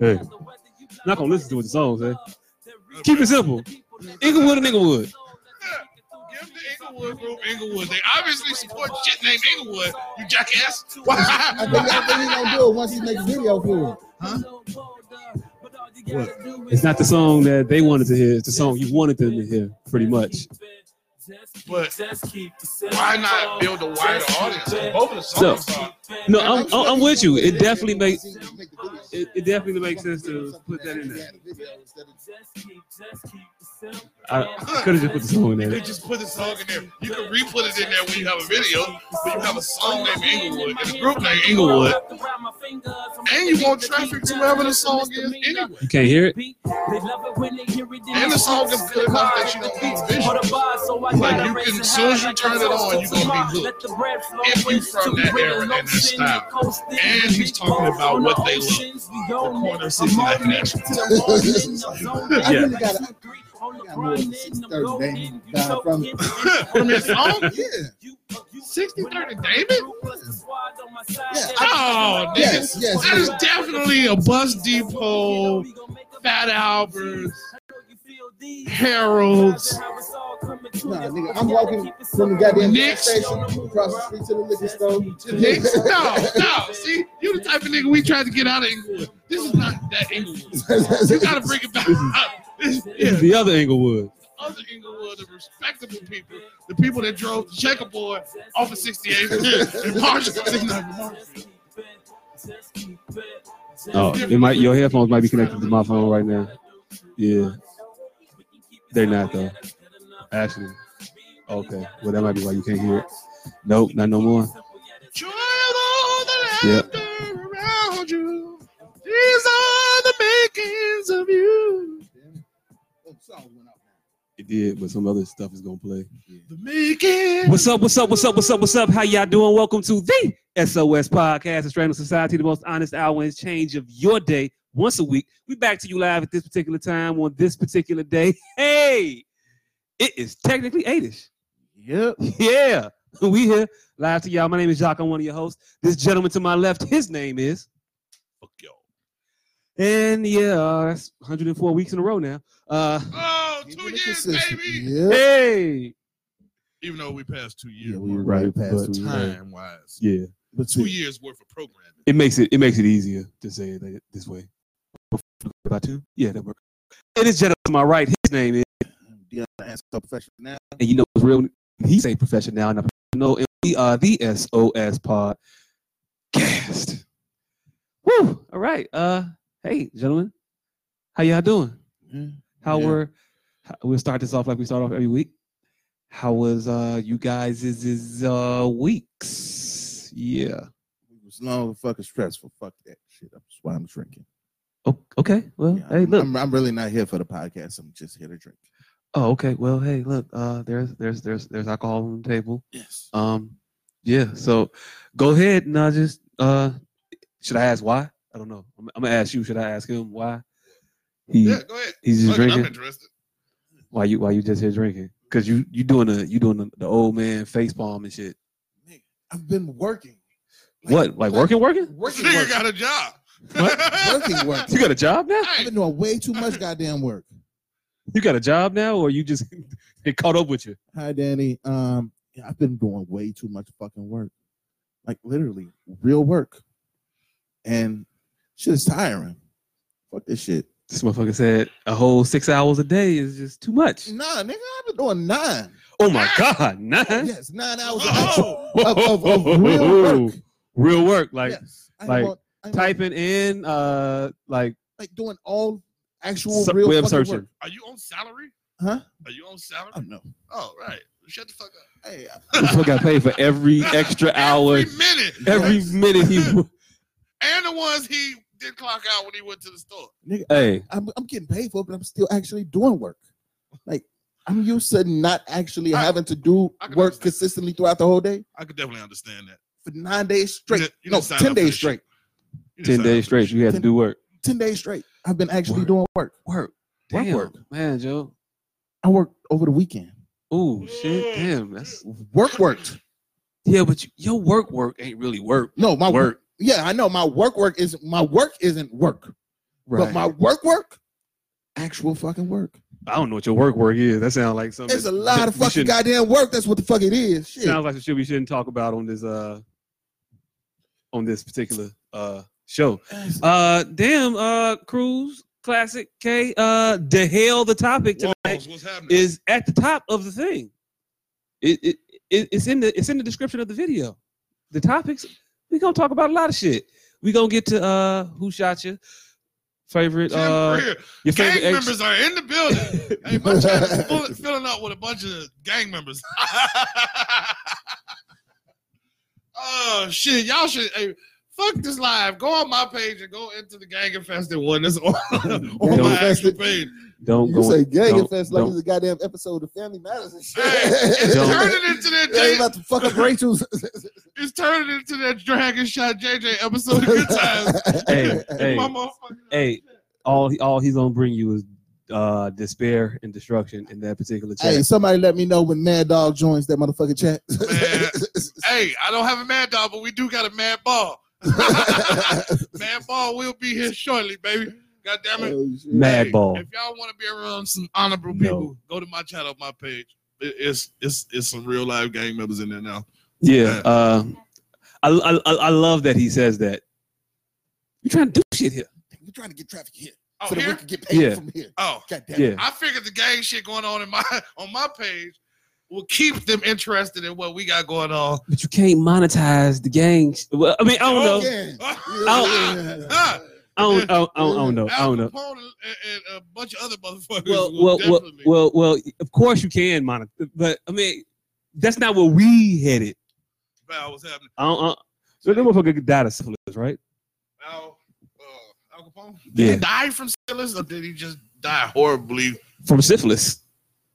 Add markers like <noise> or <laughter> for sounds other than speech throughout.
Hey, not gonna listen to what the song say. Keep it simple. Inglewood and Inglewood. Give the Inglewood group Inglewood. They obviously support shit named Inglewood, you jackass. Why? I think, I think he's gonna do it once he makes a video for it. It's not the song that they wanted to hear. It's the song you wanted them to hear, pretty much. But why not build a wider audience? Both of the No. songs are. No, I'm, I'm I'm with you. It definitely makes See, you make the video. it, it definitely makes sense to put that in there. <laughs> I could have just put the song in You there. could just put the song in there. You could re-put it in there when you have a video, but you have a song named Inglewood and a group named Inglewood, and you want traffic to wherever the song is anyway. You can't hear it. And the song is good enough that you don't need visual. Like you can, as soon as you turn it on, you're gonna be hooked. If you from that era and that style, and he's talking about what they love. Recording six nine national. <laughs> I Yeah. really gotta, uh, <laughs> From his Oh, song? yeah. uh, 60 30 David? Yeah, Oh, Yes, yes, nigga. That is yes. definitely a Bus Depot, Fat Alberts, Harold's. Nah, nigga, I'm walking from the goddamn gas Nick's. station across the street to the liquor store. <laughs> Nick's? No, no. See, you the type of nigga we tried to get out of Inglewood. This is not that Inglewood. You gotta bring it back up. <laughs> This, It's yeah, the other Inglewood. other Inglewood, the respectable people, the people that drove the checkerboard off <laughs> of 68th and Marshall. It's not even Marshall. Oh, it might your headphones might be connected to my phone right now. Yeah, they're not though. Actually, okay. Well, that might be why you can't hear it. Nope, not no more. Joy of all the Yep. laughter around you. These are the makings of you. It did, but some other stuff is gonna play. The making. What's up? What's up? What's up? What's up? What's up? How y'all doing? Welcome to the SOS Podcast, the Strangle Society, the most honest hour and change of your day once a week. We back to you live at this particular time on this particular day. Hey, it is technically eightish. Yep. <laughs> Yeah, we here live to y'all. My name is Jacques. I'm one of your hosts. This gentleman to my left, his name is. Fuck y'all. And yeah, that's 104 weeks in a row now. Uh, Oh, two years, baby. Yeah. hey, Even though we passed two years, Yeah, we were mark, Right, right past but- two years. time wise, yeah, But two two years worth of programming. it makes it it makes it easier to say it like this way. About two, yeah, that works. And this gentleman to my right, his name is, years. Ask a professional now. and you know it's real. He's a professional and a professional, and we are the SOS Podcast. Woo! All right, uh, hey, gentlemen, how y'all doing? How Mm-hmm. Yeah. were how, we'll start this off like we start off every week. How was uh you guys is is uh weeks? Yeah. It was long and fucking stressful. Fuck that shit. That's why I'm drinking. Oh, okay. Well, Yeah, hey, I'm, look. I'm, I'm really not here for the podcast. I'm just here to drink. oh, okay. Well, hey, look. Uh, there's there's there's there's alcohol on the table. Yes. Um, yeah. So, go ahead and I just uh, should I ask why? I don't know. I'm, I'm gonna ask you. Should I ask him why? He Yeah, go ahead. he's just Fuck it, I'm drinking. interested. Why you why you just here drinking? Cause you you doing the you doing the, the old man face palm and shit. Nigga, I've been working. What like working working? Working, Nigga working, got a job. <laughs> working, working. You got a job now? I've Hey, been doing way too much goddamn work. You got a job now, or you just <laughs> they caught up with you? Hi, Danny. Um, yeah, I've been doing way too much fucking work, like literally real work, and shit is tiring. Fuck this shit. This motherfucker said a whole six hours a day is just too much. Nah, nigga, I've been doing nine. Oh, Oh my god, <laughs> nine Yes, nine hours of, actual- oh, of, of, <laughs> of real work. real work, like yes, I like, want- I want, typing in, uh, like like doing all actual so- real web fucking searching. work. are you on salary? Huh? Are you on salary? I don't know. Oh, right. Shut the fuck up. Hey, I- This motherfucker got paid for every extra hour, Every minute. every minute he. wo- And the ones he did clock out when he went to the store. nigga, Hey, I'm, I'm getting paid for, it, but I'm still actually doing work. Like I'm used to not actually I- having to do I can work understand. consistently throughout the whole day I could definitely understand that. for nine days straight. didn't- you no, didn't sign ten up for days this shit. straight. You ten decided days straight, you had to do work. Ten days straight. I've been actually Work. doing work. Work, Work, damn, work. man, Joe. I worked over the weekend. Oh shit, damn. That's Work worked. yeah, but you, your work work ain't really work. No, my Work. Yeah, I know my work work is my work isn't work. But my work, work, actual fucking work. I don't know what your work work is. That sounds like something. It's a that- lot of we fucking shouldn't- goddamn work. That's what the fuck it is. Shit. Sounds like some shit we shouldn't talk about on this uh on this particular uh show. Uh damn, uh Cruz, classic K, uh the hell the topic tonight Walls, what's happening? is at the top of the thing. It, it, it it's in the it's in the description of the video. The topics we gonna talk about a lot of shit. We gonna get to uh who shot you, favorite Jim uh <laughs> Greer. your gang favorite ex- members are in <laughs> the building. hey, my chat is full, filling up with a bunch of gang members. <laughs> oh shit, y'all should. Hey, fuck this live. Go on my page and go into the gang infested one. That's <laughs> on, <laughs> on my actual Infested. page. Don't You go say gang don't- offense like don't. it's a goddamn episode of Family Matters and shit. Hey, it's Don't. turning into that. They J- about to fuck up Rachel's. it's turning into that Dragon Shot JJ episode of <laughs> Good Times. Hey, hey. My motherfucking- hey, all he- all he's gonna bring you is uh despair and destruction in that particular chat. Hey, somebody let me know when Mad Dog joins that motherfucking chat. <laughs> Hey, I don't have a mad dog, but we do got a mad <laughs> ball. mad ball will be here shortly, baby. God damn it. Oh, shit. Mad Hey, Ball. If y'all want to be around some honorable No. people, go to my channel, my page. It- It's it's it's some real live gang members in there now. Yeah, uh, I, I I I love that he says that. You're trying to do shit here. We're trying to get traffic here Oh, so that here? we can get paid Yeah. from here. oh, God damn Yeah, I figured the gang shit going on in my <laughs> on my page will keep them interested in what we got going on. but you can't monetize the gangs. Well, I mean, I don't know. it. <laughs> Oh, ah, I don't, I don't, I don't, I don't know. I Al don't know. Capone and, and a bunch of other motherfuckers. Well, will well, well, definitely- well, well. Of course you can monetize, but I mean, that's not where we headed. Val was happening. I don't. I, so that motherfucker died of syphilis, right? Al, uh, Al Capone. Did Yeah. he die from syphilis, or did he just die horribly From syphilis.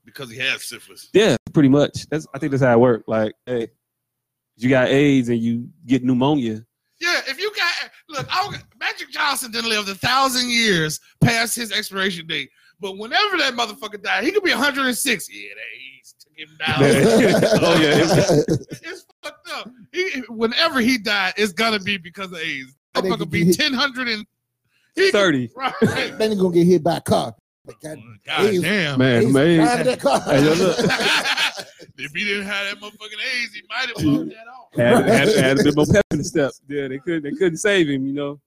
because he had syphilis? Yeah, pretty much. That's I think that's how it worked. Like, hey, you got AIDS and you get pneumonia. Yeah, if you got look, I don't, Magic Johnson didn't live a thousand years past his expiration date. But whenever that motherfucker died, he could be 106. Yeah, that AIDS took him <laughs> down. <laughs> Oh, <laughs> yeah. it's fucked up. He, whenever he died, it's gonna be because of AIDS. I think Motherfucker he- be 10, 100 and he, Thirty. Right. <laughs> Oh, Then they're gonna get hit by a car. But God, God AIDS. damn. he's Man, driving that car. Hey, look, look. <laughs> if he didn't have that motherfucking AIDS, he might have walked that Had, off. had, had a <laughs> bit more pep in the step. Yeah, they couldn't they couldn't save him, you know.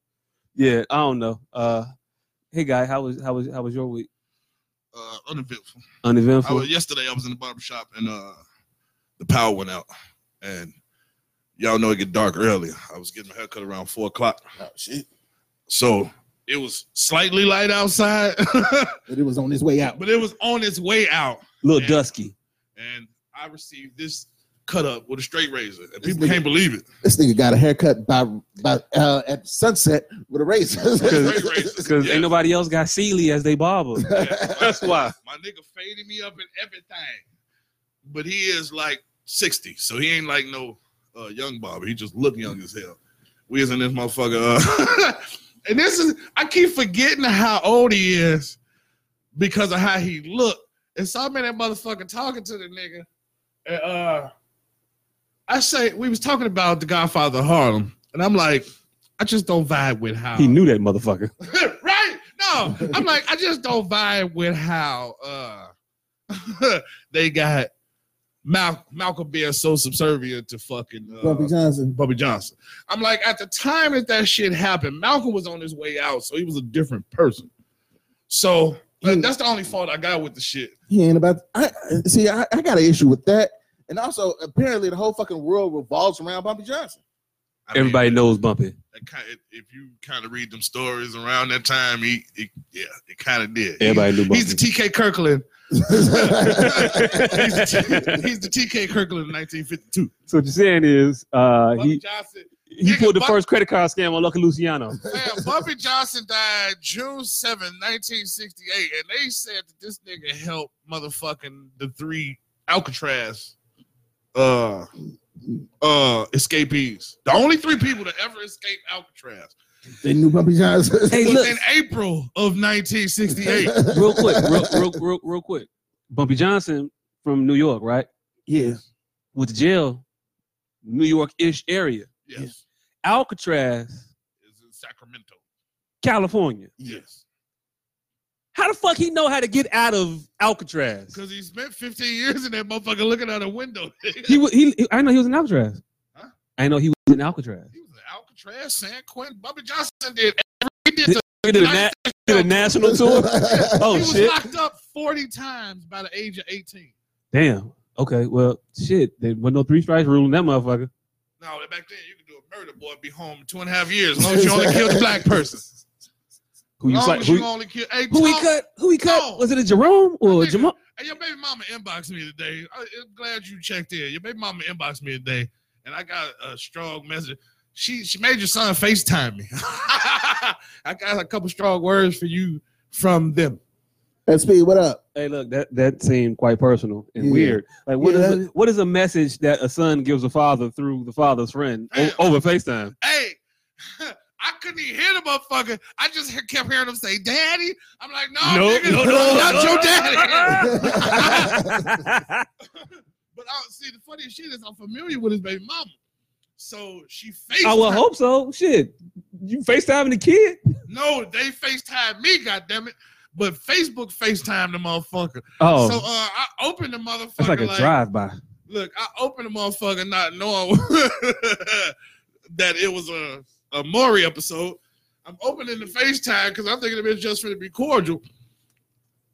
Yeah, I don't know. Uh hey guy, how was how was how was your week? Uh, uneventful. I Uneventful. was, yesterday I was in the barber shop and uh, the power went out, and y'all know it get dark early. I was getting my hair cut around four o'clock, Oh, shit. so it was slightly light outside, <laughs> <laughs> But it was on his way out. but it was on its way out. little dusky. and I received this cut up with a straight razor, and This people nigga- can't believe <laughs> it. This nigga got a haircut by by uh, at sunset with a razor. Straight razor. Because Yeah. ain't nobody else got Sealy as they barber. Yeah. <laughs> That's why. My nigga faded me up in everything, but he is like sixty, so he ain't like no uh, young barber. He just look young as hell. We is in this motherfucker, uh, <laughs> and this is I keep forgetting how old he is because of how he look. And so I'm in that motherfucker talking to the nigga, and uh, I say we was talking about the Godfather of Harlem, and I'm like, I just don't vibe with how He knew that motherfucker. <laughs> right? No, I'm like, I just don't vibe with how uh <laughs> they got Mal- Malcolm being so subservient to fucking Bumpy uh, Johnson. Bubby Johnson. I'm like, at the time that that shit happened, Malcolm was on his way out, so he was a different person. So like, that's the only fault I got with the shit. He ain't about. I I- see. I, I got an issue with that. And also, apparently, the whole fucking world revolves around Bumpy Johnson. <laughs> I mean, Everybody knows Bumpy. that ki- if you kind of read them stories around that time, he, it, yeah, it kind of did. Everybody knew He's Bumpy. the <laughs> TK Kirkland. he's, the T- he's the TK Kirkland in 1952. So what you're saying is uh Bobby he Johnson. he Nigga, pulled the Bumpy- first credit card scam on Lucky Luciano. Man, Bobby Johnson died June 7, 1968, and they said that this nigga helped motherfucking the three Alcatraz uh uh escapees. The only three people to ever escape Alcatraz They knew Bumpy Johnson. Hey, was look. in April of 1968. <laughs> real quick, real, real, real, real quick. Bumpy Johnson from New York, right? yeah. Went to jail, New York ish area. Yes. Alcatraz, It's in Sacramento. California. Yes. How the fuck he know how to get out of Alcatraz? Because he spent 15 years in that motherfucker looking out a window. <laughs> He wa- he. I didn't know he was in Alcatraz. Huh? I didn't know he was in Alcatraz. He was in Alcatraz, San Quentin. Bobby Johnson did. every- He did Did- the, He did a, na- did a national <laughs> tour. he Oh was shit! locked up 40 times by the age of 18. Damn. Okay. Well, shit. There was no three strikes rule in that motherfucker. No, back then you could do a murder boy, be home in two and a half years, as long as you only <laughs> killed a black person. Who As you long fight? as you Who, only killed. Hey, who he Tom, cut? Who he No. cut? Was it a Jerome or a Nigga. Jamal? Hey, your baby mama inboxed me today. I, am glad you checked in. Your baby mama inboxed me today, and I got a strong message. She she made your son FaceTime me. <laughs> I got a couple strong words for you from them. SP, what up? <laughs> Hey, look, that that seemed quite personal and Yeah. weird. Like, what is Yeah, a, what is a message that a son gives a father through the father's friend o- Damn. over <laughs> Facetime? Hey, I couldn't even hear the motherfucker. I just he- kept hearing him say, "Daddy." I'm like, "No, Nope. nigga, No, <laughs> no, not no. <laughs> your daddy." That's but I see the funniest shit is I'm familiar with his baby mama. So she FaceTime. I would hope so. Shit, you FaceTiming the kid? No, they FaceTime me, goddammit. But Facebook FaceTime the motherfucker. Oh, So uh, I opened the motherfucker. that's like a drive-by. <laughs> Look, I opened the motherfucker not knowing <laughs> that it was a, a Maury episode. I'm opening the FaceTime because I'm thinking it's just for to be cordial.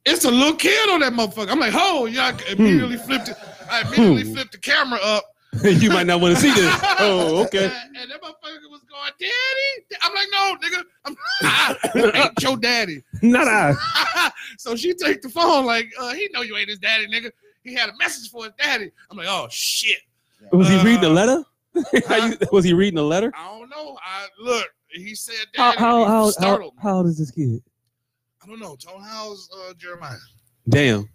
It's a little kid on that motherfucker. I'm like, ho, yeah, I immediately flipped it. I immediately Hmm. flipped the camera up. you might not want to see <laughs> this. Oh, okay. And, and that motherfucker was going, Daddy. I'm like, no, nigga. I'm <laughs> I ain't your daddy. Not I. so she take the phone like, uh, he know you ain't his daddy, nigga. He had a message for his daddy. I'm like, oh shit. Was he Uh, reading a <laughs> letter? How you- was he reading a letter? I don't know. I look. He said How daddy. how and he how, how, startled me. how old is this kid? I don't know. Tone how's uh, Jeremiah. Damn.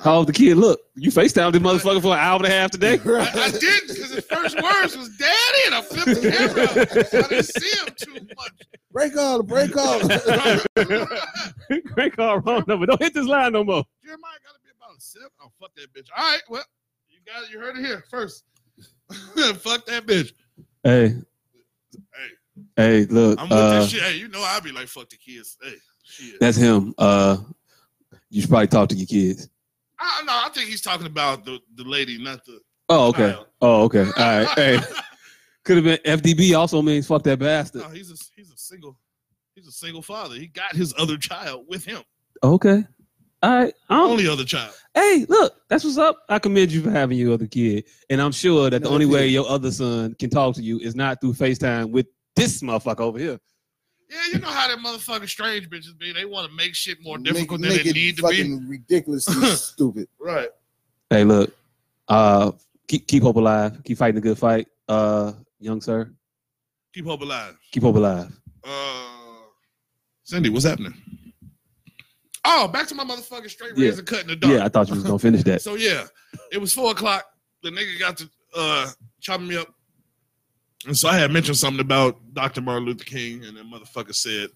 How old the kid look? You FaceTimed this motherfucker for an hour and a half <laughs> today? I, I did because his first words was daddy, and I flipped the camera. up. I didn't see him too <laughs> Break all, break all. much. Great call, wrong number. Don't hit this line no more. Jeremiah gotta be about a sip. Oh fuck that bitch. All right, well, you got you heard it here first. <laughs> fuck that bitch. Hey. Hey, look. I'm with uh, that shit. Hey, you know I'd be like fuck the kids. Hey, shit. that's him. Uh, you should probably talk to your kids. I no, I think he's talking about the, the lady, not the Oh, okay. child. Oh, okay. All right. <laughs> Hey. <laughs> Could have been FDB also means fuck that bastard. no, he's a he's a single he's a single father. He got his other child with him. Okay. All right. I don't, Only other child. hey, look, that's what's up. I commend you for having your other kid. And I'm sure that the Another only kid. way your other son can talk to you is not through FaceTime with this motherfucker over here. Yeah, you know how that motherfucking strange bitches be. They want to make shit more Make- difficult make than it it need to be. <laughs> fucking ridiculously stupid. Right. Hey, look, uh, keep, keep hope alive. Keep fighting a good fight, uh, young sir. Keep hope alive. Keep hope alive. Uh, Cindy, what's happening? Oh, back to my motherfucking straight Yeah. razor cut in the dark. Yeah, I thought you was going to finish that. So yeah, it was four o'clock. The nigga got to uh, chopping me up, and so I had mentioned something about Dr. Martin Luther King, and that motherfucker said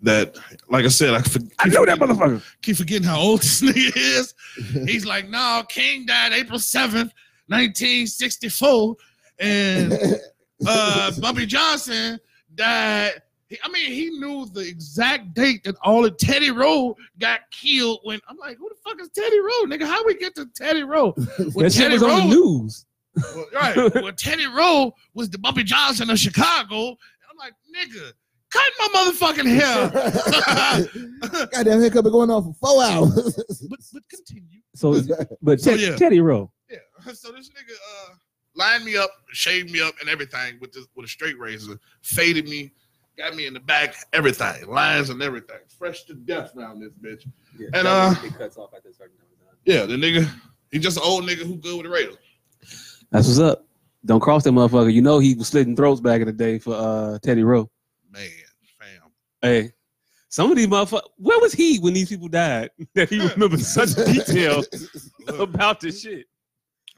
that, like I said, I, for- <laughs> I know that motherfucker. keep forgetting how old this <laughs> nigga is. He's like, no, King died April seventh, nineteen sixty four, and uh, Bobby Johnson died. He- I mean, he knew the exact date that all of Teddy Rowe got killed. When I'm like, who the fuck is Teddy Rowe, nigga? How we get to Teddy Rowe? Well, That shit Teddy was on Rowe- the news. well, right. Well, Teddy Rowe was the Bobby Johnson of Chicago. And I'm like, nigga, cut my motherfucking hair. <laughs> <laughs> Goddamn hiccup been going on for four <laughs> hours. But but continue. So, but So, Ted- yeah. Teddy Rowe. Yeah. <laughs> So this nigga uh, lined me up, shaved me up, and everything with this with a straight razor, faded me, got me in the back, everything, lines and everything, fresh to death around this bitch. And, uh, it cuts off at a certain Yeah, the nigga, he just an old nigga who good with the razor. That's what's up. Don't cross that motherfucker. You know he was slitting throats back in the day for uh, Teddy Rowe. Man, fam. Hey, some of these motherfuckers. Where was he when these people died? <laughs> That he remembers such <laughs> detail Look, about this shit.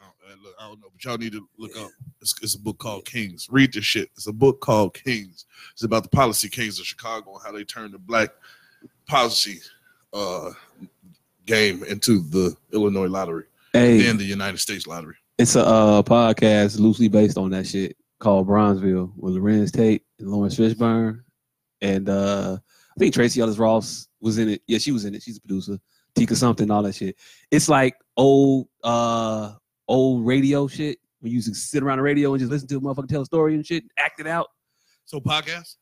I don't, uh, look, I don't know, but y'all need to look up. It's, it's a book called Kings. Read this shit. It's a book called Kings. It's about the policy kings of Chicago and how they turned the black policy uh, game into the Illinois lottery, Hey, then the United States lottery. it's a uh, podcast loosely based on that shit called Bronzeville with Lorenz Tate and Lawrence Fishburne, and uh, I think Tracy Ellis Ross was in it. Yeah, she was in it. She's a producer. Tika something, all that shit. It's like old uh old radio shit. When you used to sit around the radio and just listen to a motherfucker tell a story and shit, act it out. So podcast.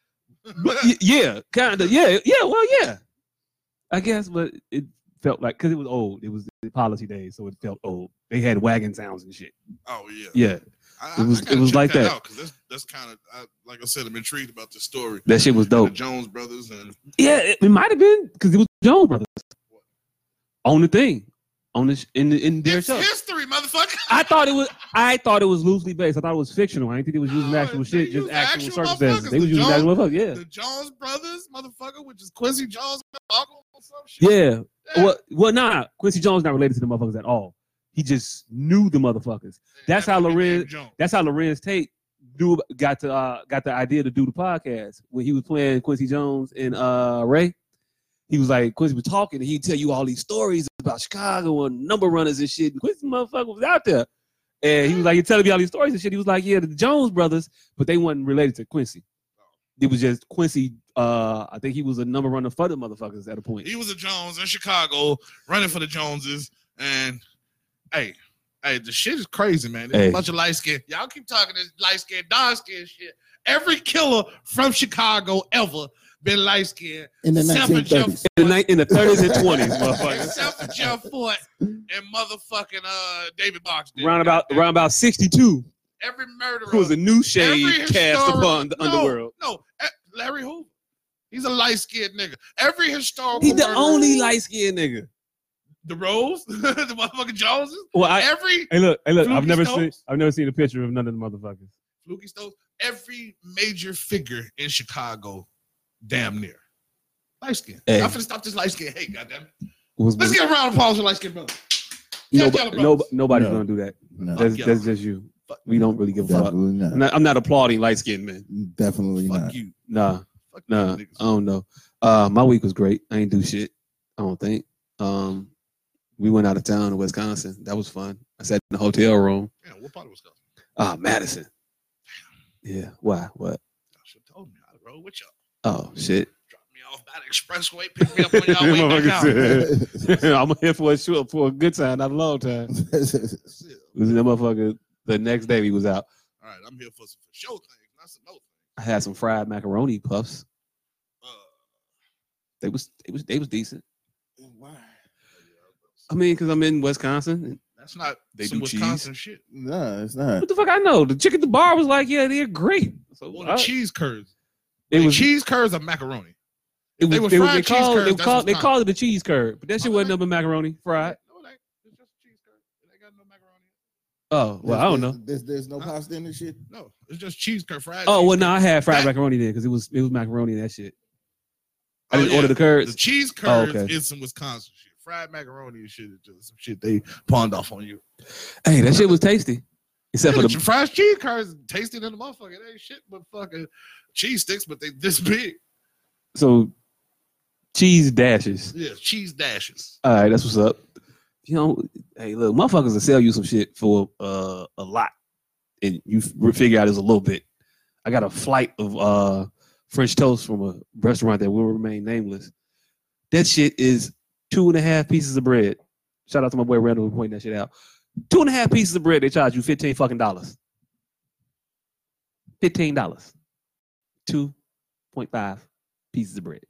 <laughs> But y- yeah, kind of. Yeah, yeah. Well, yeah. I guess, but it felt like because it was old. It was the policy days, so it felt old. They had wagon sounds and shit. oh yeah. Yeah, I, It was- gotta it was check like that. out, 'cause that's that's kind of I, like I said. I'm intrigued about this story. that shit was The dope. Jones brothers and Yeah, it, it might have been because it was Jones Brothers on the thing on the sh- in the, in their it's show. history, motherfucker. I thought it was I thought it was loosely based. I thought it was fictional. I didn't think Oh, they was using No, actual they shit, used just actual, actual circumstances. motherfuckers. They was The using Jones- actual motherfuckers. Yeah, The Jones brothers, motherfucker, which is Quincy Jones, uncle or some shit. yeah. Well, well, nah. Quincy Jones not related to the motherfuckers at all. He just knew the motherfuckers. that's how Lorenz- Jones. That's how Lorenz Tate knew, got to uh, got the idea to do the podcast when he was playing Quincy Jones and uh, Ray. He was like Quincy was talking, and he'd tell you all these stories about Chicago and number runners and shit. And Quincy motherfucker was out there, and he was like, "You're telling me all these stories and shit." He was like, "Yeah, the Jones brothers, but they wasn't related to Quincy. It was just Quincy. Uh, I think he was a number runner for the motherfuckers at a point. He was a Jones in Chicago, running for the Joneses, and hey, hey, the shit is crazy, man. There's Hey. a bunch of light skin. Y'all keep talking this light skin, dark skin shit. Every killer from Chicago ever been light skinned in the Except for Jeff 1930s. In the night, in the 30s and 20s, motherfuckers. except for Jeff Fort and motherfucking uh David Boxton. Around about around about 62, every murderer who was a new shade Every cast historical- upon the no, underworld. No, eh, Larry Hoover. He's a light skinned nigga. Every historical. He's the murderer- only light skinned nigga. The Rose, <laughs> the motherfucking Joneses. Well, I every hey look, hey look, I've Fluky never Stokes? seen I've never seen a picture of none of the motherfuckers. Fluky Stokes, every major figure in Chicago, damn near. Light skin. Hey. I'm finna stop this light skin hate, goddamn. Was, Let's get a round of applause for light skin brother. nobo- Tell Yellow nobo- Brothers. nobody's No. gonna do that. No, That's, Yellow. that's just you. Fuck. We don't really give a fuck. definitely I'm not. not, I'm not applauding light skinned men. Definitely Fuck not. you. Nah, Fuck you, nah. um, niggas. I don't know. Uh, my week was great. I ain't do shit. I don't think. Um, we went out of town to Wisconsin. That was fun. I sat in the hotel room. Yeah, what part of Wisconsin? Ah, Madison. Yeah. Why? What? Y'all should have told me. I'd roll with y'all. Oh shit. Drop me off by the expressway, pick me up on y'all way Motherfucker back out. said- <laughs> I'm here for a short, for a good time, not a long time. Shit. Was that motherfucker? The next day we was out. All right, I'm here for some for show things, not some no I had some fried macaroni puffs. Uh, They was they was they was decent. <laughs> Why? I mean, because I'm in Wisconsin. and that's not They some do cheese? Wisconsin shit. No, it's not. What the fuck I know? The chick at the bar was like, "Yeah, they're great." So Well, I- the cheese curds. it was cheese curds or macaroni. it was they they, were was- they fried cheese called curds, they that's called they Wisconsin. called it a cheese curd, but that shit wasn't nothing but macaroni fried. No, it ain't. It's just cheese curds. It ain't got no macaroni. Oh well, I don't know. There's, there's no Huh? pasta in this shit. No, it's just cheese curd fried. Oh cheese well, no, I had fried That- macaroni there because it was it was macaroni and that shit. I Oh, didn't yeah. order the The curds. Oh, cheese curds okay. is some Wisconsin shit. Fried macaroni and shit is just some shit they pawned off on you. Hey, that shit was tasty, except for But the fried cheese curds tasted in the motherfucker. They ain't shit but fucking cheese sticks, but they this big. so cheese dashes. Yeah, cheese dashes. All right, that's what's up. You know, hey, look, motherfuckers will sell you some shit for uh, a lot, and you f- figure out it's a little bit. I got a flight of uh, French toast from a restaurant that will remain nameless. That shit is two and a half pieces of bread. Shout out to my boy Randall for pointing that shit out. Two and a half pieces of bread. They charge you fifteen fucking dollars. Fifteen dollars. Two point five pieces of bread.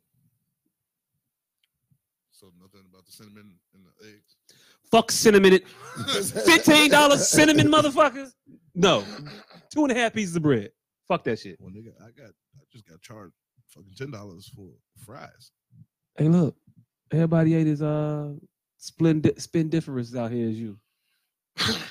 So nothing about the cinnamon and the eggs. Fuck cinnamon. <laughs> Fifteen <laughs> dollars cinnamon, motherfuckers. No, two and a half pieces of bread. Fuck that shit. Well, nigga, I got I just got charged fucking ten dollars for fries. <clears throat> Hey, look, everybody ate his uh splend splendiferous out here as you.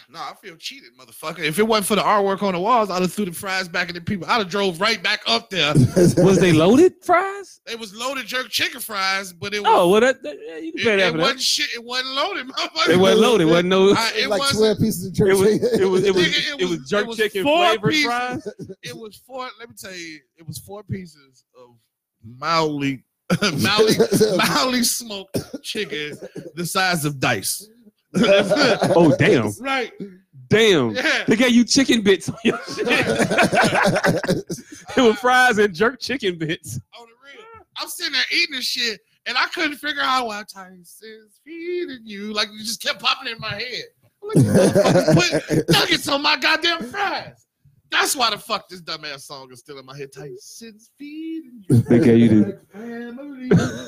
no, I feel cheated, motherfucker. If it wasn't for the artwork on the walls, I'd have threw the fries back at the people. I'd have drove right back up there. Was <laughs> they loaded fries? They was loaded jerk chicken fries, but it was Oh well, that, that- yeah, you can it, pay it that for wasn't that. shit. It wasn't loaded, <laughs> motherfucker. It wasn't loaded. It wasn't no. I- it, like was, twelve pieces of It church. was it was it was <laughs> Nigga, it it was was- jerk it was chicken four flavored pieces. fries. it was four. Let me tell you, it was four pieces of mildly, <laughs> <laughs> mildly, mildly smoked chicken, the size of <laughs> dice. Oh <laughs> damn, right? damn. <laughs> Yeah. They gave you chicken bits on <laughs> your shit. it was fries and jerk chicken bits. on the real. I'm sitting there eating this shit, and I couldn't figure out why Tyson's feeding you. Like it just kept popping in my head. I'm like, you <laughs> motherfucker put nuggets on my goddamn fries. That's why the fuck this dumbass song is still in my head. Tyson's feeding you. They gave you the- Like family.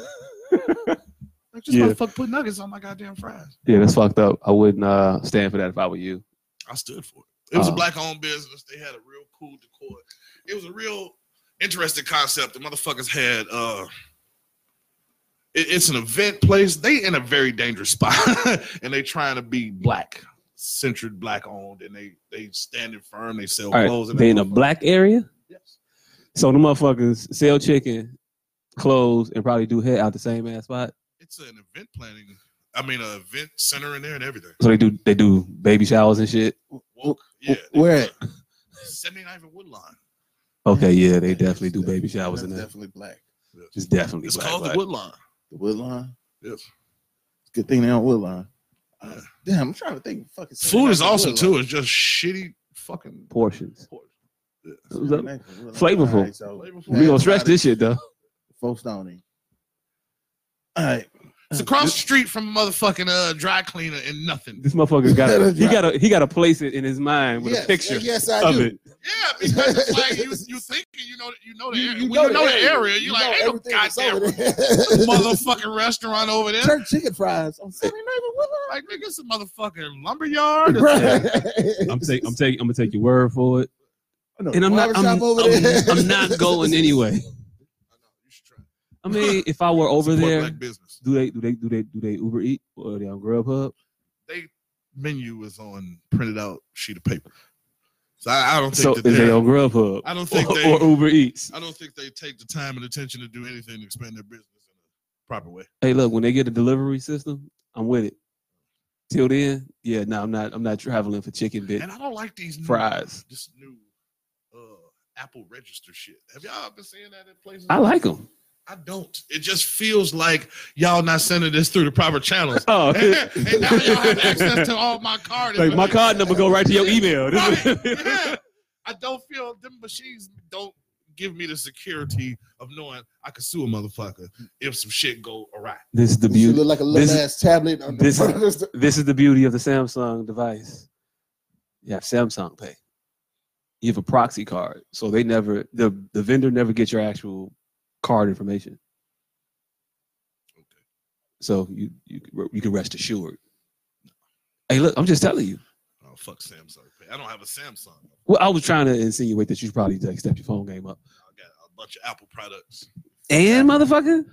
Like, just Yeah. motherfucker put nuggets on my goddamn fries. Yeah, that's fucked up. I wouldn't uh, stand for that if I were you. I stood for it. It was Oh. a black-owned business. They had a real cool decor. It was a real interesting concept. The motherfuckers had. uh it- It's an event place. They in a very dangerous <laughs> spot, and they trying to be black centered, black owned, and they they standing firm. They sell All clothes. right, And they in a that black area, motherfucker- Yes. so the motherfuckers sell chicken, clothes, and probably do head out the same ass spot. It's an event planning. I mean, an event center in there and everything. So they do they do baby showers and shit. Woke, yeah. where at? 79 and Woodlawn. Okay, yeah, they definitely do baby showers That's in there. Definitely black. It's definitely It's black, called black. the Woodlawn. The Woodlawn. Yes. Good thing they don't Woodlawn. Uh, Yeah. damn, I'm trying to think. Fucking Food is Saturday Night awesome Woodlawn. too. It's just shitty fucking portions. pork. Saturday Night Woodlawn. uh, Flavorful. All right, so Flavorful. We gonna stretch this shit though. Folks don't eat. All right. It's across the street from a motherfucking uh, dry cleaner and nothing. This motherfucker <laughs> got a, he got a he got to place it in his mind with yes, a picture Yes, I of do. it. Yeah, because it's like <laughs> you you thinking you know you know the You- area. Oh, you when know you the know the area. area, you You like know ain't no everything that's goddamn over there. <laughs> motherfucking restaurant over there. Turn chicken fries on Saturday Night Woodlawn. Like nigga, it's a motherfucking lumberyard. Bruh. I'm taking I'm taking I'm gonna take your word for it, I know and I'm not I'm, barbershop over there. I'm- I'm not going anyway. I mean, if I <laughs> were over Support there, black business. do they do they do they do they Uber Eat or are they on Grubhub? They menu is on printed out sheet of paper. So I, I don't think So that is they're- they on Grubhub? I don't think or, they- <laughs> or Uber Eats. I don't think they take the time and attention to do anything to expand their business in a proper way. Hey, look, when they get a delivery system, I'm with it. Till then, yeah, no, I'm not. I'm not traveling for chicken bit And I don't like these new, fries. This new uh, Apple register shit. Have y'all been seeing that in places? I like them. I don't. It just feels like y'all not sending this through the proper channels. <laughs> Oh, <laughs> and now y'all have <laughs> access to all my card. like my card number go right to your email. Right, yeah. I don't feel them machines don't give me the security of knowing I could sue a motherfucker if some shit go awry. <laughs> This is the You beauty. look like a little This- ass tablet. On the this- front of this- This is the beauty of the Samsung device. You have Samsung Pay. You have a proxy card, so they never the the vendor never gets your actual card information. So you you you can rest assured. Hey, look, I'm just telling you. Oh fuck Samsung Pay. I don't have a Samsung. I Well, I was trying to insinuate that you should probably like step your phone game up. got a bunch of Apple products. <laughs> And motherfucker,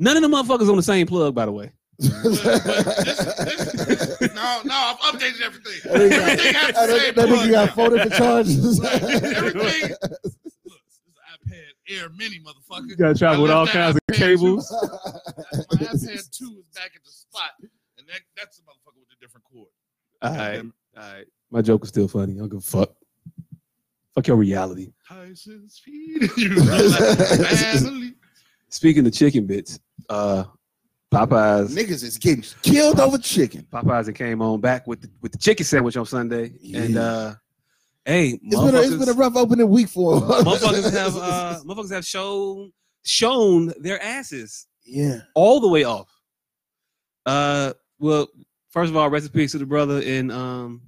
none of the motherfuckers on the same plug, by the way. But- but this- this- no, no, I've updated everything. I think I- Everything has I the same think I think plug you got now. four different charges. Like, <laughs> everything. Look, this iPad Air Mini, motherfucker. gotta travel with all kinds of cables. My All iPad 2 is back at the spot, and that, that's the motherfucker with a different cord. All right, all right. My joke was still funny. I don't give a fuck. Fuck your reality. Tyson's feeding <laughs> you. Like, <laughs> family. Speaking of chicken bits, uh, Popeyes, Niggas is getting killed over chicken. Popeyes, that came on back with the, with the chicken sandwich on Sunday, and Yeah. uh, hey, It's been, a, it's been a motherfuckers, rough opening week for 'em. motherfuckers <laughs> have uh, motherfuckers have shown shown their asses yeah. all the way off. Uh, well, first of all, rest in peace to the brother in um,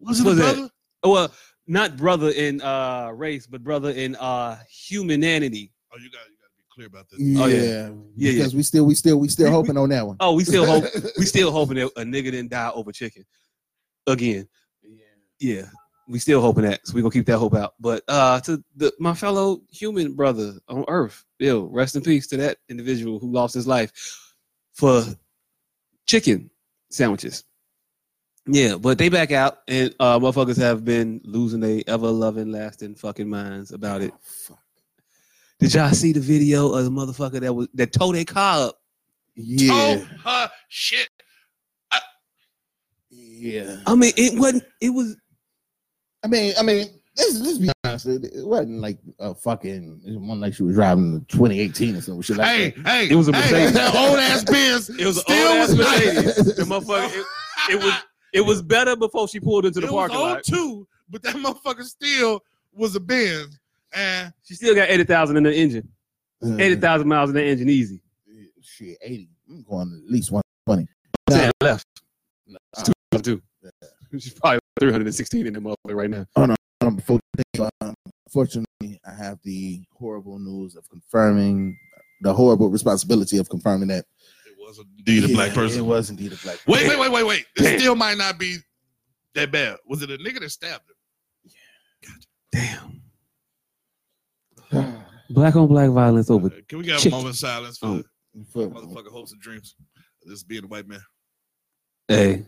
Was it a Was it? brother? oh, well, not brother in uh race, but brother in uh humanity. Oh, you got you got to be clear about this. yeah, Oh, yeah. Yeah, because we still, we still, we still We- hoping on that one. Oh, we still <laughs> hope we still hoping that a nigga didn't die over chicken again. Yeah, we still hoping that, so we gonna keep that hope out. But uh, to the my fellow human brother on Earth, Bill, rest in peace to that individual who lost his life for chicken sandwiches. Yeah, but they back out, and uh, motherfuckers have been losing their ever loving, lasting fucking minds about it. Oh, fuck. Did y'all see the video of the motherfucker that was that towed their car up? Yeah, Oh, uh, shit. yeah. I mean, it wasn't. It was I mean, I mean, let's, let's be honest. It it wasn't like a fucking. It wasn't like she was driving the 2018 or something. Shit like Hey, hey. It was a hey, Mercedes. that old ass Benz. <laughs> It was an still old-ass was nice. Mercedes. that. <laughs> The motherfucker, it, it <laughs> was it was better before she pulled into the it parking was lot. too, but that motherfucker still was a Benz. And She still got eighty thousand in the engine. Uh, Eighty thousand miles in the engine, easy. Shit, eighty. I'm going at least one twenty. Sam left. Uh, It's two thousand two. <laughs> She's probably three hundred and sixteen in the motherfucker right now. Um, before- um, Fortunately, I have the horrible news of confirming the horrible responsibility of confirming that It was indeed a black Yeah, person. It was indeed a black. Wait, person. wait, wait, wait, wait. Damn. It still might not be that bad. Was it a nigga that stabbed him? Damn. Black on black violence over. Uh, Can we get a Shit. moment of silence for Oh. For- motherfucker hopes and dreams? of This being a white man. Hey,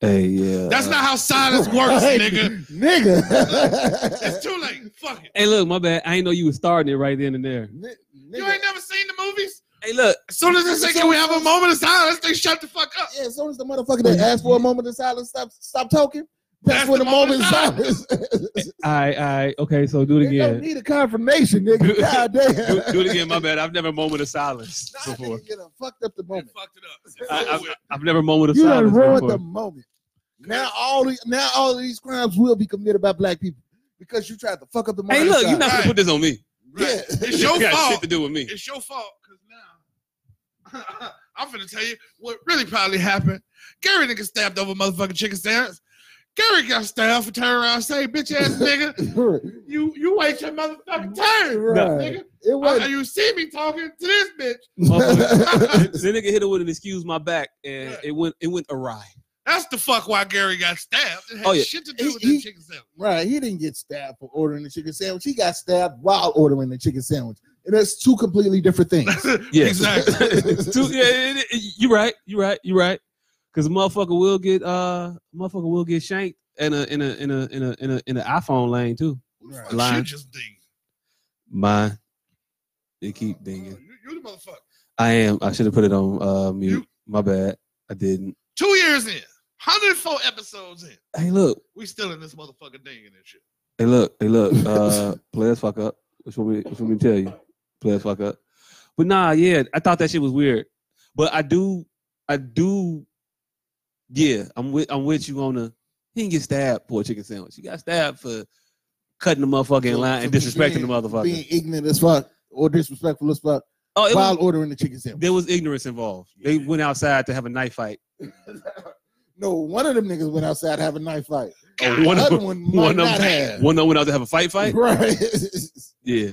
hey, yeah. That's not how silence works, nigga. It's nigga. too late. Fuck it. Hey, look, my bad. I ain't know you was starting it right then and there. <laughs> Ni- You nigga. ain't never seen the movies? Hey, look. As soon as they say, can we have a moment of silence? They shut the fuck up. Yeah, as soon as the motherfucker that asked for a moment of silence stop stop talking, that's, That's when the the moment of moment silence. All right, all right. Okay, so do it you don't again. need a confirmation, nigga. God damn. Do, do it again. My bad. I've never moment of silence Nah, before. nigga, you done fucked up the They moment. fucked it up. I, It's over I've, with. I've never moment of You done silence ruined before. the moment. Now all the, now all of these crimes will be committed by black people because you tried to fuck up the moment. Hey, of look, you're silence. not gonna Right. put this on me. Right. Yeah. <laughs> It's You your got fault. shit to do with me. It's your fault because now <laughs> I'm finna tell you what really probably happened. Gary nigga stabbed over motherfucking chicken sandwich. Gary got stabbed for turning around and say, bitch <laughs> ass nigga, you you wait your motherfucking turn. right. Nigga, It I, was you see me talking to this bitch. <laughs> Motherfucker. the nigga hit her with an excuse my back, and Yeah. it went it went awry. That's the fuck why Gary got stabbed. It had Oh, yeah. shit to do He- with he- that chicken sandwich. right. He didn't get stabbed for ordering the chicken sandwich. He got stabbed while ordering the chicken sandwich, and that's two completely <laughs> different things. <laughs> Yeah. exactly. Two- yeah, it- it- you right, you right, you right. Because motherfucker will get uh motherfucker will get shanked in a in a in a in a in a in an iPhone lane too. Who the Right. fuck shoot Lying. just ding? Mine. They keep Uh, dinging. you, you the motherfucker. I am. I should have put it on uh mute. You- My bad. I didn't. Two years in, 104 episodes in. Hey look. We still in this motherfucker dinging and shit. Hey look. Hey look. Uh players fuck up. Which one me which one me tell you? Players fuck up. But nah, yeah, I thought that shit was weird. But I do I do yeah, I'm with I'm with you on the he didn't get stabbed for a chicken sandwich. You got stabbed for cutting the motherfucker in For- line and for disrespecting being- the motherfucker. Being ignorant as fuck or disrespectful as fuck oh, it while was, ordering the <laughs> chicken sandwich. there was ignorance involved. They went outside to have a knife fight. no, one of them niggas went outside to have a knife fight. Oh, one the of other them, one <laughs> might one of not them, have. one of them went out to have a fight fight. Right. <laughs> Yeah.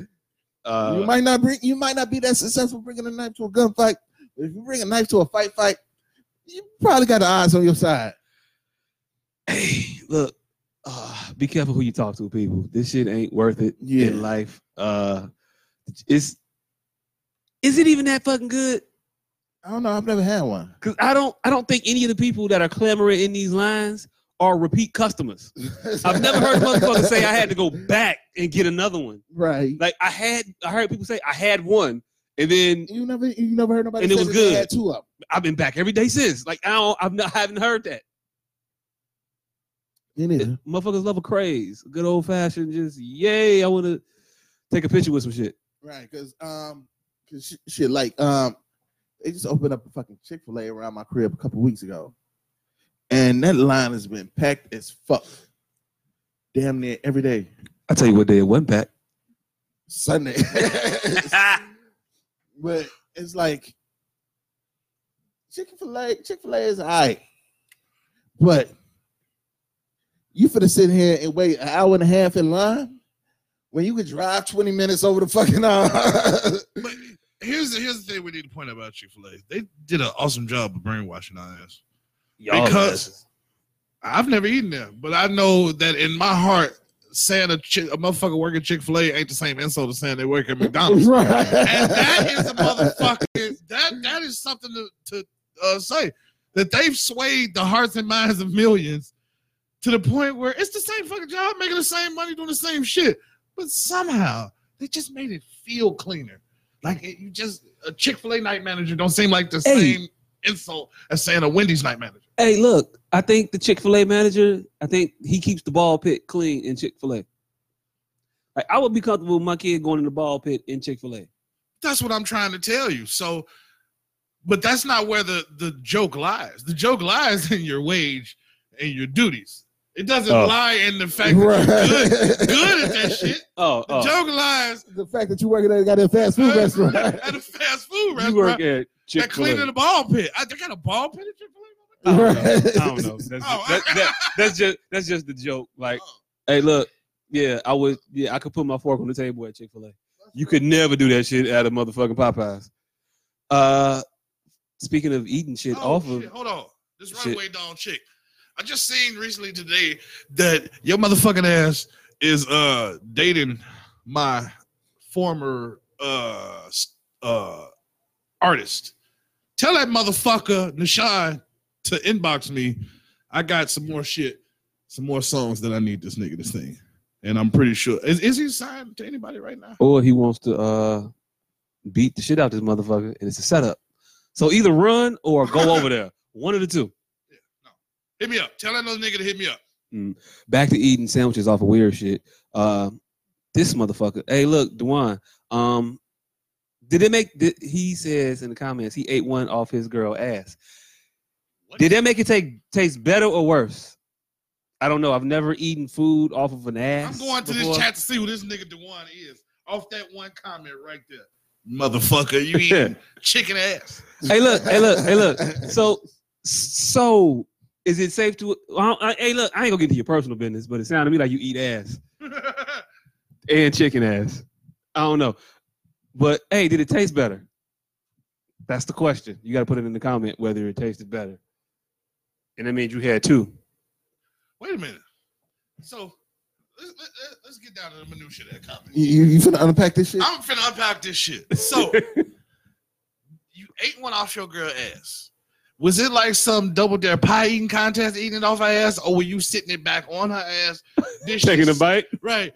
Uh, you might not bring. You might not be that successful bringing a knife to a gunfight. But if you bring a knife to a fight fight, you probably got the odds on your side. hey, look, uh, be careful who you talk to, people. This shit ain't worth it Yeah. in life. Uh, it's is it even that fucking good? I don't know. I've never had one. Cause I don't, I don't think any of the people that are clamoring in these lines are repeat customers. I've never heard motherfuckers say I had to go back and get another one. <laughs> Right. Like I had, I heard people say I had one, and then You never. You never heard nobody. And it say was that they good. Had two of 'em. I've been back every day since. Like I don't, I've not, I haven't heard that. Me neither. Motherfuckers love a craze, good old fashioned, just yay! I want to take a picture with some shit. Right, cause um, cause sh- shit, like um, they just opened up a fucking Chick Fil A around my crib a couple weeks ago, and that line has been packed as fuck, damn near every day. I tell you what day it went back. <laughs> Sunday, <laughs> but it's like Chick Fil A. Chick Fil A is alright, but you finna sit here and wait an hour and a half in line when you could drive twenty minutes over the fucking hour. But here's the here's the thing we need to point out about Chick Fil A. They did an awesome job of brainwashing our ass. Oh, Because- I've never eaten there, but I know that in my heart, saying a, chick, a motherfucker working Chick Fil A ain't the same insult as saying they work <laughs> at McDonald's. Right. and that is a motherfucker. That that is something to to uh, say that they've swayed the hearts and minds of millions to the point where it's the same fucking job, making the same money, doing the same shit, but somehow they just made it feel cleaner. Like it, you just a Chick Fil A night manager don't seem like the Hey. same insult as saying a Wendy's night manager. Hey, look, I think the Chick Fil A manager, I think he keeps the ball pit clean in Chick Fil A. Like I would be comfortable with my kid going in the ball pit in Chick Fil A. That's what I'm trying to tell you. So, but that's <laughs> not where the the joke lies. The joke lies in your wage and your duties. It doesn't Oh. lie in the fact Right. that you're good, good at <laughs> that shit. Oh, The oh. joke lies The fact that you working at a goddamn fast food restaurant. at a fast food you work restaurant at that Chick Fil cleaning A. the ball pit. I, they got a ball pit at Chick Fil I don't know. Right. I don't know. That's, Oh. that, that, that's just that's just the joke. A. Like, hey, look, yeah, I would, yeah, I could put my fork on the table at Chick Fil A. You could never do that shit at a motherfucking Popeyes. Uh, speaking of eating shit Oh, off shit, of, Hold on, this Shit. runaway dog chick. I just seen recently today that your motherfucking ass is uh dating my former uh s- uh artist. Tell that motherfucker Nashad to inbox me. I got some more shit, some more songs that I need this nigga to sing. And I'm pretty sure is, is he signed to anybody right now? or he wants to uh beat the shit out this motherfucker, and it's a setup. So either run or go over there. One of the two. Hit me up. Tell that other nigga to hit me up. back to eating sandwiches off of weird shit. Uh, this motherfucker. Hey, look, Dwan. Um, did it make? Did, he says in the comments he ate one off his girl ass. What? Did that make it take taste better or worse? I don't know. I've never eaten food off of an I'm ass. going to before. this chat to see who this nigga Dewan is. Off that one comment right there. Motherfucker, you <laughs> eating chicken ass. <laughs> Hey, look. Hey, look. Hey, look. So, so is it safe to? I, I, hey, look. I ain't gonna get into your personal business, but it sounded to me like you eat ass. and chicken ass. I don't know. But hey, did it taste better? That's the question. You got to put it in the comment whether it tasted better. And that means you had two. Wait a minute. So let's, let- let's get down to the minutia of that comment. You, you, you finna unpack this shit? I'm finna unpack this shit. <laughs> So you ate one off your girl ass. Was it like some double dare pie eating contest eating it off her ass, or were you sitting it back on her ass? This <laughs> Taking a shit's- bite. Right.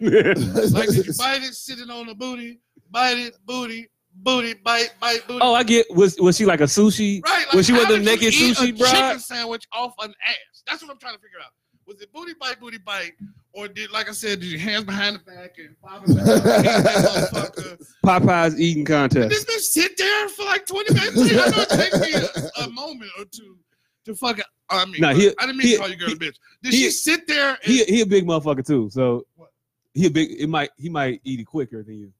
Like <laughs> did you bite it sitting on the booty, bite it, booty, booty, bite, bite, booty. oh, I get. Was was she like a sushi? right. was she how with the did you naked eat sushi, a bruh? Chicken sandwich off an ass. That's what I'm trying to figure out. Was it booty bite, booty bite, or did like I said, did your hands behind the back and pop it back up, eat that motherfucker? <laughs> Popeyes eating Did this contest. bitch sit there for like 20 minutes? I know it takes me a, a moment or two to fucking. I mean, Nah, he- I didn't mean he- to call you girl a bitch. Did he- she sit there? And, He he a big motherfucker too. So What? he a big. It might he might eat it quicker than you.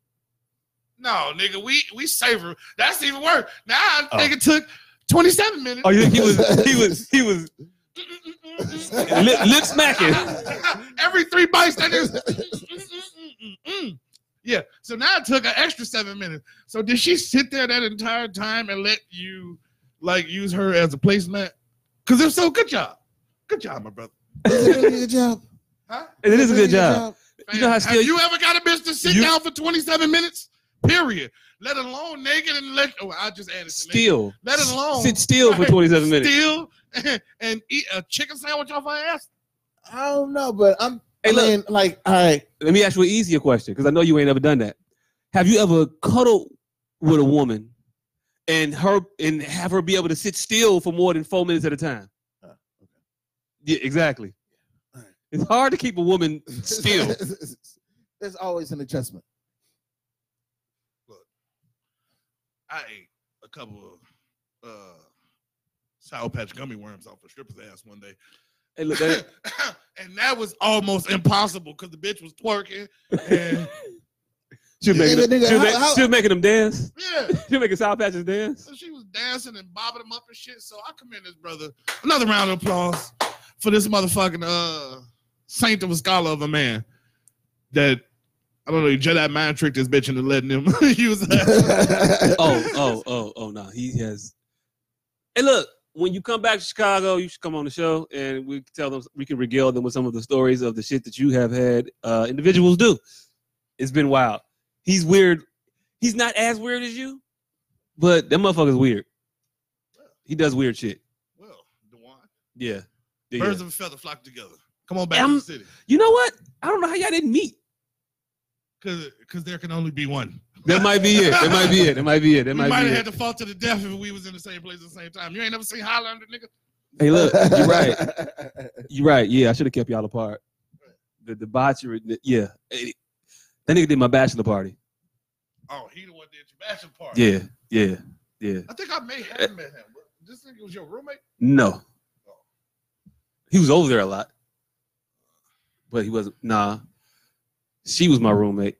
no, nigga, we we savor. That's even worse. Now I think it took 27 minutes. Oh, you think he was he was he was lip, lip smacking. <laughs> Every three bites, that is. <laughs> yeah. So now it took an extra seven minutes. So did she sit there that entire time and let you like use her as a placemat? Because if so, good job. Good job, my brother. Good job. Huh? It is a good job. You know how Have still- you ever got a bitch to sit You- down for 27 minutes? Period. Let alone naked and let. Oh, I just added to naked. Still. Let it alone. Sit still for Right. 27 <laughs> minutes. Still and eat a chicken sandwich off her ass. I don't know, but I'm. Hey, I look. mean, like, all right. Let me ask you an easier question because I know you ain't ever done that. Have you ever cuddled with a woman and her and have her be able to sit still for more than four minutes at a time? Oh, okay. Yeah, exactly. Alright. It's hard to keep a <laughs> woman still. There's always an adjustment. I ate a couple of uh Sour Patch gummy worms off a stripper's ass one day, hey, look, that, <coughs> and that was almost impossible because the bitch was twerking. <laughs> And she was making Nigga, them, nigga, she was how- ma- how- she was making them dance. yeah, She was making South Patches dance. so she was dancing and bobbing them up and shit. So I commend this brother. Another round of applause for this motherfucking uh saint of a scholar of a man that I don't know. Jedi mind tricked this bitch into letting him <laughs> use. <laughs> her. <laughs> Oh, oh, oh, oh, no. He has. Hey, look, when you come back to Chicago, you should come on the show and we can tell them, we can regale them with some of the stories of the shit that you have had uh, individuals do. It's been wild. He's weird. He's not as weird as you, but that motherfucker's weird. He does weird shit. well, Dewan, Yeah. Yeah. birds of a feather flock together. Come on back to Em- the city. You know what? I don't know how y'all didn't meet. Cause, cause there can only be one. That might be it. That might be it. That might be it. That we might might be have it. had to fall to the death if we was in the same place at the same time. You ain't never seen Highlander, nigga. Hey, look, you're right. You're right. Yeah, I should have kept y'all apart. The debauchery. Yeah, Hey, that nigga did my bachelor party. Oh, he the one that did your bachelor party. Yeah, yeah, yeah. I think I may have met him. But this nigga was your roommate. No, he was over there a lot. but he wasn't. Nah, she was my roommate,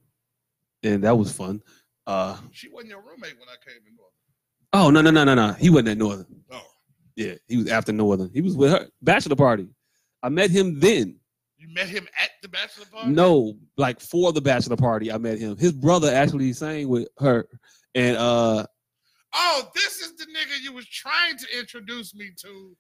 and that was fun. Uh, She wasn't your roommate when I came in. Northern. oh no no no no no, he wasn't at Northern. Oh, Yeah, he was after Northern. He was with her bachelor party. I met him then. you met him at the bachelor party. No, like for the bachelor party, I met him. His brother actually sang with her, and uh, Oh, this is the nigga you was trying to introduce me to.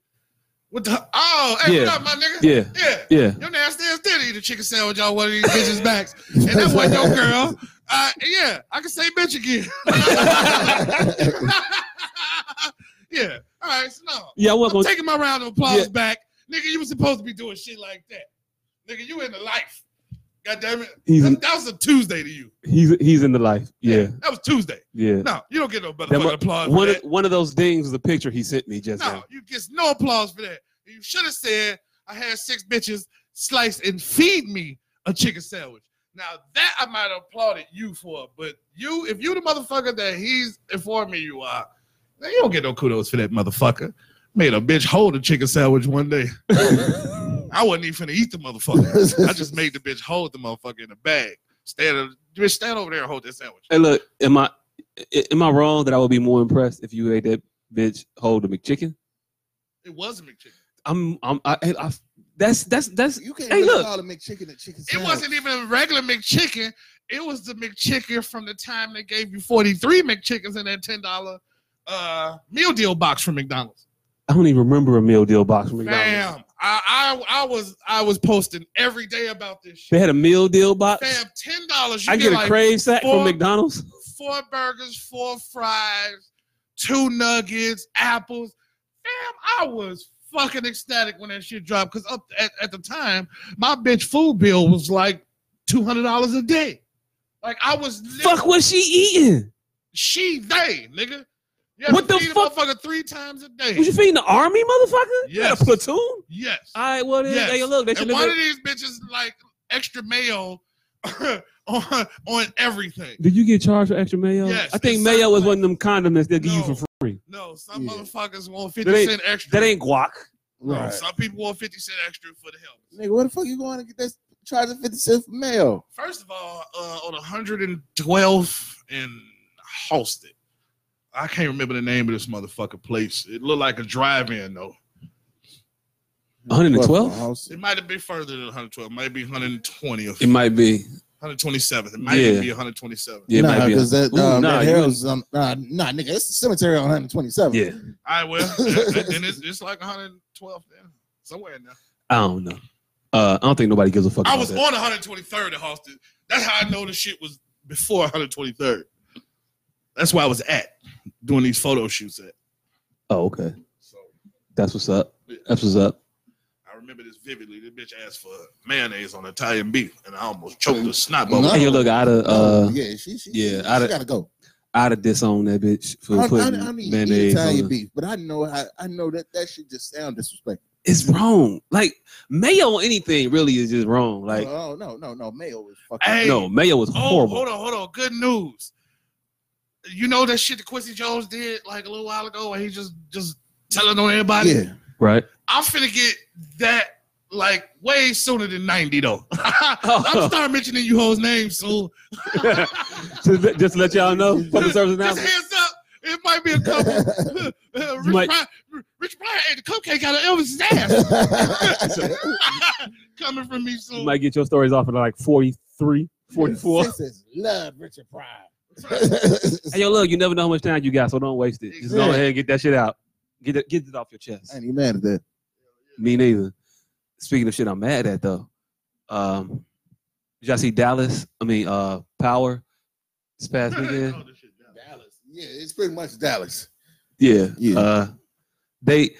What the? Oh, hey, Yeah. what up, my nigga? yeah, Yeah. yeah. Your nasty ass did eat a chicken sandwich on one of these bitches' backs, and that wasn't your girl. Uh, yeah, I can say bitch again. <laughs> yeah. All right. So no, Yeah, I wasn't I'm gonna. taking my round of applause Yeah. back, nigga. You was supposed to be doing shit like that, nigga. You in the life. God damn it. He's That, that was a Tuesday to you. he's he's in the life. Yeah, That was Tuesday. yeah. No, you don't get no That mu- motherfucking applause. for One that. of, one of those things was a picture he sent me just No, now. you get no applause for that. You should have said, I had six bitches slice and feed me a chicken sandwich. Now that I might have applauded you for, but you, if you the motherfucker that he's informing you are, then you don't get no kudos for that motherfucker. Made a bitch hold a chicken sandwich one day. I wasn't even finna eat the motherfucker. I just made the bitch hold the motherfucker in a bag. Stand, bitch, stand over there and hold that sandwich. Hey, look, am I i- am I wrong that I would be more impressed if you ate that bitch whole the McChicken? It was a McChicken. I'm I'm I, I, I that's that's that's <laughs> You can't Hey, really look. call a McChicken a chicken It sandwich. wasn't even a regular McChicken. It was the McChicken from the time they gave you 43 McChickens in that $10 uh, meal deal box from McDonald's. I don't even remember a meal deal box from McDonald's. Fam, I, I I was I was posting every day about this They shit. had a meal deal box. Fam, ten dollars. You I get, get a like crave sack four- from McDonald's. four burgers, four fries, two nuggets, apples. Fam, I was fucking ecstatic when that shit dropped because up at, at the time, my bitch food bill was like two hundred dollars a day. Like I was lit- Fuck, was she eating? she they nigga. You had What to the feed a fuck? motherfucker three times a day. Was you feeding the army, motherfucker? You had Yes. a platoon. yes. All right, well, Yes. yes. hey, look, they should and have one been. of these bitches like extra mayo <laughs> on on everything. Did you get charged for extra mayo? Yes, I think it's mayo is something- one of them condiments they'll give No. you for free. No, some Yeah. motherfuckers want That fifty ain't- cent extra. That ain't guac. right. Some people want 50 cent extra for the helmets. Nigga, where the fuck you going to get that charging 50 cents for mail? First of all, uh, on 112 in Halsted, I can't remember the name of this motherfucker place. It looked like a drive-in though. 112? It might have been further than 112. It might be 120 or It might be. 127. It might Yeah. even be 127. Yeah, it nah, might be. because that, Ooh, um, nah, that you Harold's, um, nah, nah, nigga, it's the cemetery on 127. Yeah, All <laughs> right, well, then it's, it's like 112 then. Somewhere in there. I don't know. Uh, I don't think nobody gives a fuck. I about was that. on 123rd at Halsted. That's how I know the shit was before 123rd. That's where I was at doing these photo shoots at. Oh, okay. So That's what's up. Yeah. That's what's up. I remember this vividly. This bitch asked for mayonnaise on Italian beef, and I almost choked the snot bubble. No. Hey, yo, look, I'd have, Oh, uh, yeah, she, she, yeah, she, I'd- gotta go. I'd have disowned that bitch I, for don't- I, putting don't- I don't even eat mayonnaise. on Italian it. beef, but I know I, I know that that shit just sound disrespectful. It's wrong. Like mayo on anything really is just wrong. Like oh no, no, no, mayo is fucking. Hey, no, mayo was oh, horrible. hold on, hold on. Good news. You know that shit that Quincy Jones did like a little while ago, where he just just telling on everybody. <laughs> yeah, <laughs> Right? <laughs> I'm finna get that like way sooner than 90 though. <laughs> Oh. I'm start mentioning you hoes names soon. <laughs> just, let- just to let y'all <laughs> know, public service Just announcement. heads up. It might be <laughs> a couple. Uh, Rich, might- Brian, Rich Brian ate the cupcake out of Elvis's ass. <laughs> Coming from me soon. Mm. You <laughs> might get your stories off at like 43, 44. Sisters love Richard <laughs> Pryor. Hey, yo, look, you never know how much time you got, so don't waste it. Just go Exactly. ahead and get that shit out. Get it, get it off your I chest. ain't even mad at that. Me neither. Speaking of shit, I'm mad at though. Um, did y'all see Dallas? I mean, uh, Power this past weekend. Oh, this shit down. Dallas, yeah, it's pretty much Dallas. Yeah. Yeah. Uh, they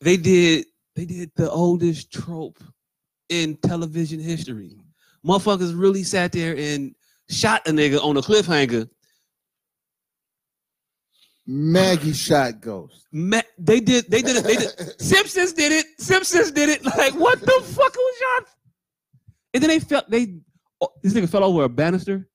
they did they did the oldest trope in television history. Motherfuckers really sat there and shot a nigga on a cliffhanger. Maggie shot ghost. Ma- they did they did it. They did. Simpsons did it. Simpsons did it. Like what the fuck was y'all? And then they felt they oh, this nigga fell over a banister.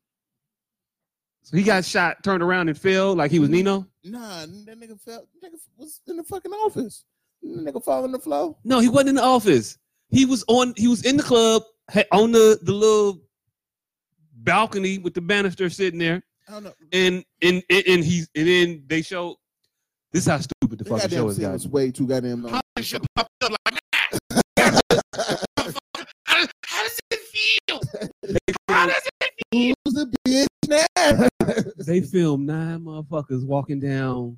So he got shot, turned around and fell like he was Mm-hmm. Nino. <laughs> Nah, that nigga felt nigga was in the fucking office. Nigga fall on the floor. No, he wasn't in the office. He was on. He was in the club hey, on the the little balcony with the banister sitting there, I don't know. and and and, and he's and then they show. This is how stupid the The fucking show goddamn is, scene guys. was way too goddamn long. How shit popped up like <laughs> that? how, does- how does it feel? How does it Who's the <laughs> bitch now? They filmed nine motherfuckers walking down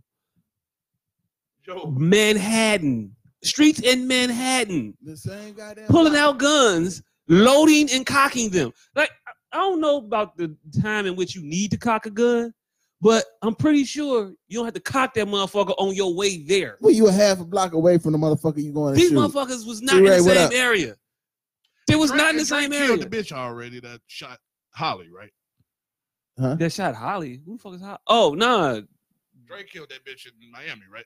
Yo, Manhattan streets in Manhattan, the same goddamn. pulling out guns, loading and cocking them. Like I- I don't know about the time in which you need to cock a gun, but I'm pretty sure you don't have to cock that motherfucker on your way there. Well, you a half a block away from the motherfucker you going to These shoot. motherfuckers was not Right, in the what same up? area. They was Drake- not in the Drake same killed area. The bitch already that shot Holly, right? That shot Holly. Who the fuck is Holly? Oh nah, Drake killed that bitch in Miami, right?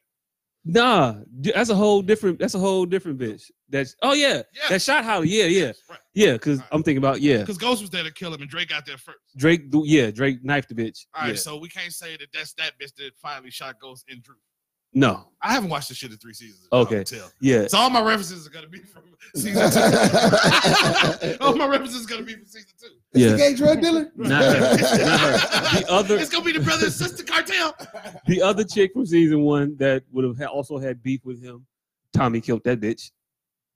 nah. That's a whole different. That's a whole different bitch. That's oh yeah. Yeah. That shot Holly. Yeah, yeah, Right. yeah. Cause I'm thinking about yeah. Because Ghost was there to kill him, and Drake got there first. Drake. do- Yeah, Drake knifed the bitch. All right, Yeah. so we can't say that that's that bitch that finally shot Ghost and Drew. No. I haven't watched this shit in three seasons. Okay. I can tell. Yeah. So all my references are gonna be from <laughs> season two. <laughs> all my references are gonna be from season two. <laughs> Is Yeah. the gay drug dealer? Not her. Not her. The other It's gonna be the brother and sister cartel. <laughs> the other chick from season one that would have ha- also had beef with him. Tommy killed that bitch.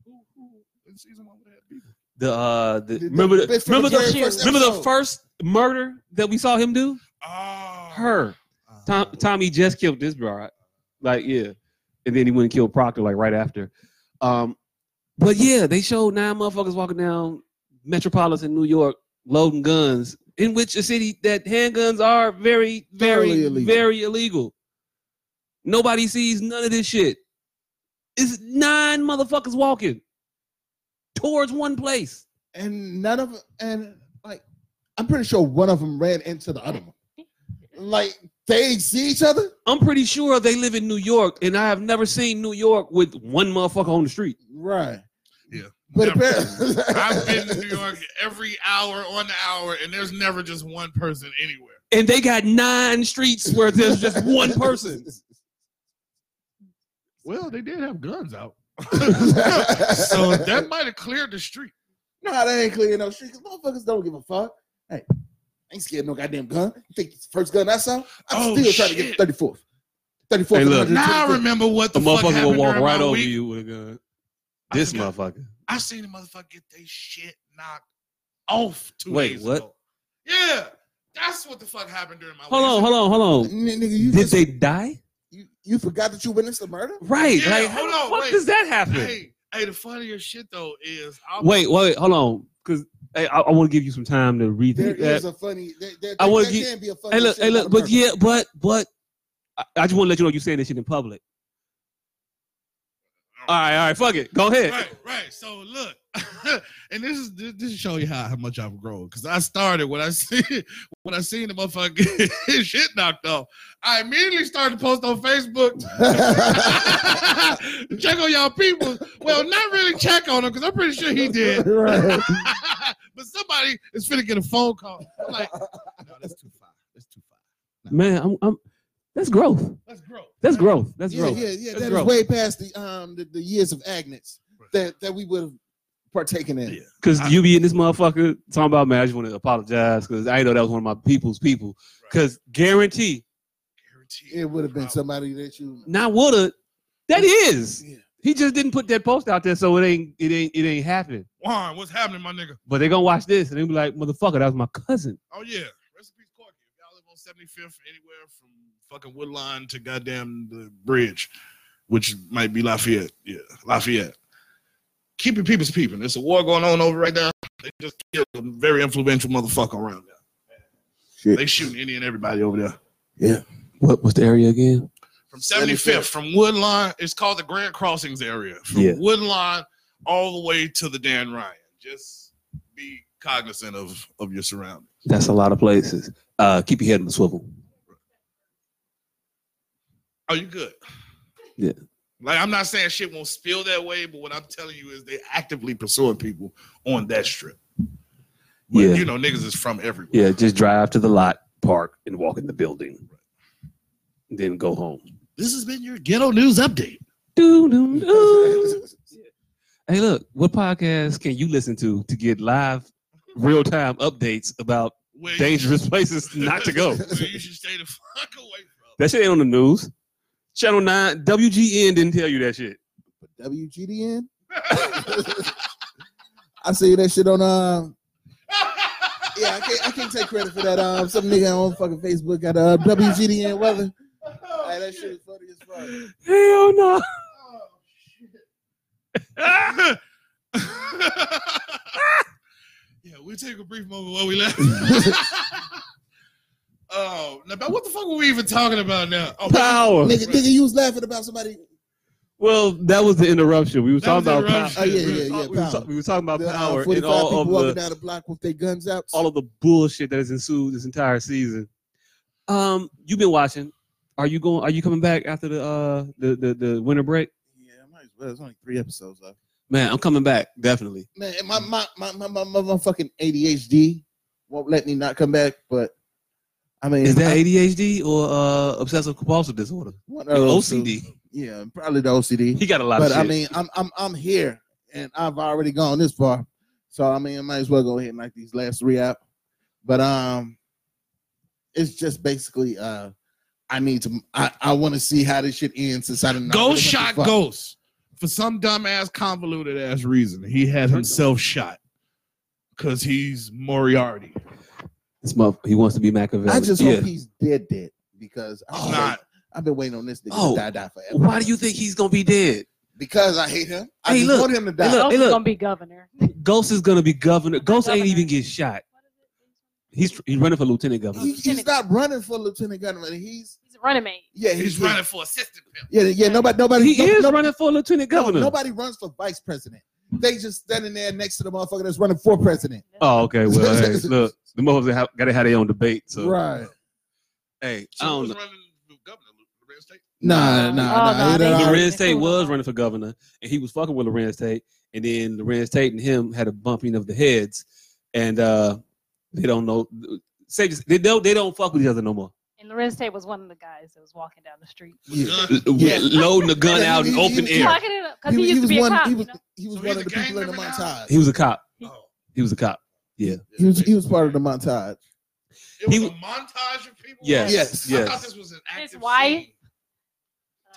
Who- who in season one would have beef? The uh the, The- the remember the, bitch from remember the the, very first remember the episode. first murder that we saw him do? Oh, Her. Uh, Tom, Tommy just killed this broad. Like, yeah. And then he went and killed Proctor like right after. Um, but yeah, they showed nine motherfuckers walking down Metropolitan New York loading guns, in which a city that handguns are very, very, Thoroughly illegal. very illegal. Nobody sees none of this shit. It's nine motherfuckers walking towards one place. And none of and like I'm pretty sure one of them ran into the other one. Like they see each other? I'm pretty sure they live in New York, and I have never seen New York with one motherfucker on the street. Right. Yeah. But Never. apparently <laughs> I've been to New <laughs> York every hour on the hour, and there's never just one person anywhere. and they got nine streets where there's <laughs> just one person. Well, they did have guns out. <laughs> <laughs> so So <laughs> that might have cleared the street. No, that ain't clear no street. 'cause motherfuckers don't give a fuck. Hey, I ain't scared of no goddamn gun. You think it's the first gun I saw? I'm Oh, still trying to shit. get the 34th. 34th. Hey, and look. Now I 125th. remember what the, The fuck motherfucker happened will walk during right my over week. you with a gun. I This forgot. motherfucker. I seen a motherfucker get their shit knocked off two Wait, days what? ago. Yeah, that's what the fuck happened during my. Hold on, hold on, hold on. N- nigga, you, Did just, they die? you, you forgot that you witnessed a murder? Right. Yeah, like, hold how on, the fuck wait. does that happen? Hey, hey, the funnier shit though is I Wait, wait, hold on. Because hey, I, want to give you some time to read There that. is a funny. There, there, I wanna there get- can be a funny. hey, look, shit hey, look. about But murder. yeah, but, but, I, I just want to let you know you're saying this shit in public. All right, all right. Fuck it. Go ahead. Right, right. So look, <laughs> and this is this, this show you how, how much I've grown because I started when I <laughs> see when I seen the motherfucker get <laughs> his shit knocked off. I immediately started to post <laughs> on Facebook. <laughs> check on y'all people. Well, not really check on him because I'm pretty sure he did. <laughs> Right. <laughs> but somebody is finna get a phone call. I'm like, no, that's too far. That's too far. Man, I'm, I'm, that's growth. That's gross. That's growth. That's yeah, growth. yeah, yeah. That's That is growth. way past the um the, the years of Agnes that that we would have partaken in. Yeah. Cause I- you be in this motherfucker talking about man, I just want to apologize because I know that was one of my people's people. Cause guarantee, Guaranteed. It would have been Problem. somebody that you. not woulda, that is. Yeah. He just didn't put that post out there, so it ain't it ain't it ain't happened. Juan, what's happening, my nigga? But they gonna watch this and they be like, motherfucker, that was my cousin. Oh yeah, recipes Corky. If y'all live on 75th, anywhere from fucking Woodline to goddamn the bridge, which might be Lafayette. Yeah, Lafayette. Keep your peoples peeping. There's a war going on over right now. They just killed a very influential motherfucker around there. Shit. They shooting any and everybody over there. What was the area again? From 75th, from Woodline, it's called the Grand Crossings area. From Yeah. Woodline all the way to the Dan Ryan. Just be cognizant of of your surroundings. That's a lot of places. Uh keep your head on the swivel. Oh, you good? Yeah. Like I'm not saying shit won't spill that way, but what I'm telling you is they actively pursuing people on that strip. But Yeah. you know, niggas is from everywhere. Yeah, just drive to the lot, park, and walk in the building. Then go home. This has been your ghetto news update. <laughs> Doo, doo, doo. Hey, look, what podcast can you listen to to get live, real time updates about Where you- dangerous <laughs> places not to go? <laughs> Where you should stay the fuck away from. <laughs> That shit ain't on the news. Channel 9, WGN didn't tell you that shit. But WGDN, I see that shit on. Uh, yeah, I can't, I can't take credit for that. Um, some nigga on fucking Facebook got uh, WGDN weather. Hey, that shit is funny as fuck. Hell no. <laughs> yeah, we take a brief moment while we left. <laughs> oh, now, but what the fuck were we even talking about now? Oh, Power. Nigga, nigga, you was laughing about somebody. Well, that was the interruption. We were That was talking about the power. interruption. Oh yeah, yeah, yeah. We, were power. ta- we were talking about The, uh, power and 45 all people of walking the down the block with their guns out. all of the bullshit that has ensued this entire season. Um, you've been watching. Are you going? Are you coming back after the uh the the, the winter break? yeah, might as well. There's only three episodes left. Man, I'm coming back definitely. Man, and my my my my my, my, my fucking ADHD won't let me not come back. But I mean, Is that I- ADHD or uh obsessive compulsive disorder? one of those two. OCD. Yeah, probably the OCD. He got a lot But of I shit. mean, I'm I'm I'm here, and I've already gone this far, so I mean, I might as well go ahead and knock these last three out. But um, it's just basically uh, I need to I I want to see how this shit ends since I didn't Ghost shot Ghost for some dumbass convoluted ass reason. He had himself shot because he's Moriarty. this month he wants to be Machiavelli. I just yeah. hope he's dead dead because He's I've, not. been, I've been waiting on this nigga Oh. to die die forever. Why do you think he's gonna be dead? Because I hate him. I Hey, just look. want him to die. Hey, look. Ghost is gonna be governor. Ghost is gonna be governor. Ghost ain't Governor. even get shot. He's he's running for lieutenant governor. He- he's not running for lieutenant governor. He's He's a running mate. yeah, He's, he's, running for assistant pimp. Yeah, yeah. Nobody, nobody. he no- is no- running for lieutenant no, governor. nobody runs for vice president. They just standing there next to the motherfucker that's running for president. oh, okay. Well, hey, look, the motherfuckers got to have their own debate. So right. hey, I So don't who's know. running for governor, Red State? Nah, nah, Oh, nah. nah, it they- ain't- All right. Lorenz Tate was running for governor, and he was fucking with Lorenz Tate, and then Lorenz Tate and him had a bumping of the heads, and uh they don't know. Say just they don't they don't fuck with each other no more. And Lorenz Tate was one of the guys that was walking down the street. yeah. Gun. Yeah. Loading a gun out in open air. Talking it up He, was- because he, he used to was be one. a cop. he you was know? he So was one he's of the a gang people in the member now? montage. He was a cop. Oh. He was a cop. Yeah. He was he was part of the montage. It was He- a montage of people. Yes. Yes. I thought Yes. this was an active wife. scene.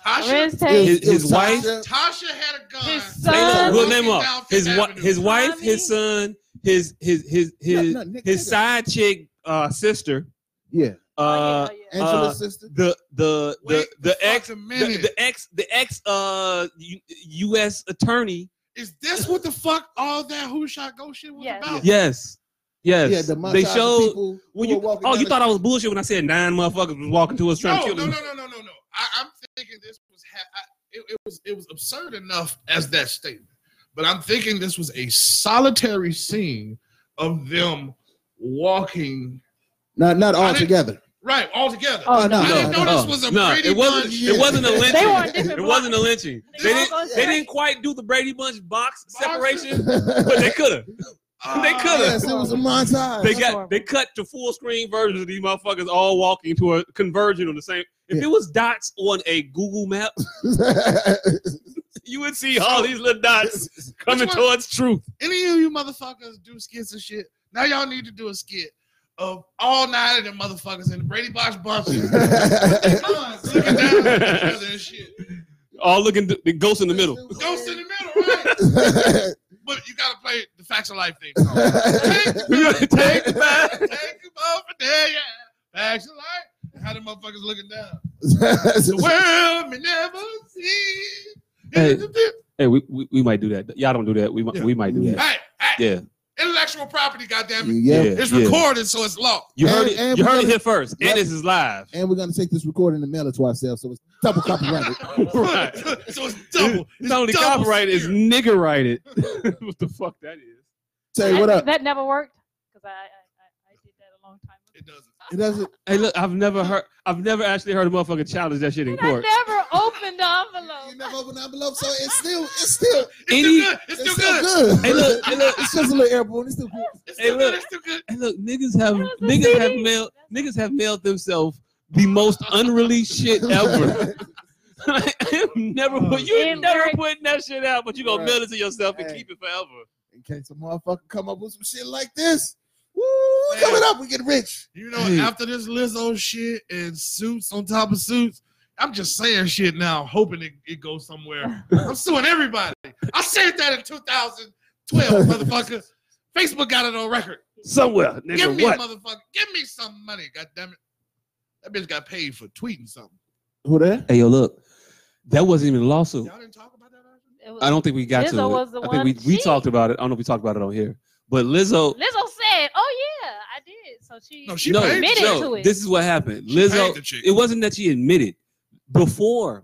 Tasha? Lorenz It Tate. was- His- it was his wife? Tasha. Tasha had a gun. His They son- were We'll walking name down off Fifth his wa- Avenue. his wife, his son, his his his his No, no, Nick his Taylor. side chick uh sister. Yeah, Uh, oh, yeah, oh, yeah. Angela's sister. the the the Wait the fuck ex a the, minute. the ex the ex uh U- U.S. attorney. Is this what the fuck all that who shot go shit was Yes. about? Yes, yes. Yeah, the montage they of showed. people who When you, were walking oh, down you the thought I was street. bullshit when I said nine motherfuckers was walking to us trying No, to no, kill no, him. no, no, no, no. I, I'm thinking this was ha- I, it, it was it was absurd enough as that statement, but I'm thinking this was a solitary scene of them walking Not not all didn't- together. right all together. Oh, no, I didn't no, know no. this was a No, Brady it wasn't. Bunch. Yeah. It wasn't a lynching. They were on different it wasn't a blocks. lynching. They They all didn't. go They straight. didn't quite do the Brady Bunch box separation, <laughs> but yes, they could <laughs> have. Ah, They coulda. it was a <laughs> montage. They <laughs> got. They cut to full screen versions of these motherfuckers all walking to a converging on the same. If Yeah. it was dots on a Google map, <laughs> you would see all these little dots coming Which one? towards truth. Any of you motherfuckers do skits and shit? Now y'all need to do a skit of all nine of them motherfuckers in the Brady Bunch bunch. with their guns looking down at each other and shit. All looking th- the ghost in the middle. <laughs> Ghost in the middle, right? But you gotta play the facts of life thing. song. Take the <laughs> Take the back. Take him over there, yeah. Facts of life. How the motherfuckers looking down? The world may never see. Hey. Hey, Hey, we, we, we might do that. Y'all don't do that. We might Yeah. we might do that. hey, hey. Yeah, intellectual property, goddamn it. yeah. yeah, It's yeah. recorded, so it's law. You heard And- it. and you we heard it gotta- here first, and Right. this is live. And we're gonna take this recording and mail it to ourselves, so it's double copyrighted. Right. <laughs> so it's double. It's not only double copyright, it's spirit. nigger <laughs> righted. what the fuck that is? Tell you what That- up. That never worked because I, I, I I did that a long time It doesn't. It doesn't. Hey, look, I've never heard, I've never actually heard a motherfucker challenge that shit in ago. court. I never opened the envelope. You never open the envelope, so it's still, it's still, It's Any- too good. It's it's, too still good. good. Hey, look, hey, look. it's just a little airborne. It's still good. It's Hey, too good. look. It's too good. And look, niggas have That was a niggas have CD. mailed <laughs> niggas have mailed themselves the most unreleased shit ever. Like, would never put you In ain't never lyrics. putting that shit out, but you gonna Right. mail it to yourself and Hey. keep it forever. In case a motherfucker come up with some shit like this. Woo, we Man. coming up, we get rich. You know, Hey. after this Lizzo shit and suits on top of suits, I'm just saying shit now, hoping it, it goes somewhere. I'm suing everybody. I said that <laughs> in 2012, motherfucker. Facebook got it on record. Somewhere, nigga. Give me what? a motherfucker. Give me some money. God damn it. That bitch got paid for tweeting something. Who that? hey, yo, look, that wasn't even a lawsuit. Y'all didn't talk about that. already? It was- I don't think we got Lizzo to. it. was the I one- think we, we she- talked about it. I don't know if we talked about it on here, but Lizzo. Lizzo said, "Oh yeah, I did." So she. No, she no, paid. admitted the chick. to no, it. this is what happened. She Lizzo. paid the chick. It wasn't that she admitted before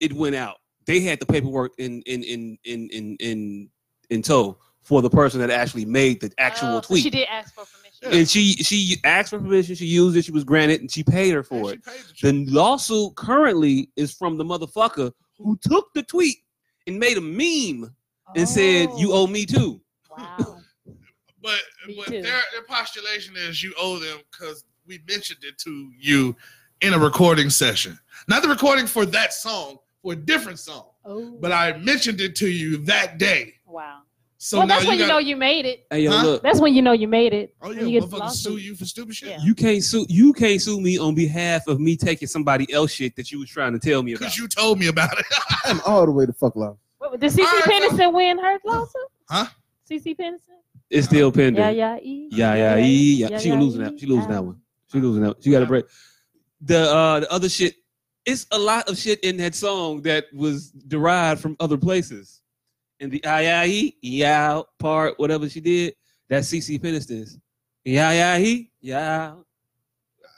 it went out. They had the paperwork in in in in in in, in tow for the person that actually made the actual Oh, so tweet. she did ask for permission. and she she asked for permission. She used it. She was granted, and she paid her for She it. paid the The chick. lawsuit currently is from the motherfucker who took the tweet and made a meme and said, "You owe me too." Oh, <laughs> Wow. But, Me but too. their, their postulation is you owe them because we mentioned it to you in a recording session. Not the recording for that song, for a different song. Oh. But I mentioned it to you that day. Wow. So well, now that's you, when you gotta, know you made it. Hey, yo, Huh? look. That's when you know you made it. Oh when yeah, you get the motherfuckers lawsuit. sue you for stupid shit. Yeah. You can't sue. You can't sue me on behalf of me taking somebody else shit that you was trying to tell me about. Because you told me about <laughs> it. I'm all the way to fuck love. Wait, did CC All right, Ah, so- Pennison win her lawsuit? Huh? CC Pennison? it's still pending. Yeah, Yeah, yeah, yeah, e. yeah. yeah, She losing that. She losing that Ah. one. She losing that. She got to break. The uh, the other shit. It's a lot of shit in that song that was derived from other places. And the IIE, yeah part, whatever she did, that's CC Peniston's. Yeah, yeah, he, yeah.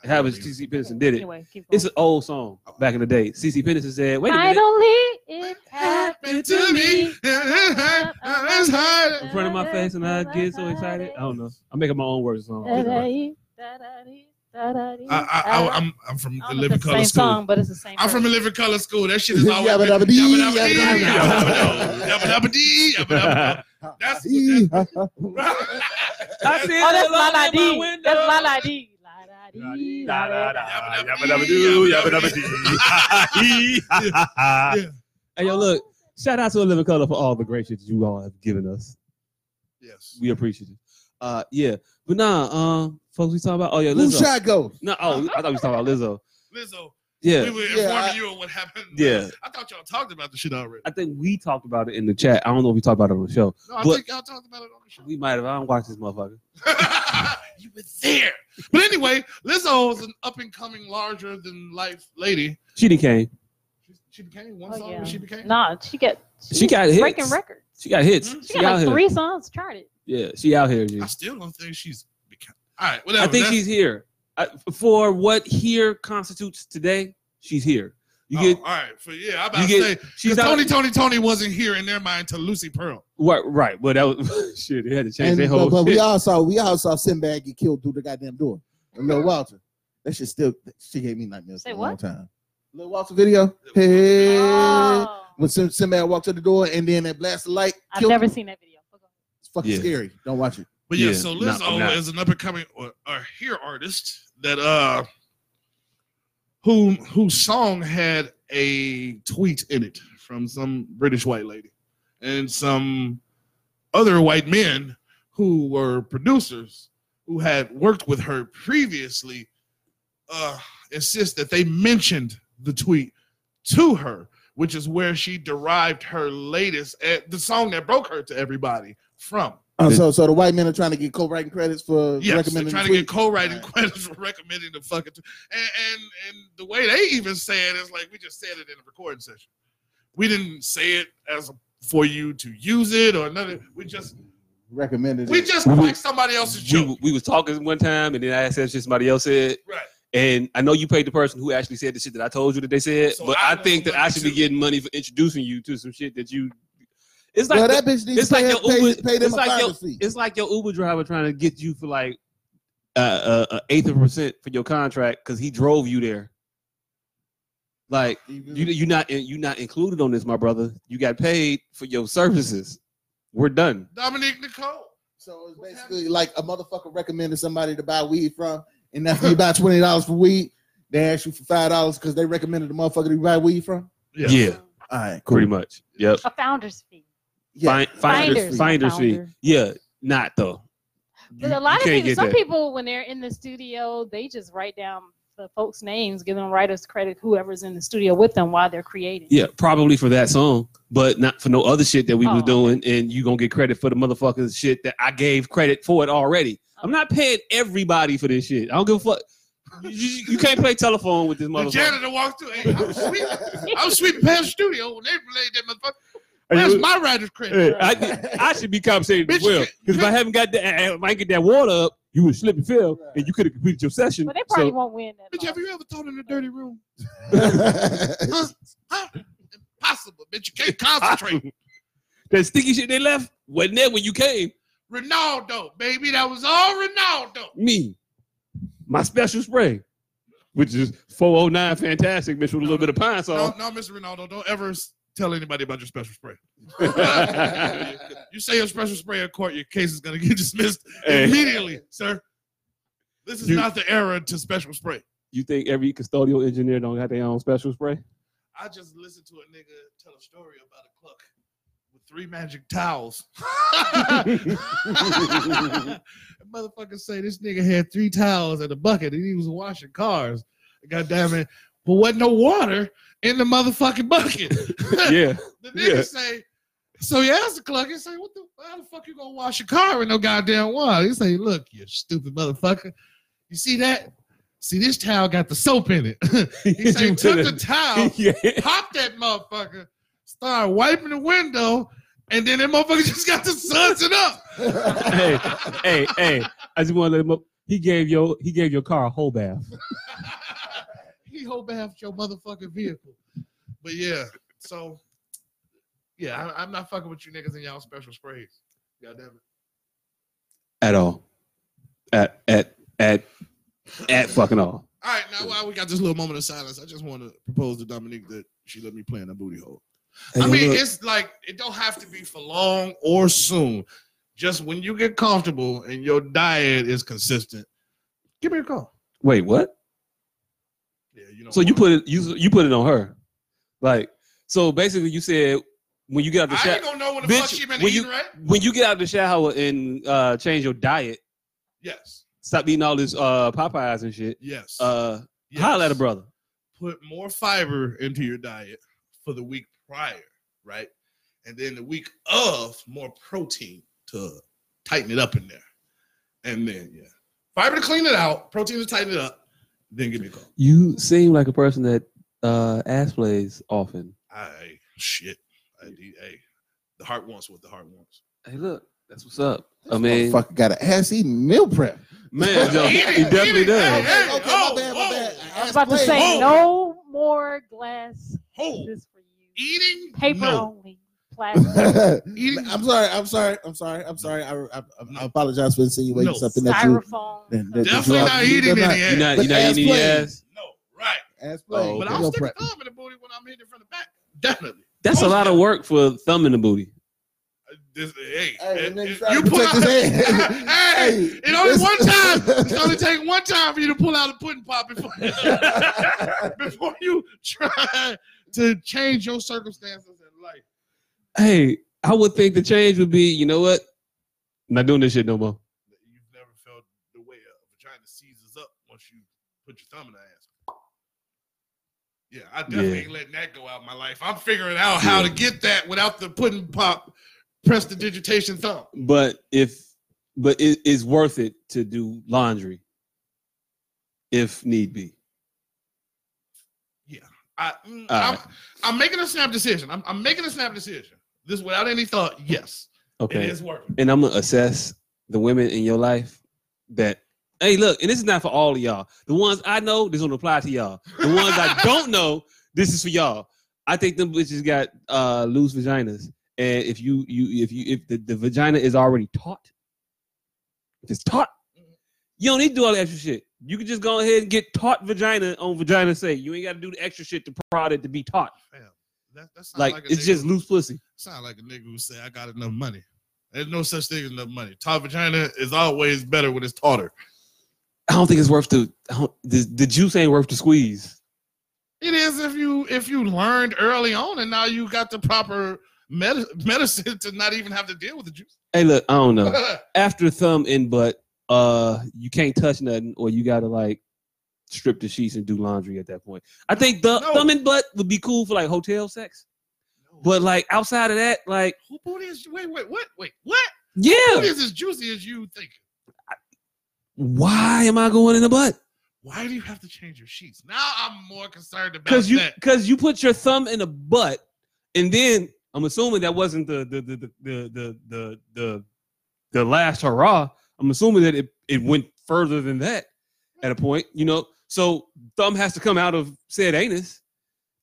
How was CC Peniston did it? Anyway, keep going. It's an old song back in the day. CC Peniston said, wait a minute. Finally, it happened to me. <laughs> It's Uh, hard. in front of my face and I get so excited. I don't know. I'm making my own words. So I don't know. Da-da-dee, da-da-dee, da-da-dee, I, I, I, da-da-dee. I'm, I'm from I don't know if Living it's the Color same School. song, but it's the same. I'm from a person. Living Color School. That shit is always been- Yabba-dabba-dee, Yabba-dabba-dee, yabba-dabba-dabba. yabba-dabba-dee, yabba-dabba-dabba. <laughs> That's- <laughs> I see Oh, that's light La in La my Dee. window. That's La La Dee. La Da Dee. La Da Da. Yeah. Hey, yo, look. Shout out to A Living Color for all the great shit you all have given us. <laughs> Yes. We appreciate it. Uh, yeah, but nah, um, folks, we talking about oh yeah, Who Lizzo. shot go? No, oh, I thought we was talking about Lizzo. Lizzo, we Yeah, were Yeah, I- informing you of what happened. Yeah. I thought y'all talked about the shit already. I think we talked about it in the chat. I don't know if we talked about it on the show. No, I But- think y'all talked about it on the show. <laughs> We might have. I don't watch this motherfucker. you were there. But anyway, Lizzo is an up and coming, larger than life lady. She done came. She, she became one Oh, song. yeah. She became. Nah, she got She got hits. breaking records. Mm-hmm. She got hits. Mhm. She, She got out like here. three songs charted. Yeah, she out here. G. I still don't think she's. Become, all right, whatever. I think that's- she's here. I, for what here constitutes today, she's here. You oh, get, all right, for yeah, I'm about you to get. say She's 'cause not Tony, Tony, Tony wasn't here in their mind to Lucy Pearl. right, right. But that was <laughs> shit. They had to change And, their but, whole. but <laughs> we shit. all saw we all saw Sinbad get killed through the goddamn door. And Lil Walter. That shit still she gave me nightmares Say for a what? long time. Lil Walter video. Uh, Hey. Oh, When Sin- Sinbad walked to the door and then that blast of light I've killed never him. seen that video. It's fucking Yeah. scary. Don't watch it. But yeah, Yeah, so no, Lizzo no. is an up and coming or, or here artist that uh, whom whose song had a tweet in it from some British white lady and some other white men who were producers who had worked with her previously uh, insist that they mentioned the tweet to her, which is where she derived her latest eh, the song that broke her to everybody from. Uh, Did- so so the white men are trying to get co-writing credits for Yes, they're recommending trying the to get tweet. co-writing <laughs> Right. credits for recommending the fucking. t- and, and and the way they even say it is like we just said it in the recording session. We didn't say it as a, for you to use it or nothing. We just recommended. we it. just We- like somebody else's we, joke. we was talking one time, and then I said shit somebody else said, Right. and I know you paid the person who actually said the shit that I told you that they said, So but I I, want think that I money should too. be getting money for introducing you to some shit that you. It's like well, the- that bitch needs it's to like pay, your pay- Uber- pay them it's a like finder your- fee. it's like your Uber driver trying to get you for like uh, uh, a eighth of a percent for your contract because he drove you there. Like you, Mm. you're not in- you're not included on this, my brother. You got paid for your services. We're done. Dominique Nicole. So it's basically like a motherfucker recommended somebody to buy weed from, and after you buy twenty dollars for weed, they ask you for five dollars because they recommended the motherfucker to buy weed from. Yeah. Yeah. All right, cool. pretty much. Yep. A founder's fee. Yeah. <laughs> Fin- finders, Finders. finders, fee. Founder. Yeah, not though. But You- a lot you of can't people, get some that. people, when they're in the studio, they just write down the folks' names, give them writers credit, whoever's in the studio with them while they're creating. Yeah, probably for that song, but not for no other shit that we was Oh. doing. And you gonna get credit for the motherfuckers shit that I gave credit for it already. Oh. I'm not paying everybody for this shit. I don't give a fuck. You, you- you can't play telephone with this The motherfucker. janitor walked through. Hey, I'm sweeping. I'm sweeping past the studio when they relayed that motherfucker. Are you- That's my writer's credit. Hey, I, I should be compensated as well because if I haven't got that, if I get that water up, you would slip and fail, and you could have completed your session. But they So- probably won't win that. Bitch, have long. you ever thought in a dirty room? Right. Huh? Huh? Impossible, bitch. You <laughs> can't concentrate. that sticky shit they left wasn't there when you came. Ronaldo, baby. That was all Ronaldo. Me, my special spray, which is 409 fantastic mixed with a little bit of pine No, salt. no, Mr. Ronaldo, don't ever s- tell anybody about your <laughs> special spray. you say your special spray in court, your case is going to get <laughs> dismissed Hey. immediately, sir. This is You- not the era to special spray. You think every custodial engineer don't got their own special spray? I just listened to a nigga tell a story about a clock with three magic towels. <laughs> Motherfuckers say this nigga had three towels in a bucket and he was washing cars. God damn it. But wasn't no water in the <laughs> motherfucking <laughs> bucket. <laughs> Yeah, The nigga Yeah. say, so he asked the clerk, he say, what the, how the fuck you gonna wash your car with no goddamn water? He say, look, you stupid motherfucker. You see that? See, this towel got the soap in it. <laughs> he say, You took the could've- towel, <laughs> yeah. popped that motherfucker, started wiping the window, and then that motherfucker <laughs> just got the suds it up. hey, hey, hey! I just want to let him up. He gave your he gave your car a whole bath. <laughs> he hold back your motherfucking vehicle. But yeah, so yeah, I, I'm not fucking with you niggas in y'all special sprays. God damn it. at all. At at at at fucking all. All right, now while we got this little moment of silence, I just want to propose to Dominique that she let me play in her booty hole. I mean, it's like it don't have to be for long or soon. Just when you get comfortable and your diet is consistent, give me a call. wait, what? Yeah, you know. So you put it you you put it on her, like so. Basically, you said when you get out the I shower, ain't gonna know when the Bitch, fuck she been when eating, you- right? when you get out of the shower and uh, change your diet, Yes, stop eating all this uh, Popeyes and shit. yes. Uh, yes. Holla at a brother. Put more fiber into your diet for the week prior, right? And then the week of, more protein to tighten it up in there. And then, yeah, fiber to clean it out, protein to tighten it up. Then give me a call. You seem like a person that uh, ass plays often. I shit. I, hey, the heart wants what the heart wants. Hey, look, that's what's up. I mean, Fuck, got an ass eating meal prep. <laughs> man, yo, Eat it, he definitely eat it. does. Hey, okay, oh, my bad, oh, my bad. I was about to Ass <laughs> say, playing. Whoa. no more glass. Whole This for you. Oh, eating Paper No. only. Plastic. <laughs> Eating I'm sorry. I'm sorry. I'm sorry. I'm sorry. I, I, I apologize for insinuating No. something that you. styrofoam. that- that- Definitely that you- not you eating did any You ass. not, you But not ass eating any playing. ass. No, right. Ass playing. Oh, But okay. I'll Meal stick prep. a thumb in the booty when I'm hitting from the back. Definitely. That's a lot of work for thumb in the booty. Uh, This, hey, Hey, it- the nigga it- tried you to pull protect out. his <laughs> hand. hey, <laughs> Hey, it only this- one <laughs> time. It's only take one time for you to pull out a pudding pop before <laughs> before you try to change your circumstances in life. Hey, I would think the change would be, you know what? Not doing this shit no more. that you've never felt the way a vagina seizes up once you put your thumb in the ass. Yeah, I definitely Yeah. ain't letting that go out of my life. I'm figuring out how to get that without the pudding pop prestidigitation thumb. But if, but it is worth it to do laundry, if need be. I, mm, All I'm, right. I'm making a snap decision. I'm, I'm making a snap decision. This without any thought. Yes, Okay. it is working. and I'm gonna assess the women in your life that hey look, and this is not for all of y'all. The ones I know, this don't apply to y'all. The ones <laughs> I don't know, this is for y'all. I think them bitches got uh loose vaginas. And if you you if you if the, the vagina is already taut, if it's taut, you don't need to do all the extra shit. You can just go ahead and get taut vagina on vagina say. You ain't gotta do the extra shit to prod it to be taut. That, that sound Like, a it's nigga- just loose pussy. sound like a nigga who say I got enough money. There's no such thing as enough money. Taut vagina is always better when it's tauter. I don't think it's worth the I don't, the, the juice ain't worth the squeeze. It is if you if you learned early on and now you got the proper med- <laughs> medicine to not even have to deal with the juice. Hey, look, I don't <laughs> know. After thumb and butt, uh, you can't touch nothing, or you gotta like strip the sheets and do laundry at that point. I think the No. thumb and butt would be cool for like hotel sex, but like outside of that, like who booty is wait wait what wait what booty yeah, is as juicy as you think? why am I going in the butt? Why do you have to change your sheets? Now I'm more concerned about Cause you that. cause you put your thumb in a butt, and then I'm assuming that wasn't the the the the the the the, the, the last hurrah. I'm assuming that it, it went further than that at a point, you know. So thumb has to come out of said anus.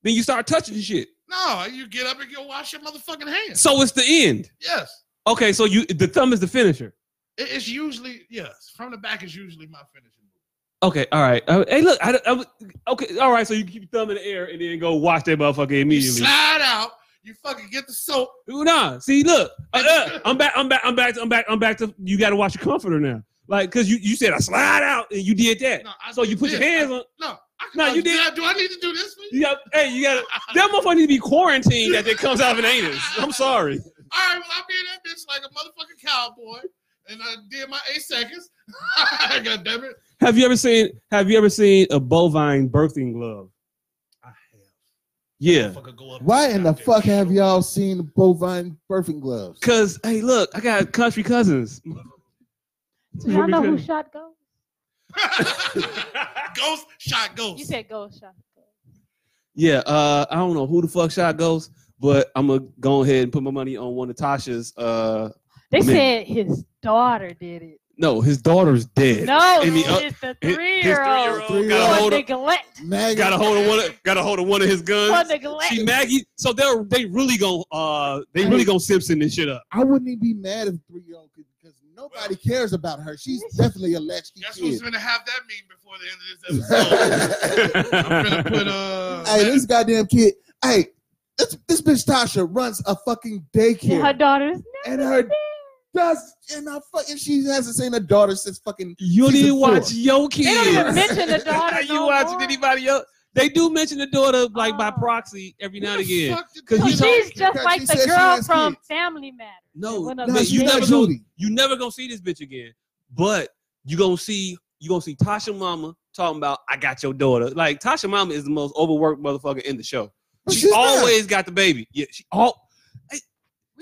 Then you start touching shit. No, you get up and go wash your motherfucking hands. So it's the end. yes, Okay, so you the thumb is the finisher. It- it's usually yes. From the back is usually my finishing move. Okay, all right. Uh, hey, look, I, I, okay, all right. So you keep your thumb in the air and then go watch that motherfucker You immediately. slide out. You fucking get the soap. Ooh, Nah, see, look, uh, uh, I'm back, I'm back, I'm back, I'm back, I'm back to. You got to watch your comforter now, like, cause you you said I slide out and you did that. No, I so you did put your this. hands I- on. No, I No, no, you you did- did. Do I need to do this for you? You got, hey, you got that motherfucker need to be quarantined that that comes out of an anus. I'm sorry. All right, well, I beat that bitch like a motherfucking cowboy, and I did my eight seconds. <laughs> God damn it! Have you ever seen Have you ever seen a bovine birthing glove? I Yeah, Fucker go up <laughs> Why to in the goddamn fuck have shoulder. y'all seen the bovine birthing gloves? cause hey, look, I got country cousins. Do y'all know who Because- shot <laughs> goes? ghost shot ghost. You said go shot. Go. Yeah, uh, I don't know who the fuck shot goes, but I'm gonna go ahead and put my money on one of Tasha's. Uh, They Man. said his daughter did it. no, his daughter's dead. No, And the oth- it's the uh, his- his three year old three-year-old got a for hold of- neglect. <laughs> Maggot. got a hold of one. Of, got a hold of one of his For guns. neglect. She Maggie. So they're they really gonna uh they really gonna Simpson this shit up. I wouldn't even be mad if three year old could because nobody cares about her. She's definitely a latchkey Guess who's kid. gonna have that meme before the <laughs> end of this episode? I'm gonna put uh. hey, this goddamn kid. Hey, this, this bitch Tasha runs a fucking And her daycare, daughter's and never her there. does and I fucking she hasn't seen her daughter since fucking. You She's a didn't watch fool. your They don't even kids. mention <laughs> the daughter. you no watching more. anybody else? They do mention the daughter like by Oh. proxy every now and Who the again. fuck did Cause So you that? talk- she's just she like said the she girl has from kids. Family Matters. No, One of No, but the she you got never days. go- Judy. You never gonna see this bitch again. But you gonna see you gonna see Tasha Mama talking about I got your daughter. Like Tasha Mama is the most overworked motherfucker in the show. But She she's not. always got the baby. Yeah, she all. We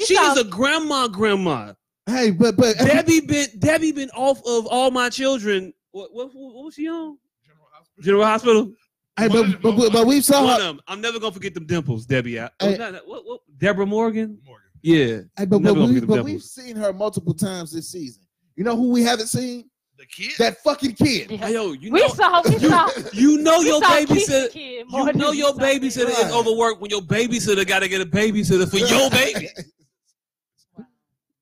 she saw- is a grandma, grandma. Hey, but but Debbie been Debbie been off of all my children. What what, what was she on? General Hospital. General Hospital. hey, but, but, but, but we One saw of her. them. I'm never gonna forget them dimples, Debbie. I, oh, Hey. no, no, what, what, Deborah Morgan. Morgan. Yeah. Hey, but, Never but, gonna we, forget the but devil. we've seen her multiple times this season. You know who we haven't seen? The kid. That fucking kid. Yeah. Hey, yo, you we know, saw. We you- saw. you know we your saw babysitter. Keith's kid more You than know we your saw his. babysitter Right. is overworked when your babysitter got to get a babysitter for your <laughs> baby.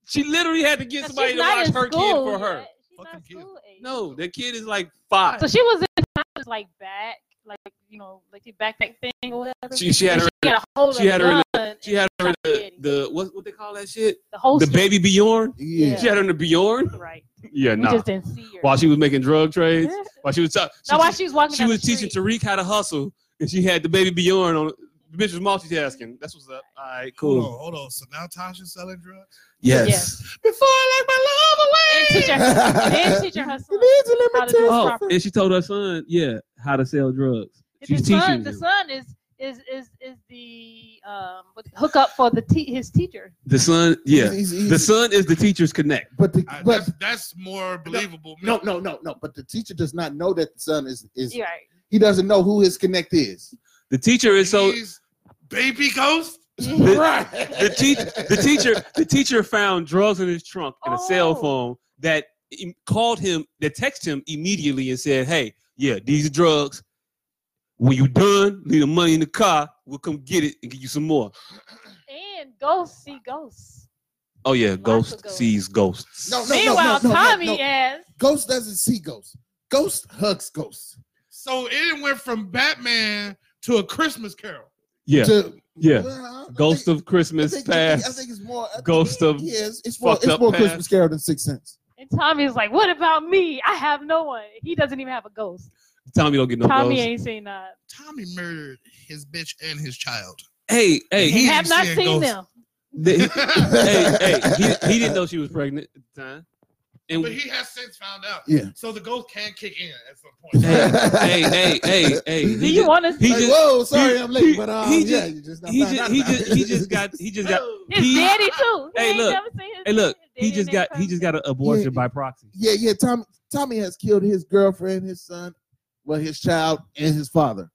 She literally had to get She's somebody to not watch in her kid school for her. yet. She's not Fucking kid. school age. No, the kid is like five. So she was in Tasha's like back, like you know, like the backpack thing or whatever. She she had And her she had a hold she of had her in gun. the- she had her in the, Daddy. the what what they call that shit the whole the story, baby Bjorn. Yeah. She had her in the Bjorn. right. Yeah, We nah. just didn't see her. While she was making drug trades, Yeah. while she was ta- Now while she, she was walking, she down was the teaching street, Tariq how to hustle, and she had the baby Bjorn on. The bitch was multitasking. That's what's up. All right, Hold on, cool. hold on. So now Tasha's selling drugs. Yes. Yes. Before I and let my love away. teaching her, <laughs> and teaching her son. How to do Oh, Oh, proper. and she told her son, yeah, how to sell drugs. The Oh, She's teaching son, the him. son is is is is the um what- hookup for the te- his teacher. The son, yeah. He's- he's- The son is the teacher's connect. But the, I- but that's, that's more believable. no no no no. But the teacher does not know that the son is is. <laughs> You're right. He doesn't know who his connect is. The teacher is so He's baby ghost. The- right. the teacher the teacher the teacher found drugs in his trunk and a cell Oh. phone that im- called him that texted him immediately and said hey yeah these are drugs when you done leave the money in the car we'll come get it and get you some more And ghosts see ghosts. oh yeah of ghost ghosts. sees ghosts No, no. Meanwhile, no, no, Tommy no. has Ghost doesn't see ghosts. Ghost hugs ghosts. So it went from Batman to a Christmas Carol. yeah To, yeah Well, I ghost think- of I christmas think, I think, I past think it's more. I think- ghost of yeah, it's, it's more. fucked It's up more past. Christmas Carol than Six Sense. and Tommy's like, what about me? I have no one. He doesn't even have a ghost. Tommy don't get no Tommy blows. ain't seen that. Tommy murdered his bitch and his child. Hey, hey, He <laughs> he, have ain't not seen seen Ghost. them. hey, hey, he, he didn't know she was pregnant at the time. And <laughs> But he has since found out. Yeah. So the ghost can kick in at some point. hey, hey, <laughs> hey, hey, hey. Do you want to he see? Like, just- whoa, sorry, he- I'm late, he- but um, he yeah, just- you just not He found just, out he about just, it. he just got, he just <laughs> got. His he- daddy too. He Hey, ain't look. never seen his Hey, look, daddy he just in got, that he just person. got an abortion by proxy. <laughs> yeah, yeah. Tommy, Tommy has killed his girlfriend, his son, well, his child, and his father.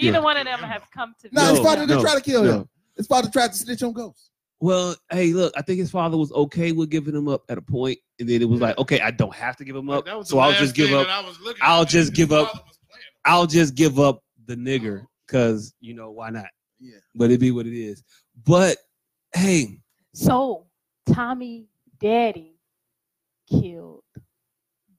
Neither one of them have come to. No, No, his father didn't no, try to kill no. him. His father tried to snitch on Ghost. Well, hey, look, I think his father was okay with giving him up at a point, and then it was like, okay, I don't have to give him up, That was the so I'll last just give thing up. that I was looking I'll at. just His give up. father was playing. I'll just give up the nigger, cause you know why not? Yeah. But it be what it is. But hey, So Tommy Daddy killed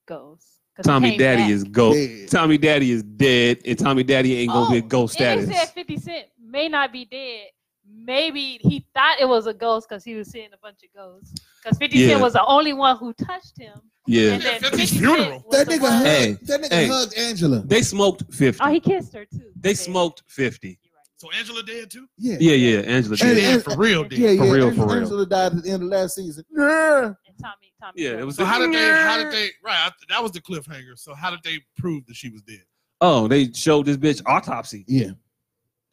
Ghost. 'cause he Tommy came Daddy back. is ghost. Dead. Tommy Daddy is dead, and Tommy Daddy ain't gonna be a Oh, ghost and status. It said 50 Cent may not be dead. Maybe he thought it was a ghost because he was seeing a bunch of ghosts. Because 50 Yeah. Cent was the only one who touched him. yeah, And then 50 50 Cent funeral. was That the nigga, one- hugged, Hey, that nigga hey. hugged Angela. they smoked fifty. Oh, he kissed her too. they Yeah. smoked fifty. You're right. So Angela dead too? yeah, Yeah, yeah, Angela. She And- Did. dead and- for real dead. yeah, yeah. For real, Angela, for real. Angela died at the end of last season. Yeah. And Tommy, Tommy. Yeah, killed it was So him. how did they? How did they? Right, I, that was the cliffhanger. So how did they prove that she was dead? Oh, they showed this bitch autopsy. Yeah,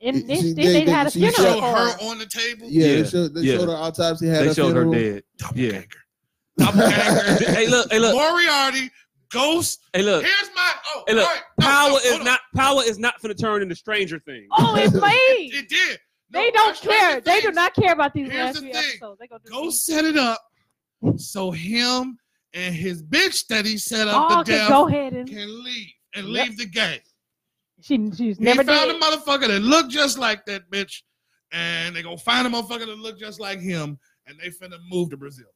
And then She- then they, they- they- had a she You Yeah. show funeral for her her. on the table. yeah. Yeah, They showed, they yeah. showed her autopsy. Had They her showed her funeral. dead. Doppelganger. Doppelganger. hey, <laughs> look, hey, look, Moriarty. Ghost. hey, look. Here's my. Oh, Hey, look, all right. No, Power no, is hold on. not power is not gonna turn into Stranger Things. Oh, it's me. It did. No, They don't that's- that's care. the They thing. do not care about these Here's last the few thing. episodes. They gonna do Go these. set it up so him and his bitch that he set up Oh, to death okay, go ahead and can leave and Yep. leave the game. she she's He never found did. a motherfucker that looked just like that bitch, and they gonna find a motherfucker that looked just like him, and they finna move to Brazil.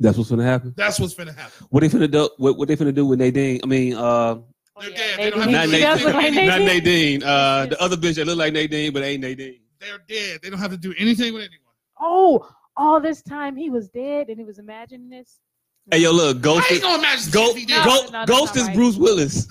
That's what's gonna happen. That's what's finna happen. What they finna do? What, what they finna do with Nadine? I mean, uh, Oh, They're yeah, dead. They they don't do. have She to do does look like anything. not Nadine. Nadine. Uh, the other bitch that look like Nadine but ain't Nadine. They're dead. They don't have to do anything with anyone. oh, all this time he was dead and he was imagining this. Hey, yo, look, I Ghost ain't is gonna imagine Go, if he No, did. go, no, that's Ghost not is right. Bruce <laughs> Willis.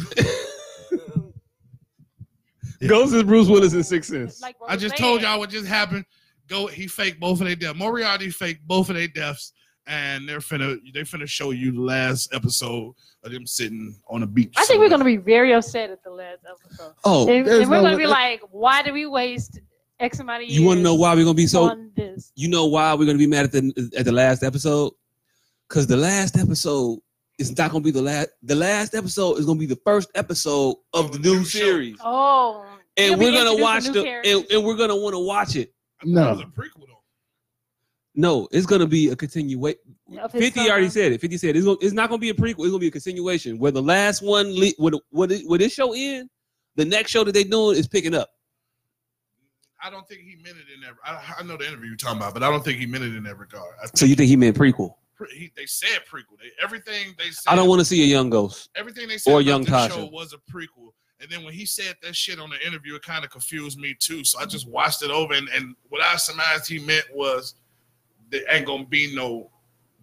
Ghost is Bruce Willis in Sixth Sense. It's like I just Roseanne. told y'all what just happened. Go. He faked both of their deaths. Moriarty faked both of their deaths, and they're finna they finna show you the last episode of them sitting on a beach. I think we're gonna be very upset at the last episode. oh, and, there's and we're no gonna way- be like, why did we waste X amount of years? you want to know why we're gonna be so? on this? You know why we're gonna be mad at the at the last episode? Because the last episode is not gonna be the last. The last episode is gonna be the first episode of the new series, Oh, and you'll be we're gonna introducing watch new the characters. and, and we're gonna want to watch it. No. a prequel though. No, it's gonna be a continuation. Of his Fifty already son. said it. Fifty said it's, gonna, it's not gonna be a prequel. It's gonna be a continuation. Where the last one, le- where, the- where, the- where this show end, the next show that they doing is picking up. I don't think he meant it in that. I, I know the interview you're talking about, but I don't think he meant it in that regard. I So you think he meant prequel? pre- he, they said prequel. They, everything they said. I don't want to see a young ghost. everything they said or about Young this Tasha. show was a prequel. And then when he said that shit on the interview, it kind of confused me too. So I just watched it over, and, and what I surmised he meant was there ain't gonna be no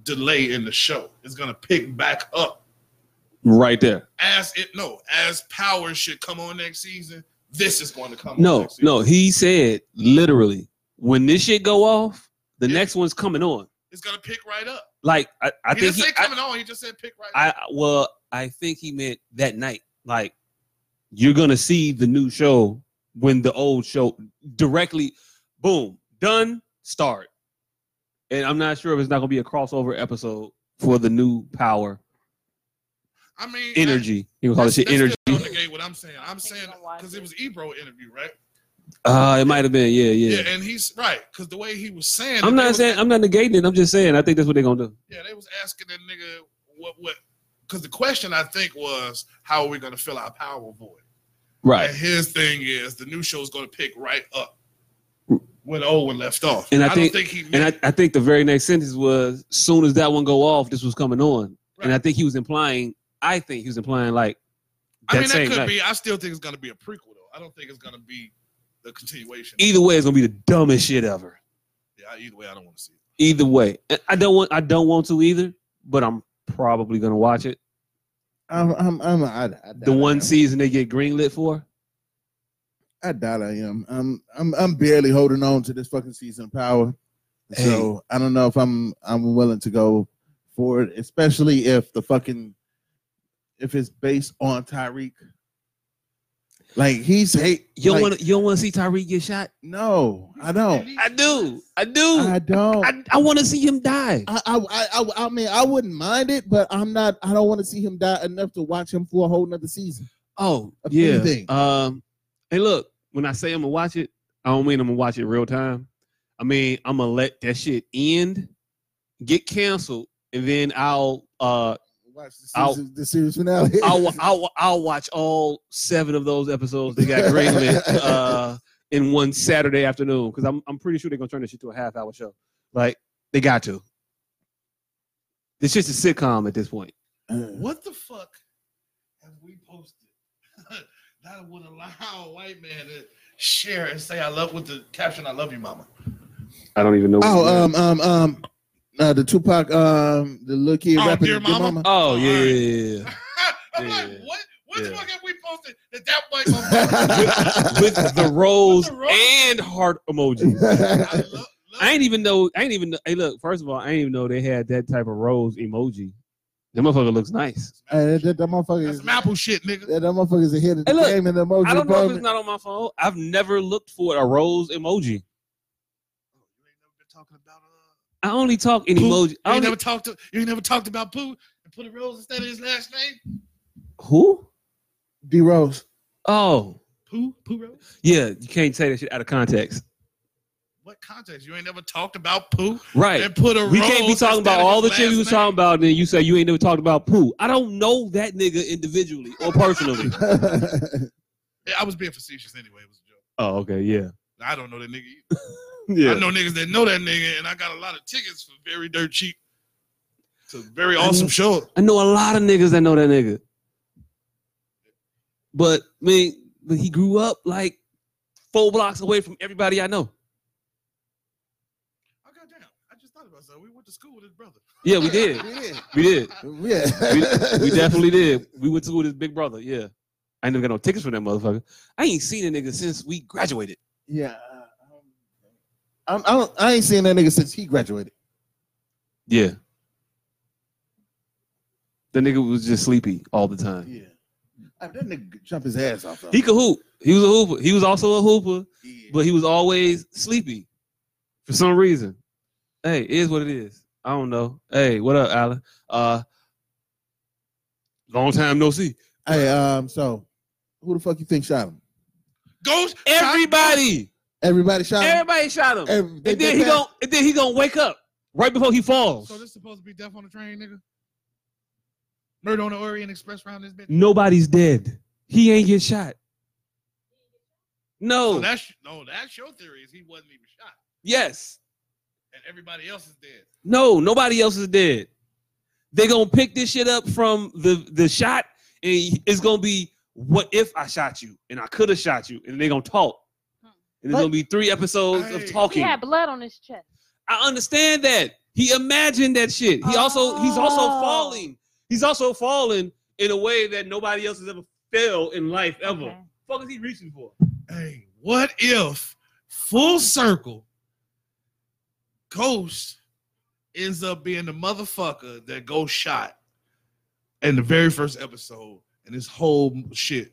delay in the show. It's gonna pick back up Right there. as it no as power should come on next season. This is going to come. on No, next season. no. He said literally, when this shit go off, the Yeah. next one's coming on. it's gonna pick right up. Like I, I think he didn't he, say I, coming on. He just said pick right up. I well, I think he meant that night. Like you're gonna see the new show when the old show directly, boom, done, start. And I'm not sure if it's not gonna be a crossover episode for the new power I mean energy. You can call it shit that's energy. still don't negate what I'm saying. I'm saying Don't watch because it it. was Ebro interview, right? Uh, it might have been, yeah, yeah. Yeah, and he's right because the way he was saying, it, I'm they not was- saying I'm not negating it. I'm just saying I think that's what they're gonna do. Yeah, they was asking that nigga what what because the question I think was how are we gonna fill our power void? Right. And his thing is the new show's gonna pick right up when the old one left off. And I don't think- think he meant And I, I think the very next sentence was, soon as that one go off, this was coming on. And I Right. think he was implying, I think he was implying like I that mean that same could night. be. I still think it's gonna be a prequel though. I don't think it's gonna be the continuation. Either way, it's gonna be the dumbest shit ever. yeah, I- either way, I don't want to see it. Either way, And I don't want I don't want to either, but I'm probably gonna watch it. I'm, I'm, I'm, I, I doubt The I one am. season they get greenlit for? I doubt I am. I'm, I'm, I'm barely holding on to this fucking season of power. So I don't know if I'm, I'm willing to go for it, especially if the fucking, if it's based on Tyreek. Like he's hate. You don't like, want to. You don't want to see Tyreek get shot. No, I don't. I do. I do. I don't. I, I want to see him die. I, I, I, I- I mean, I wouldn't mind it, but I'm not. I don't want to see him die enough to watch him for a whole nother season. Oh, Of yeah. anything. Um, hey, look, when I say I'm gonna watch it, I don't mean I'm gonna watch it real time. I mean I'm gonna let that shit end, get canceled, and then I'll uh Watch the I'll- season, the series finale. <laughs> I'll I'll, I'll watch all seven of those episodes that got <laughs> greenlit uh, in one Saturday afternoon because I'm I'm pretty sure they're gonna turn this shit to a half hour show. Like they got to. It's just a sitcom at this point. Uh, What the fuck have we posted <laughs> that would allow a white man to share and say I love with the caption I love you, mama? I don't even know. oh, um, um, um, uh, the Tupac, um, the little kid Oh, rapping, Dear Dear Mama? Mama. <laughs> oh yeah, all right. yeah, yeah. I'm Yeah. like, what? What the Yeah. fuck have we posted that that white <laughs> motherfucker? with <laughs> the rose With the rose. and heart emojis. I love, love I ain't even know. I ain't even. Know, hey, look. First of all, I ain't even know they had that type of rose emoji. That motherfucker looks nice. Hey, that, that, that motherfucker That's is some apple shit, nigga. that, that motherfucker is ahead of the Hey, look, game in the emoji I don't know if it's department. not on my phone. I've never looked for a rose emoji. Oh, You ain't never been talking about uh, I only talk in Poo. emoji. You I ain't only, never talked to. You ain't never talked about poo and put a rose instead of his last name. who? D Rose. <laughs> Oh, Poo, poo rose. yeah. You can't say that shit out of context, What context? You ain't never talked about poo right? and put a We rose. can't be talking about instead of all the his shit we last was name. talking about, and then you say you ain't never talked about poo. I don't know that nigga individually or <laughs> personally. Yeah, I was being facetious anyway. It was a joke. oh, okay, yeah, I don't know that nigga. Either. yeah. I know niggas that know that nigga, and I got a lot of tickets for very dirt cheap. It's a very I awesome know- show. I know a lot of niggas that know that nigga. But I mean, but he grew up like four blocks away from everybody I know. Oh goddamn! I just thought about something. We went to school with his brother. Yeah, we did. We did. yeah, We definitely did. We went to school with his big brother. Yeah. I ain't never got no tickets for that motherfucker. I ain't seen a nigga since we graduated. <laughs> Yeah, I'm, I don't. I ain't seen that nigga since he graduated. Yeah. The nigga was just sleepy all the time. Yeah, I that nigga could jump his ass off. Though. He could hoop. He was a hooper. He was also a hooper, Yeah. but he was always sleepy for some reason. Hey, it is what it is. I don't know. Hey, what up, Alan? Uh, long time no see. Hey, um, so who the fuck you think shot him? Ghost. Everybody, Everybody Uh, shot him. everybody shot him, Every, and then he passed- gon' and then he gonna wake up right before he falls. So this supposed to be death on the train, nigga. Murder on the Orient Express round this bitch. Nobody's dead. He ain't get shot. No. So Oh, that's no, that's your theory. Is he wasn't even shot, yes. and everybody else is dead. No, nobody else is dead. They gonna pick this shit up from the the shot, and it's gonna be what if I shot you and I could have shot you, and they gonna talk, and it's But- gonna be three episodes Hey. of He talking. had blood on his chest. I understand that he imagined that shit. He also he's also Oh. falling. He's also falling in a way that nobody else has ever fell in life ever. Okay. Fuck is he reaching for? Hey, what if full circle Ghost ends up being the motherfucker that Ghost shot in the very first episode, and this whole shit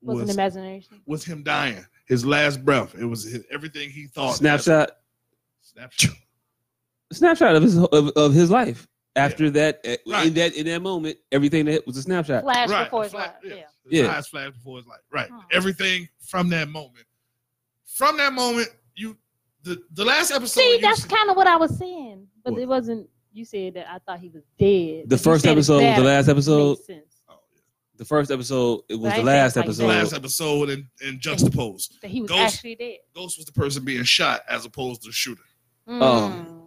Was, an was imagination. was him dying, his last breath. It was his, everything he Oh, thought. Snapshot, Snapshot. snapshot of his of, of his life after that eh, Right. in that in that moment, everything that was a snapshot. Flash Right. before his Fla- life. yeah. Yeah. His Yeah. eyes flash before his life. Right. Huh. Everything from that moment. From that moment, you the the last episode. See, you that's see- kind of what I was saying, but What? it wasn't. You said that I thought he was dead. The but you first said it's episode, was better. the last episode, Makes sense. Oh, yeah. the first episode, it was But I the think last like episode. that. last episode and and juxtapose. That he was Ghost- actually dead. Ghost was the person being shot as opposed to the shooter. Mm.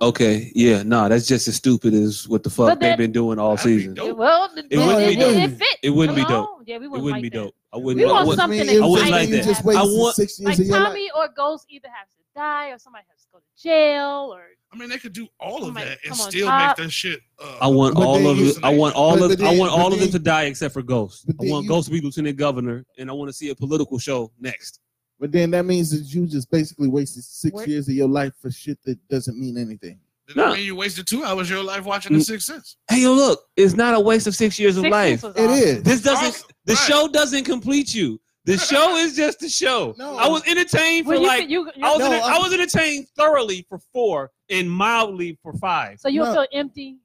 Oh, Okay, yeah, no, nah, that's just as stupid as what the fuck But they've that- been doing all That'd be season. dope. Well, the, It wouldn't be dope. didn't fit. It wouldn't be Come dope. on. Yeah, we It wouldn't, wouldn't like be that. dope. I wouldn't. We I want wouldn't- something it was I wouldn't something like you that. Just waited I want- six years Like of your life. Tommy or Ghost either have to die or somebody has go to jail or I mean, they could do all of Come on, that and Oh come on, still top. make that shit. Uh, I want But all then of you- it. I want all but- of. but I then- want but all of them then- to die except for Ghost. but I then want you- Ghost to be Lieutenant Governor, and I want to see a political show next. But then that means that you just basically wasted six Where- years of your life for shit that doesn't mean anything. Then that No. mean you wasted two hours of your life watching The Mm. Sixth Sense. Hey, yo, look! It's not a waste of six years of Six life. Sense was It awesome. is. Uh, This doesn't. Awesome. The Right. show doesn't complete you. The show is just the show. No. I was entertained for Well, you, like. could- you, you, I was, No, enter- I I'm- was entertained thoroughly for four and mildly for five. so you'll No. feel empty.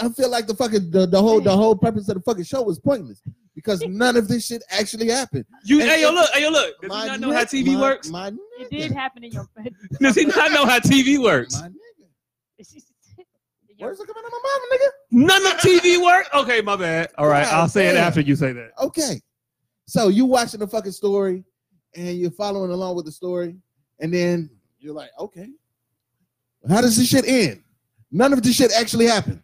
I feel like the fucking the, the whole the whole purpose of the fucking show was pointless <laughs> because none of this shit actually happened. You, And- hey, yo, look! Hey, yo, look! Does My he not know how nigga- TV my- works? My It did happen in your <laughs> Does he not know how TV works? My nigga. In your- Words are coming out of my mouth, nigga. None of TV works. Okay, my bad. All right, God I'll say it damn. after you say that. Okay. So you watching the fucking story and you're following along with the story, and then you're like, okay. How does this shit end? None of this shit actually happened.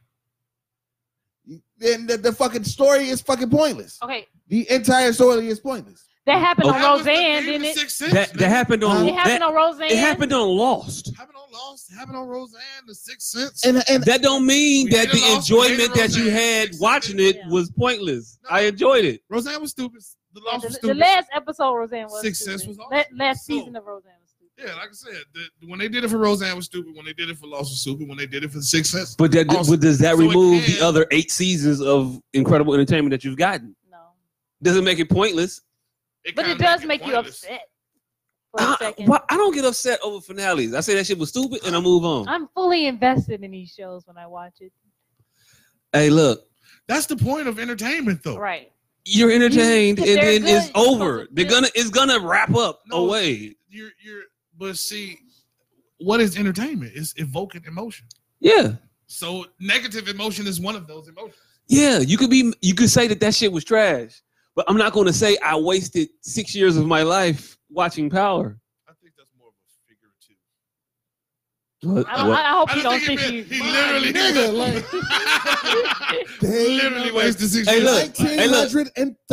You- Then the, the fucking story is fucking pointless. Okay, The entire story is pointless. that happened Okay. on That was the Roseanne, game didn't to it? Sixth Sense, That nigga. that happened on It happened that, on Roseanne. it happened on Lost. Happened on Lost, happened on Roseanne, The Sixth Sense. And and That don't mean We that did the Lost, we hated enjoyment that you Roseanne. had watching it Yeah. was pointless. No. I enjoyed it. Roseanne was stupid. The Lost The, was the stupid. last episode of Roseanne was Sixth stupid. Sense was La- awesome. last So- season of Roseanne was stupid. yeah, like I said, the, when they did it for Roseanne was stupid. When they did it for Lost was stupid. When they did it for The Sixth Sense, But that Awesome. but does that So it remove can- the other eight seasons of incredible entertainment that you've gotten? No, Doesn't make it pointless. but it kinda does make you pointless. upset. For a I, second. why- I don't get upset over finales. I say that shit was stupid and I move on. I'm fully invested in these shows when I watch it. hey, look, That's the point of entertainment, though. Right. you're entertained if and they're then it's good, you're over. supposed to They're feel- gonna it's gonna wrap up No, away. You're you're. But see, what is entertainment? It's evoking emotion. Yeah. So negative emotion is one of those emotions. Yeah, you could be you could say that that shit was trash, but I'm not going to say I wasted 6 years of my life watching Power. I think that's more of a figurative. I, don't, I, I hope I you don't don't think think, it meant- you. he literally nigga, like- <laughs> Literally wasted six Hey, years. look. <laughs> Hey, look. 1930.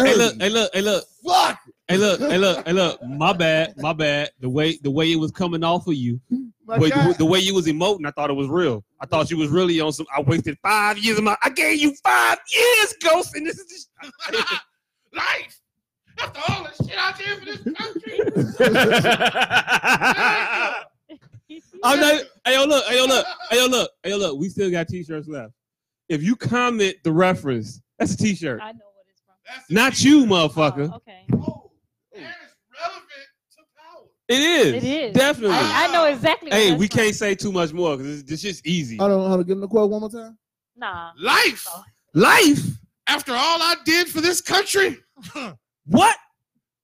Hey look, hey look, hey look. Fuck. Hey look, hey look, hey look. My bad, my bad. The way the way it was coming off of you, My way- God. the way you was emoting, I thought it was real. I thought you was really on some. I wasted five years of my. I gave you five years, ghost, and this is <laughs> just. Life. After all this shit out there for this country. I'm not. Hey yo, look. Hey yo, look. Hey yo, look. Hey yo, look. We still got t-shirts left. If you comment the reference, that's a t-shirt. <laughs> I know what it's from. That's Not you, motherfucker. Oh, okay. Oh, and it's relevant to power. It is. It is. Definitely. I, I know exactly. what hey, that's we from. can't say too much more because this shit's easy. Hold on, hold on. Give him the quote one more time. Nah. Life. Oh. Life? After all I did for this country. Huh. What?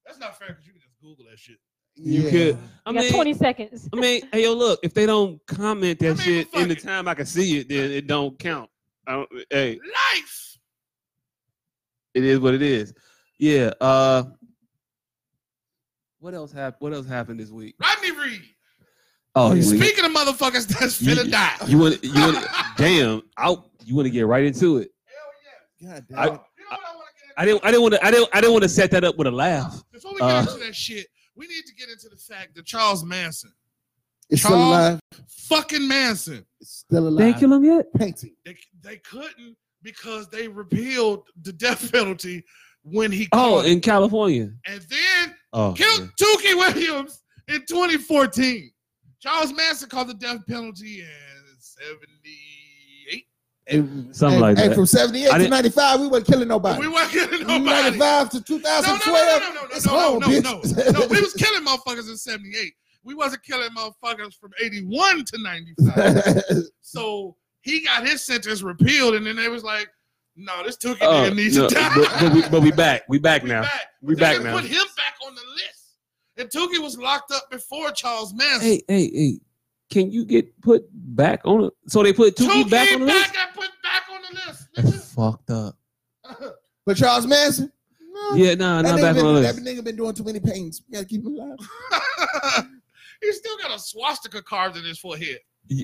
That's not fair because you can just Google that shit. You could. I You got mean, 20 seconds. I mean, hey, yo, look. If they don't comment that I mean, shit fuck in the it. time I can see it, then it don't count. I don't, hey, Life. it is what it is. Yeah. Uh, what else happened? What else happened this week? Rodney Reed. Oh, you wanna- Speaking of motherfuckers that's finna die. <laughs> Hell you want you want damn out. You want to get right into it. yeah. God damn. I- it. You know what I want to get into? I didn't. I didn't want to. I didn't. I didn't want to set that up with a laugh. Before we uh, get into that shit, we need to get into the fact that Charles Manson, It's still Charles- alive. fucking Manson, It's still alive. him yet? Painting. They they couldn't because they repealed the death penalty when he Oh, caught it. in California. and then Oh, killed Tukey Williams in 2014. Charles Manson caught the death penalty in 78. And, Something and- like and that. from 78 I to didn't- 95, we weren't killing nobody. We weren't killing From nobody. 95 to No, 2012. no, no, no, no, no, it's no, home, no, no, bitch. no. We was killing motherfuckers in 78. We wasn't killing motherfuckers from 81 to <laughs> 95. so he got his sentence repealed, and then they was like, no, this Tukey Oh, nigga needs no, to die. but, but <laughs> we, but we back. We back We now. back. We They back done now. Put him back on the list. And Tukey was locked up before Charles Manson. Hey, hey, hey. Can you get put back on? it? So they put Tukey, back on the list. got put back on the list. <laughs> That's fucked up. nigga. but Charles Manson? No. Yeah, nah, that, not nigga back been, on the that list. nigga been doing too many paintings. We gotta keep him alive. he still got a swastika carved in his forehead.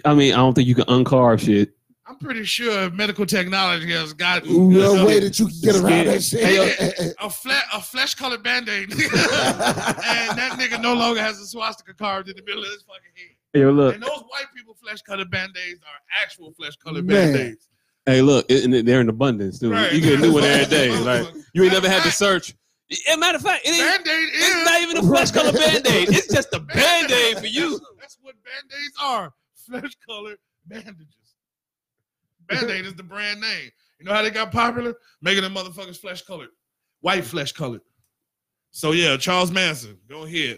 I mean, I don't think you can uncarve shit. I'm pretty sure medical technology has gotten No way that you can get around that shit. Hey, yo. a flat a flesh colored <laughs> band-aid. and that nigga no longer has a swastika carved in the middle of his fucking head. Yo, look. And those white people flesh color band aids are actual flesh color Man. band aids. Hey, look, it- and they're in abundance, dude. You get a new one every <laughs> <laughs> day. Like you ain't never had to search. As a matter of fact, it ain't, band aid it's is. not even a flesh <laughs> color band aid. It's just a band aid for you. That's, that's what band aids are flesh color bandages. Band aid is the brand name. You know how they got popular? Making the motherfuckers flesh colored, white flesh colored. So, yeah, Charles Manson, go ahead.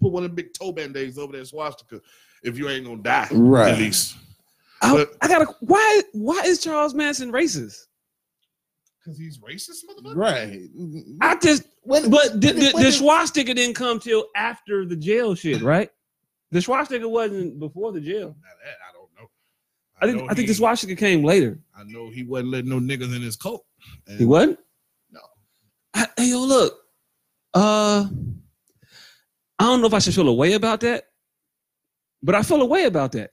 Put one of the big toe band aids over that swastika if you ain't gonna die. Right. At least. I, I gotta. Why? Why is Charles Manson racist? Because he's racist, motherfucker. <laughs> Right. I just. When, But the, the, when the did- swastika didn't come till after the jail shit, right? The swastika wasn't before the jail. Now that I don't know. I think. know I think the he- swastika came later. I know he wasn't letting no niggas in his cult. And He wasn't. No. I, hey, yo, look. Uh, I don't know if I should feel a way about that, but I feel a way about that.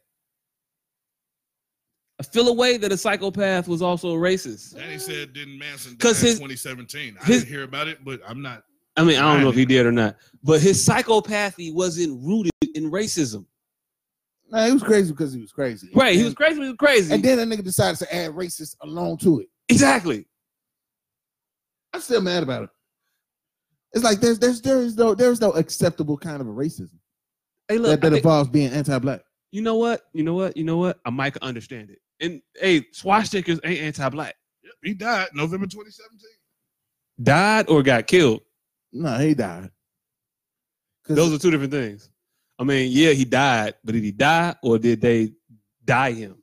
I feel a way that a psychopath was also a racist. Danny said didn't Manson die in 'Cause his- 2017. I his- didn't hear about it, but I'm not. I mean, I don't know if he did or not, but his psychopathy wasn't rooted in racism. No, he was crazy because he was crazy. Right? He was crazy. He was crazy. And then a nigga decided to add racist alone to it. exactly. I'm still mad about it. It's like there's there's there is no there's no acceptable kind of a racism Hey, look. that, I that think- involves being anti-black. you know what? You know what? You know what? I might understand it. And hey, swashtikers ain't anti-black. Yep, he died November 2017. Died or got killed. No, he died. 'Cause- Those are two different things. I mean, yeah, he died, but did he die or did they die him?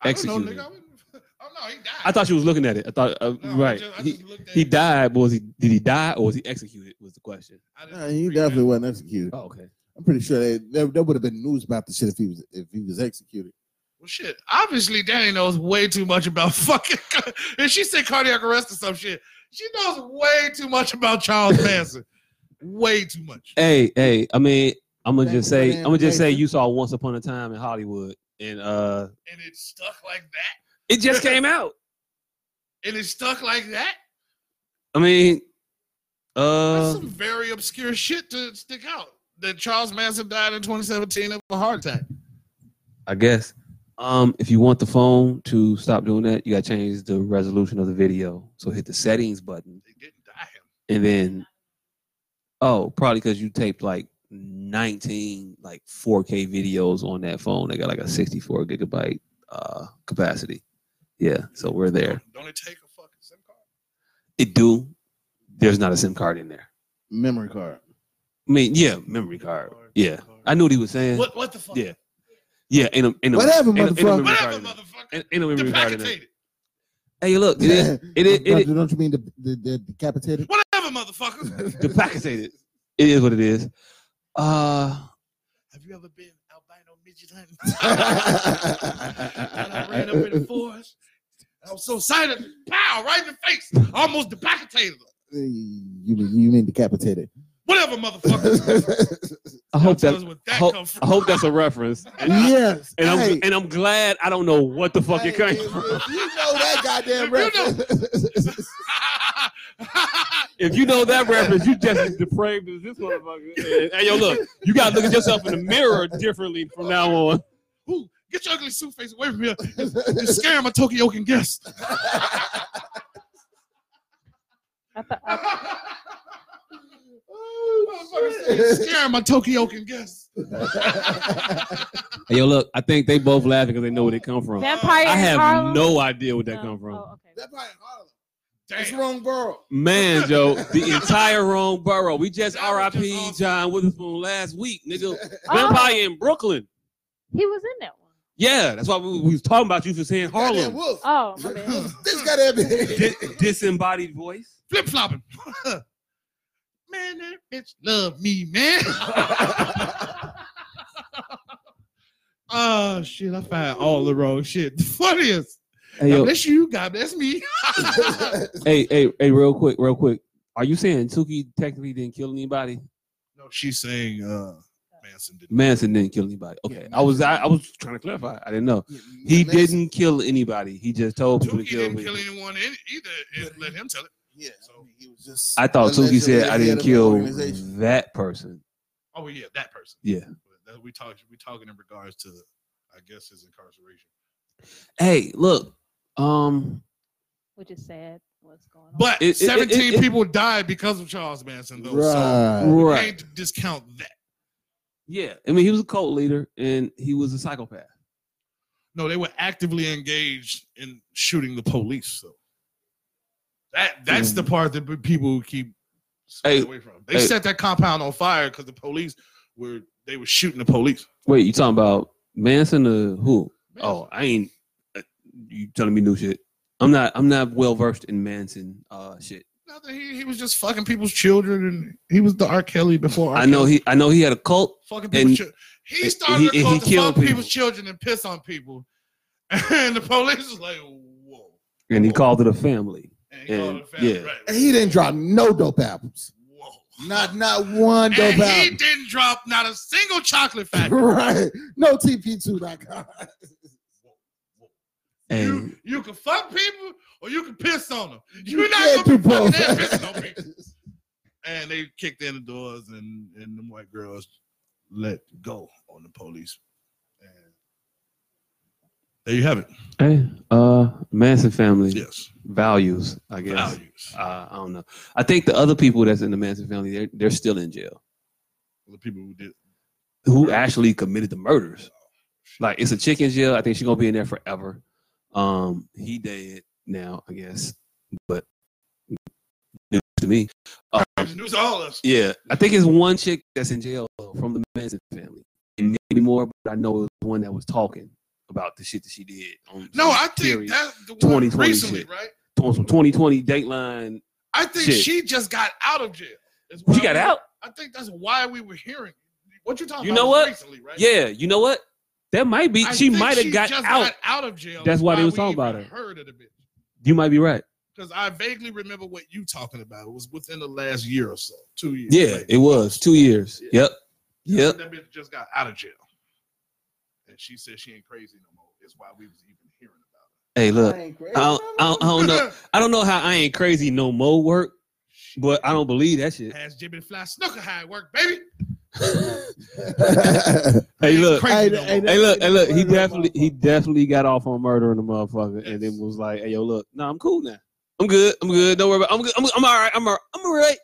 I don't know, Executed. nigga. I wouldn't- <laughs> Oh no, he died. I thought you was looking at it. I thought uh, No, I right. just- I he, just looked at he it. died, but was he did he die or was he executed? Was the question. I didn't no, he agree, man. definitely wasn't executed. Oh, okay. I'm pretty sure they, there, there would have been news about the shit if he was if he was executed. Well, shit. Obviously, Danny knows way too much about <laughs> fucking. and she said cardiac arrest or some shit. She knows way too much <laughs> about Charles Manson. way too much. Hey, hey. I mean, I'm gonna Thank just you for say the I'm gonna just say information. you saw Once Upon a Time in Hollywood, and uh, And it stuck like that. <laughs> it just came out. And it stuck like that. I mean, That's uh, some very obscure shit to stick out. That Charles Manson died in 2017 of a heart attack. I guess. Um, if you want the phone to stop doing that, you gotta change the resolution of the video. So hit the settings button. They didn't die him. and then oh probably because you taped like 19 like 4k videos on that phone they got like a 64 gigabyte uh capacity yeah so we're there Don't it take a fucking SIM card? it do there's not a sim card in there Memory card. i mean yeah memory card yeah i knew what he was saying What what the fuck? yeah yeah ain't a, ain't a, Whatever, ain't a- ain't a motherfucker. memory Whatever, card in there. motherfucker. Ain't- ain't no memory card in there. Decapitated. Hey, look, it <laughs> is it is- it don't, is- don't you mean the the, the <laughs> decapitated? Whatever, <laughs> motherfucker. decapitated. It is what it is. Uh, Have you ever been albino midget hunting? <laughs> and I <laughs> ran up in the forest. I was so excited. Pow! Right in the face. Almost decapitated. him. you mean you mean <laughs> decapitated? Whatever, motherfucker. I hope Tell that, us where I that hope- come from. I hope that's a reference. yes. And I'm hey, and I'm glad I don't know what the fuck it hey, came if- from. if You know that <laughs> goddamn If you know- reference. <laughs> <laughs> If you know that reference, you just as depraved as this motherfucker. is. Hey yo, look, you gotta look at yourself in the mirror differently from now on. Ooh, get your ugly suit face away from me. You're scaring my Tokyo can guess. <laughs> I thought uh, I, Motherfucker said, "You're <laughs> scaring my Tokyo can guess. Hey yo, look, I think they both laughing because they know where they come from. vampire. I in have Harlem? no idea where that No. come from. Oh, okay. That probably Harlem. It's Damn. wrong borough. Man, <laughs> Joe, the entire wrong borough. We just That was just R.I.P. awesome. John Witherspoon last week, <laughs> nigga. Oh, Vampire in Brooklyn. he was in that one. Yeah, that's why we, we was talking about you for saying Goddamn Harlem. wolf. Oh, my bad. <laughs> <laughs> This <laughs> goddamn <laughs> Dis- disembodied voice. Flip flopping. <laughs> man, that bitch love me, man. <laughs> oh shit, I find all the wrong shit. The funniest. Hey, God yo, bless you, God bless me. <laughs> hey, hey, hey, real quick, real quick. Are you saying Tuki technically didn't kill anybody? no, she's saying uh Manson didn't. Manson didn't kill anybody. Okay, I was I, I was trying to clarify. I didn't know he Man, didn't kill anybody. He just told people to Dookie kill didn't people. kill anyone in, either. and let him tell it. Yeah, so he was just. I thought Tuki Allegedly said I head didn't of the kill organization. that person. Oh yeah, that person. Yeah. But That we talk we talking in regards to, I guess, his incarceration. Hey, look. Um, which is sad. What's going on? But It- it- it- 17 it- people died because of Charles Manson, though. So we right. can't discount that. Yeah, I mean, he was a cult leader and he was a psychopath. No, they were actively engaged in shooting the police. So that that's the part that pe- people keep Mm. Hey, swaying away from. They hey. set that compound on fire because the police were they were shooting the police. Wait, you talking about Manson or who? Oh, I ain't. uh, You telling me new shit? I'm not. I'm not well versed in Manson uh shit. Nothing. He, he was just fucking people's children, and he was the R. Kelly before. R. I know Kelly. he. I know he had a cult. fucking people's and- children. and- He and started he- a and cult he to killed fuck people. people's children and piss on people, <laughs> and the police was like, "Whoa!" And he called it a family. And, he And- called it family, yeah. right. And he didn't drop no dope albums. Whoa. Not not one dope And he album. didn't drop not a single chocolate <laughs> factory. right. No TP2. Like, And You, you can fuck people or you can piss on them. You You're can't not gonna do be fucking both. that <laughs> pissing on people. And they kicked in the doors and and them white girls let go on the police. And there you have it. hey, uh, Manson family Yes. values. I guess. Values. Uh, I don't know. I think the other people that's in the Manson family, they're they're still in jail. The people who did Who actually committed the murders? Like it's a chick in jail. I think she's gonna be in there forever. Um, he dead now, I guess. But news to me, It's news to all of us. yeah, I think it's one chick that's in jail from the Manson family, and maybe more. But I know it was the one that was talking about the shit that she did. On No, I Theory. think that's the one 2020 recently, shit. right? on some 2020 Dateline. I think Shit. she just got out of jail. That's why She got we- out. I think that's why we were hearing. What you talking You about? know was what? Recently, right? Yeah, you know what? That might be. I she think might have got out. just Got out of jail. That's why they we was talking about even her. Heard of the bitch You might be right. because I vaguely remember what you talking about. It was within the last year or so, two years. Yeah, like, it was two years. Yep. Yep. That bitch just got out of jail, and she said she ain't crazy no more. Is why we was even hearing about Hey, look. I ain't crazy. I don't, I, <laughs> don't, I don't it. <laughs> know. I don't know how I ain't crazy no more work, but I don't believe that shit. Ask Jimmy the Fly Snooker how it work, baby. Hey, Ain't look. crazy Hey, no hey, more. Hey, look. Hey, look. He Murder that definitely, he motherfucker. definitely got off on murdering the motherfucker, and Yes. then was like, "Hey, yo, look. No, I'm cool now. I'm good. I'm good. Don't worry about. I'm good. I'm, I'm all right. I'm all right. I'm all right.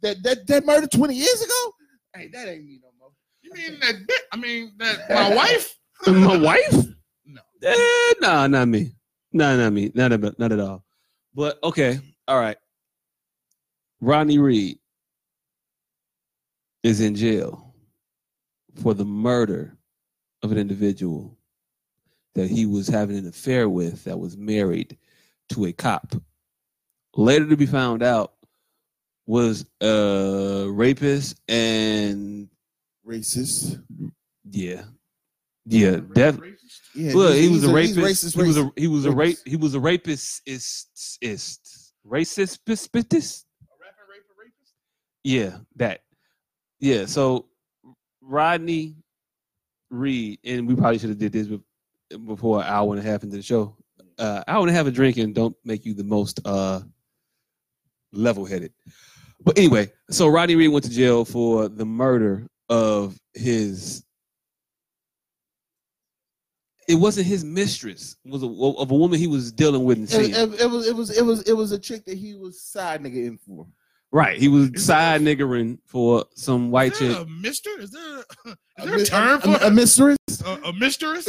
that, that that murder 20 years ago? Hey, that ain't me no more. You mean that bitch? I mean <laughs> that my wife? My wife? No. Eh, nah, not me. Nah, not me. Not about, not at all. But okay, all right. Rodney Reed is in jail for the murder of an individual that he was having an affair with that was married to a cop. Later to be found out was a rapist and Racist. yeah. <laughs> <laughs> Yeah, def- Yeah, Look, he's- he was he's a rapist. He's racist, he was racist. a he was a rape. Rapist. He was a rapist. Is is racist? Pis, pis, pis? Yeah, that. Yeah. So Rodney Reed, and we probably should have did this be- before an hour and a half into the show. Uh, hour and a half of drinking don't make you the most uh, level headed. But anyway, so Rodney Reed went to jail for the murder of his. It wasn't his mistress. It was a, of a woman he was dealing with and It, seeing. it- it was it was it was it was a trick that he was side nigga in for. Right, he was side niggering for some white Is chick. there a mister? Is there, <laughs> is A there a mi- term for a, a mistress? a, a mistress?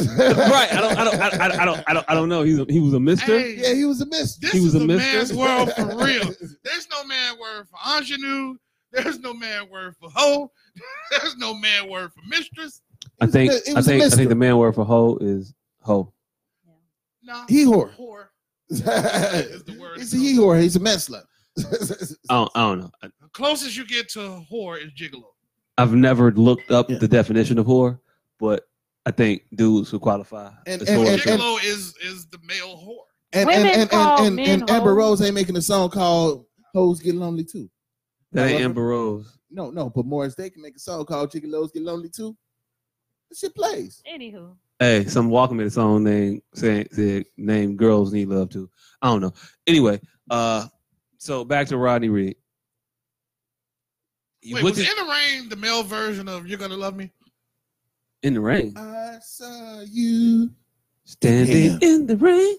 <laughs> right. I don't. I don't. I, I- I don't. I don't. I don't know. He's a, he was a mister. Hey, <laughs> Yeah, he was a mistress. this he was is a a, mister? man's world <laughs> for real. There's no man word for ingenue. There's no man word for hoe. <laughs> There's no man word for mistress. I think. It was a I think. I mister. think the man word for hoe is hoe. No, He whore. whore. is the word. he's a he whore. He's a messler. <laughs> I don't, I don't know. I, Closest you get to whore is gigolo. I've never looked up Yeah. the definition of whore, but I think dudes who qualify. And- as and- whores and- are- Gigolo is is the male whore. and and Women and, and, call and, men and Amber hoes. Rose ain't making a song called "Hoes Get Lonely Too." that ain't However- Amber Rose. No, no, but Morris Day can make a song called "Chicken Lows Get Lonely Too." That shit plays. Anywho, Hey, some Walker made a song named saying said name girls need love too. I don't know. Anyway, uh, so back to Rodney Reed. Wait, What was did- In the Rain the male version of You're Gonna Love Me? in the rain. I saw you. Standing in the rain.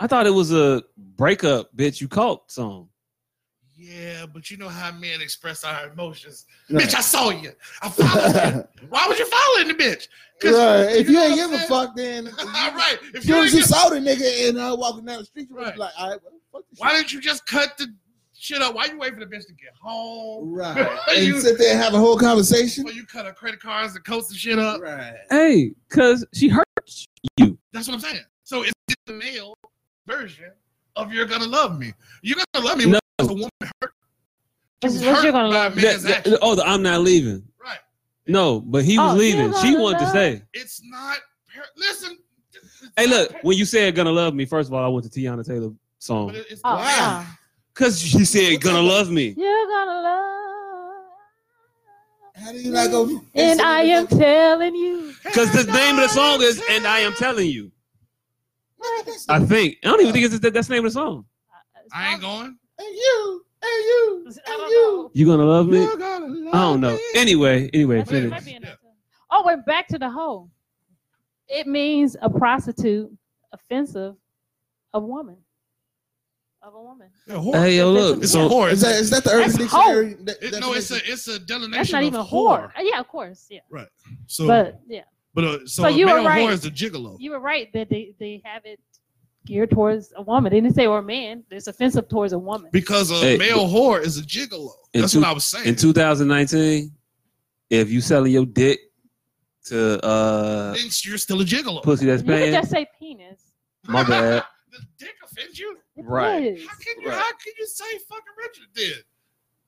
I thought it was a breakup bitch you caught song. Yeah, but you know how men express our emotions. Right. Bitch, I saw you. I <laughs> followed you. Why would you follow in the bitch? 'Cause- Right. If you know what ain't I'm give a saying? fuck, then <laughs> All right. If if you you ain't just just, saw the nigga and uh, walking down the street, you Right. was like, all right, well, fuck this why shit. didn't you just cut the shit up? Why you wait for the bitch to get home? <laughs> Right. Why and you- sit there and have a whole conversation. Before you cut her credit cards and coats and shit up. Right. Hey, cause she hurts you. That's what I'm saying. So it's the male version of You're Gonna Love Me. You're Gonna Love Me No. was a woman hurt. What's- She was what's hurt You're Gonna by a Love man's That- that- action. oh, the I'm not leaving. Right. No, but he was Oh, leaving. you She wanna wanted to love- stay. It's not. par- Listen. it's Hey, not look, par- when you said gonna love me, first of all, I went to Tiana Taylor but song. it- it's Oh, not. Wow. Cause she said gonna love me. <laughs> yeah. You're gonna love. How do you not go? And I am telling you. Cause the name of the song is And I Am Telling You. I think. I don't even think it's that- that's the name of the song. I ain't going. And you. And you. I And don't you. know. You gonna love me? You're gonna love I don't know. me. Anyway, anyway, That's- finish. might be in that too. Oh, we're back to the hoe. It means a prostitute, offensive, of woman, of a woman. Hey, yo, look. It's so- a whore. Is that, is that the Urban That's Dictionary? de- It- no, it's a definition? it's a delineation That's not of even a whore. whore. Uh, Yeah, of course. Yeah, So, but, but yeah, uh, so, So a you were male right. whore is a gigolo. you were right that they they have it geared towards a woman. They didn't say or a man. It's offensive towards a woman. Because a Hey, male whore is a gigolo. in That's two- what I was saying. In 2019, if you selling your dick to uh Thinks you're still a gigolo. pussy that's you can paying, just say penis. my bad. Does dick offend you? It Right. is. How can you Right. how can you say fucking Richard did?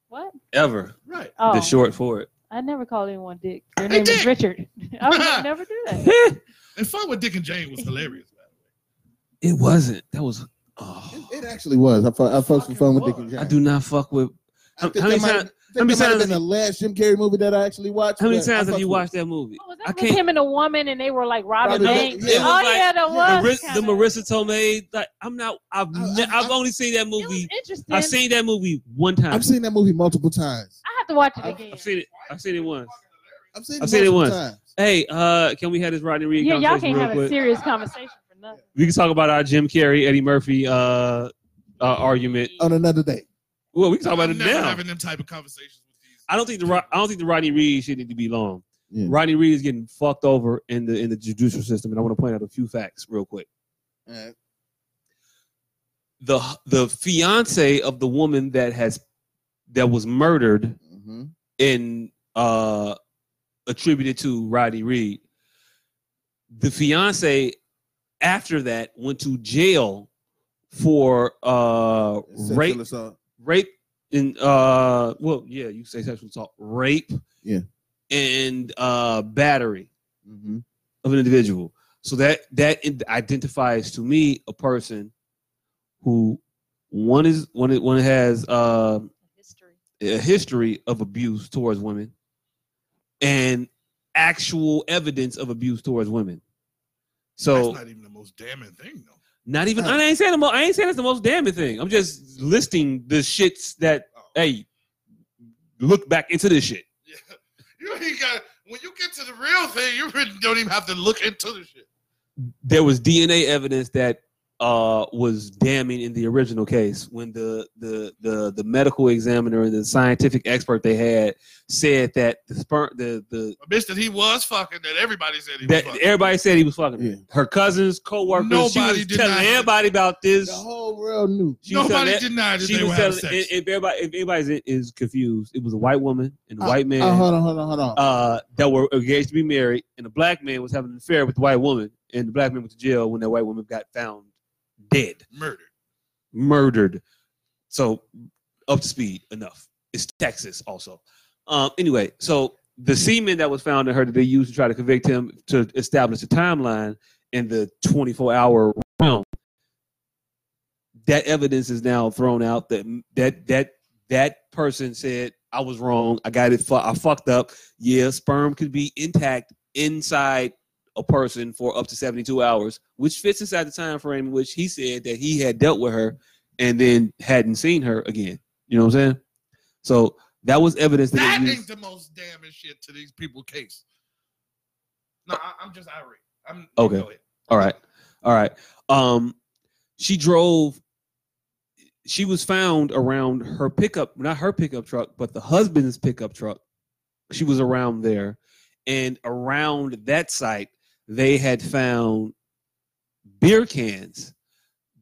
What? Ever Right. Oh, the short for it. I never called anyone Dick. Your Hey, name Dick. is Richard. <laughs> I would never do <laughs> that. <laughs> And fun with Dick and Jane was hilarious, man. It wasn't. That was. Oh, It, it actually was. I, fu- I fucked Fucking with fun with Dick was. and Jane. I do not fuck with. I think How many that might- times- I how many think that might have times- been the last Jim Carrey movie that I actually watched. How many but I times have fucked you with watched that movie? Oh, was I that with can't- him and a woman and they were like robbing Robbing banks? banks. It oh was yeah, like- the The, one. Mar- the Marissa Tomei. Like I'm not. I've I- ne- I- I've only seen that It was movie. interesting. I've seen that movie one time. I've seen that movie multiple times. I have to watch it I've- again. I've seen it. I've seen it once. I've seen, I've seen it multiple once. times. Hey, uh, can we have this Rodney Reed yeah, y'all conversation can't real have a quick? serious conversation for nothing. We can talk about our Jim Carrey, Eddie Murphy uh, uh argument. on another day. Well, we can talk about it I'm never now. having them type of conversations with these. I don't think the Ro- I don't think the Rodney Reed shit need to be long. Yeah. Rodney Reed is getting fucked over in the in the judicial system, and I want to point out a few facts real quick. Uh, The the fiance of the woman that has that was murdered Mm-hmm. and uh attributed to Rodney Reed, the fiance after that went to jail for uh rape rape and uh well yeah you say sexual assault rape Yeah. and uh battery Mm-hmm. of an individual so that that in- identifies to me a person who one is one is- one has uh, History. a history of abuse towards women and actual evidence of abuse towards women so That's not even the most damning thing, though. <laughs> not even I ain't saying the mo- I ain't saying it's the most damning thing. I'm just listing the shits that hey look back into this shit. Yeah. You ain't got when you get to the real thing, you really don't even have to look into the shit. There was DNA evidence that uh was damning in the original case when the the the the medical examiner and the scientific expert they had said that the sperm the the A bitch that he was fucking that everybody said he that was fucking. everybody said he was fucking her. Yeah. her cousins, co-workers, she Nobody was did telling not- everybody about The this. whole world knew. She was telling Nobody that- denied that She they were was having telling sex. if if everybody if anybody is confused, it was a white woman and a white man. Oh, hold on, hold on, hold on. uh, that were engaged to be married, and the black man was having an affair with the white woman, and the black man went to jail when that white woman got found dead, Murdered. murdered. So up to speed enough. It's Texas also. Um, anyway, so the semen that was found in her that they used to try to convict him to establish a timeline in the 24 hour realm. That evidence is now thrown out that that that that person said I was wrong. I got it. Fu- I fucked up. Yeah, sperm could be intact inside a person for up to 72 hours, which fits inside the time frame in which he said that he had dealt with her and then hadn't seen her again. You know what I'm saying? So That was evidence that, That it ain't used. the most damning shit to these people case. No, I, I'm just irate. I'm Okay. go ahead. All right. All right. Um she drove she was found around her pickup, not her pickup truck, but the husband's pickup truck. She was around there and around that site they had found beer cans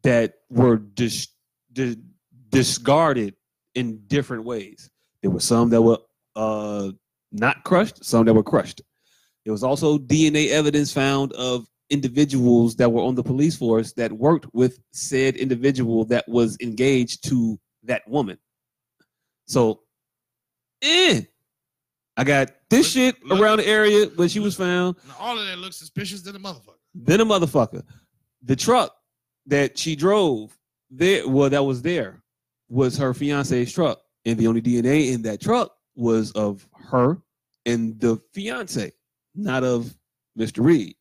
that were dis- di- discarded in different ways. There were some that were uh, not crushed, some that were crushed. There was also DNA evidence found of individuals that were on the police force that worked with said individual that was engaged to that woman. So, eh, I got this shit Look- look- around the area where she was found Now, all of that looks suspicious to the motherfucker. then a motherfucker. The truck that she drove there, well, that was there, was her fiance's truck, and the only DNA in that truck was of her and the fiance, not of Mr. Reed.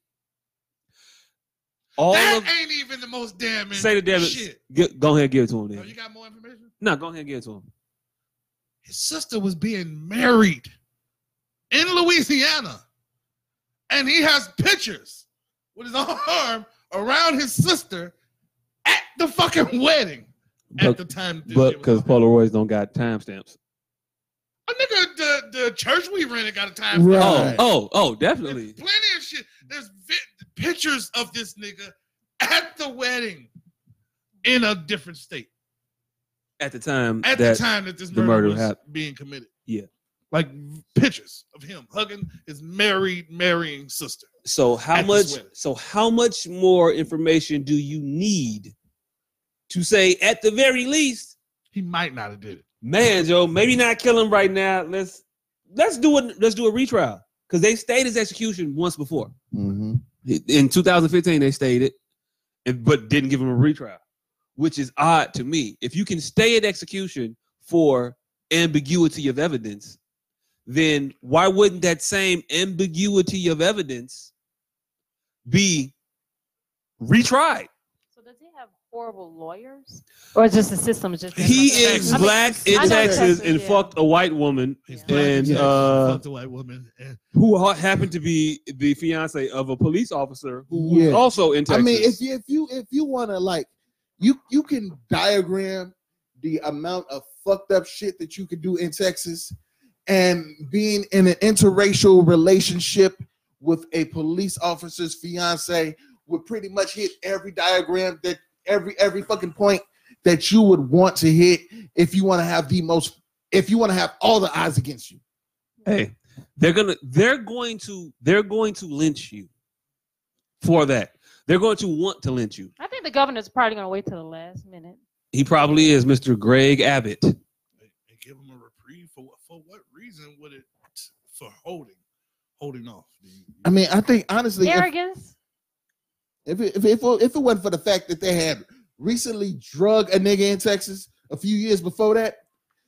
All that of ain't even the most damning say the damn shit. Get, go ahead, and give it to him. Then. Oh, you got more information? no, go ahead, and give it to him. His sister was being married in Louisiana, and he has pictures with his arm around his sister at the fucking wedding at the But time. this shit was because happening. Polaroids don't got timestamps. A nigga, the, the church we rented got a time. Right. Oh, oh, oh, There's definitely. plenty of shit. There's vi- pictures of this nigga at the wedding in a different state At the time, at that, the time that this the murder, murder was happened. being committed. Yeah. Like pictures of him hugging his married marrying sister. So how At much? this wedding. So how much more information do you need to say, at the very least, He might not have did it. man, Joe, maybe not kill him right now. Let's let's do it. Let's do a retrial because they stayed his execution once before Mm-hmm. in 2015. They stayed it, and but didn't give him a retrial, which is odd to me. If you can stay at execution for ambiguity of evidence, then why wouldn't that same ambiguity of evidence be retried? So does he have horrible lawyers, or is just the system is just He is I mean, black I know in Texas and yeah. fucked a white woman He's Yeah. black And, Texas, uh, fucked a white woman. And who ha- happened to be the fiance of a police officer who Yeah. was also in I Texas. mean, if you if you if you wanna like you you can diagram the amount of fucked up shit that you could do in Texas and being in an interracial relationship with a police officer's fiance would pretty much hit every diagram that every every fucking point that you would want to hit if you want to have the most if you want to have all the eyes against you. hey, they're gonna they're going to they're going to lynch you for that. They're going to want to lynch you. I think the governor's probably going to wait till the last minute. He probably is Mr. Greg Abbott. and give him a reprieve for what for what reason would it for holding holding off? Do you- I mean, I think honestly, if- Arrogance. If it, if, it, if, it, if it wasn't for the fact that they had recently drug a nigga in Texas a few years before that,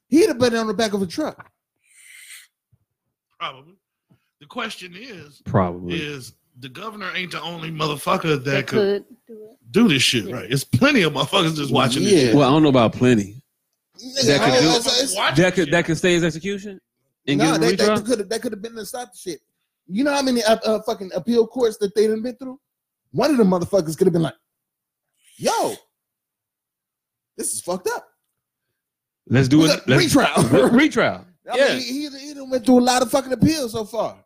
he'd have been on the back of a truck. probably. The question is, Probably. is the governor ain't the only motherfucker They that could do it. do this shit, Yeah. right? It's plenty of motherfuckers just watching this Yeah. shit. Well, I don't know about plenty. That could I- do I- it. it's- it's- Watching That could shit. that could stay his execution and no, give they, him a they retrial. could have that could have been the stop the shit. You know how many uh, uh, fucking appeal courts that they done been through? One of them motherfuckers could have been like, "Yo, this is fucked up." Let's do it. Let's, <laughs> Retrial. retrial. I Yeah. mean, he, he, he done went through a lot of fucking appeals so far.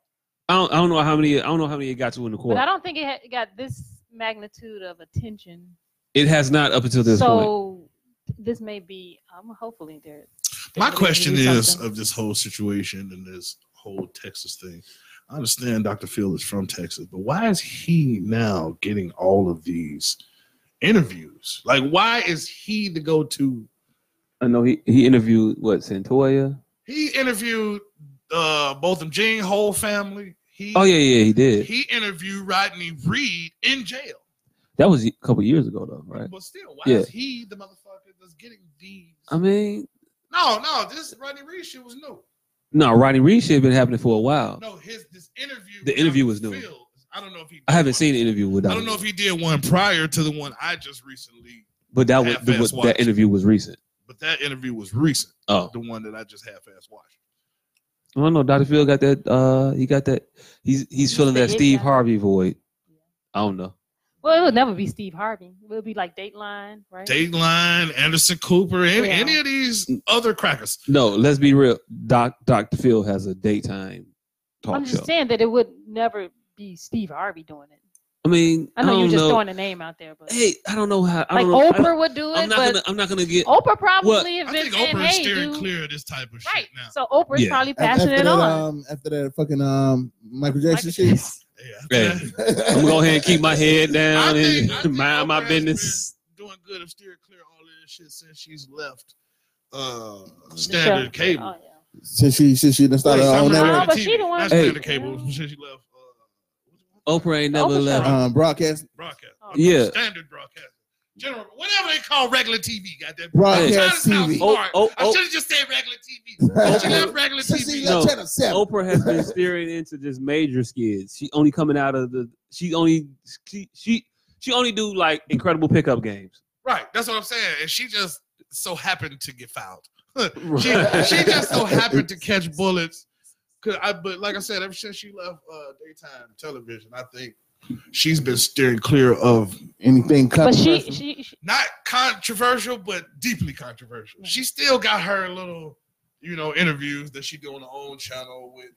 I don't, I don't know how many I don't know how many it got to in the But court. I don't think it, had, it got this magnitude of attention. It has not up until this point. so this may be. I'm hopefully there. they My really question do is something. of this whole situation and this whole Texas thing. I understand Dr. Field is from Texas, but why is he now getting all of these interviews? Like, why is he the go to? I know he, he interviewed what Santoya. He interviewed uh, both of Gene whole family. He, Oh yeah, yeah, he did. He interviewed Rodney Reed in jail. That was a couple years ago though, right? But still, why Yeah. is he the motherfucker that's getting these? I mean, no, no, this Rodney Reed shit was new. no, Rodney Reed shit been happening for a while. No, his this interview. The with interview Dr. was new. Phil, I don't know if he. I haven't did seen one. the interview with um, I Dr. don't know if he did one prior to the one I just recently. but that was, the, half-ass was- watch. that interview was recent. But that interview was recent. Oh. The one that I just half-ass watched. I don't know. Dr. Phil got that. Uh, he got that. He's he's filling the that it Steve guy. Harvey void. I don't know. Well, it would never be Steve Harvey. It would be like Dateline, right? Dateline, Anderson Cooper, any, Yeah. any of these other crackers. No, let's be real. Doc Dr. Phil has a daytime I'm talk just show. saying that it would never be Steve Harvey doing it. I mean, I know don't you're just know. throwing a name out there, but Hey, I don't know how. I like don't know. Oprah would do I, am it, not but gonna. I'm not gonna get. Oprah probably I if think it's Oprah is hey, steering dude. clear of this type of Right. shit now. So Oprah's Yeah. probably After, passing it that, uh, on. um, after that fucking um, Michael Like- oh, Jackson <laughs> shit. Yeah, Hey, I think I'm gonna go ahead <laughs> and keep my head down I and think- I <laughs> think mind my Oprah has business. doing good of steering clear of all of this shit since she's left uh standard Sure. cable. Oh, yeah. Since she, since she done started Wait, her Summer own network, No, Rae but TV, she the one- Not Hey. standard cable since she left uh, Oprah ain't never Oprah left. show. um, broadcast, broadcast. Oh. Yeah. Standard broadcast. General, whatever they call regular TV, goddamn. broadcast I'm trying to sound TV. Oh, smart. oh, I oh. should have just said regular TV. She left regular Since she TV. left No. channel seven. Oprah has been steering into just major skids. She only coming out of the. She only she she she only do like incredible pickup games. Right. That's what I'm saying. And she just so happened to get fouled. She, <laughs> she just so happened to catch bullets. Cause I, but like I said, ever since she left uh, daytime television, I think she's been steering clear of Anything But controversial? she, she, she not controversial, but deeply controversial. She still got her little, you know, interviews that she do on her own channel with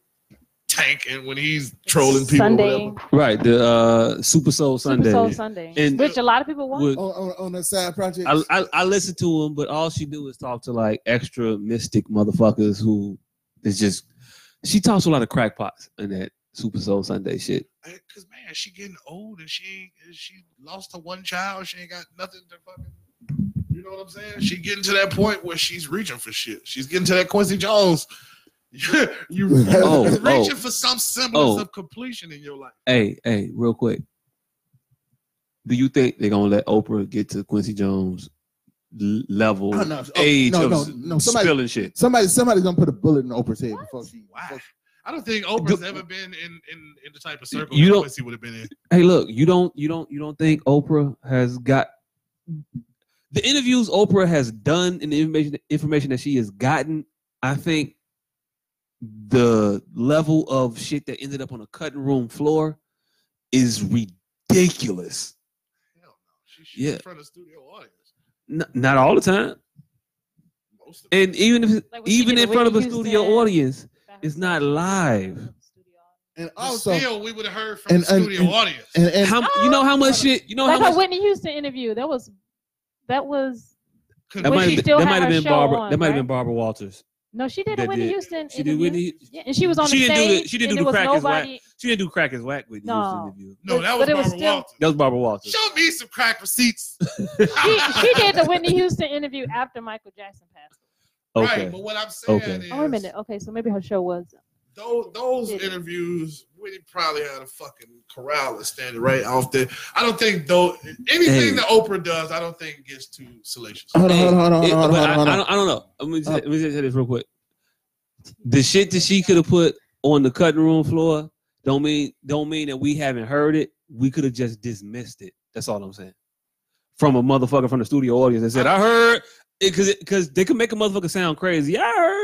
Tank, and when he's trolling people, or Sunday, whatever. right, the uh, Super Soul Sunday. Super Soul Sunday, And- which a lot of people want. Would- on, on, on that side project. I, I I listen to him, but all she do is talk to like extra mystic motherfuckers who is just. She talks to a lot of crackpots in that Super Soul Sunday shit. Cause man, she getting old, and she ain't- she lost her one child. She ain't got nothing to fucking. You know what I'm saying? She getting to that point where she's reaching for shit. She's getting to that Quincy Jones. <laughs> you you Oh, <laughs> reaching oh. for some semblance Oh. of completion in your life. Hey, hey, real quick. Do you think they're gonna let Oprah get to Quincy Jones l- level Oh, no. Oh, age no, of no, no. Somebody- spilling shit? Somebody, somebody's gonna put a bullet in Oprah's head What? before she. Why? before I don't think Oprah's Do- ever been in, in, in the type of circle You that don't- Quincy would have been in. Hey, look, you don't you don't you don't think Oprah has got the interviews Oprah has done and the information information that she has gotten, I think the level of shit that ended up on a cutting room floor is ridiculous. Hell no. She shoots Yeah. in front of studio audience. N- not all the time. Most of the And even if Like when she even did in the front of a Whitney studio Houston. audience, it's not live. And But also, Oh, still, we would have heard from and- the and- studio and- audience. and, and How you know how much shit <laughs> you know how Like a much Whitney Houston interview. That was, that was Could that when might have she been, still that had might have her been show Barbara on, that might have right? been Barbara Walters. no. She did a That Whitney did. Houston She did interview. Whitney Yeah, and she was on She the didn't do stage. the- she didn't and do there the was crack is whack. nobody. She didn't do crack as whack Whitney No. Houston interview. no, but- that was but it Barbara was still- Walters. That was Barbara Walters. Show me some <laughs> crack receipts. She, she did the Whitney Houston interview after Michael Jackson passed. Okay. Right, but what I'm saying Okay. is, Oh, wait a minute. Okay, so maybe her show was. Those, those Did it. interviews, Whitney probably had a fucking corral and standing right off there. I don't think though anything Hey. that Oprah does, I don't think gets too salacious. hold on, hold on, hold on, It- hold on, but hold I, on, hold I on. don't, I don't know. Let me, just, Oh. let me just say this real quick. The shit that she could have put on the cutting room floor don't mean don't mean that we haven't heard it. We could have just dismissed it. That's all I'm saying. From a motherfucker from the studio audience that said, "I heard," because because they can make a motherfucker sound crazy. I heard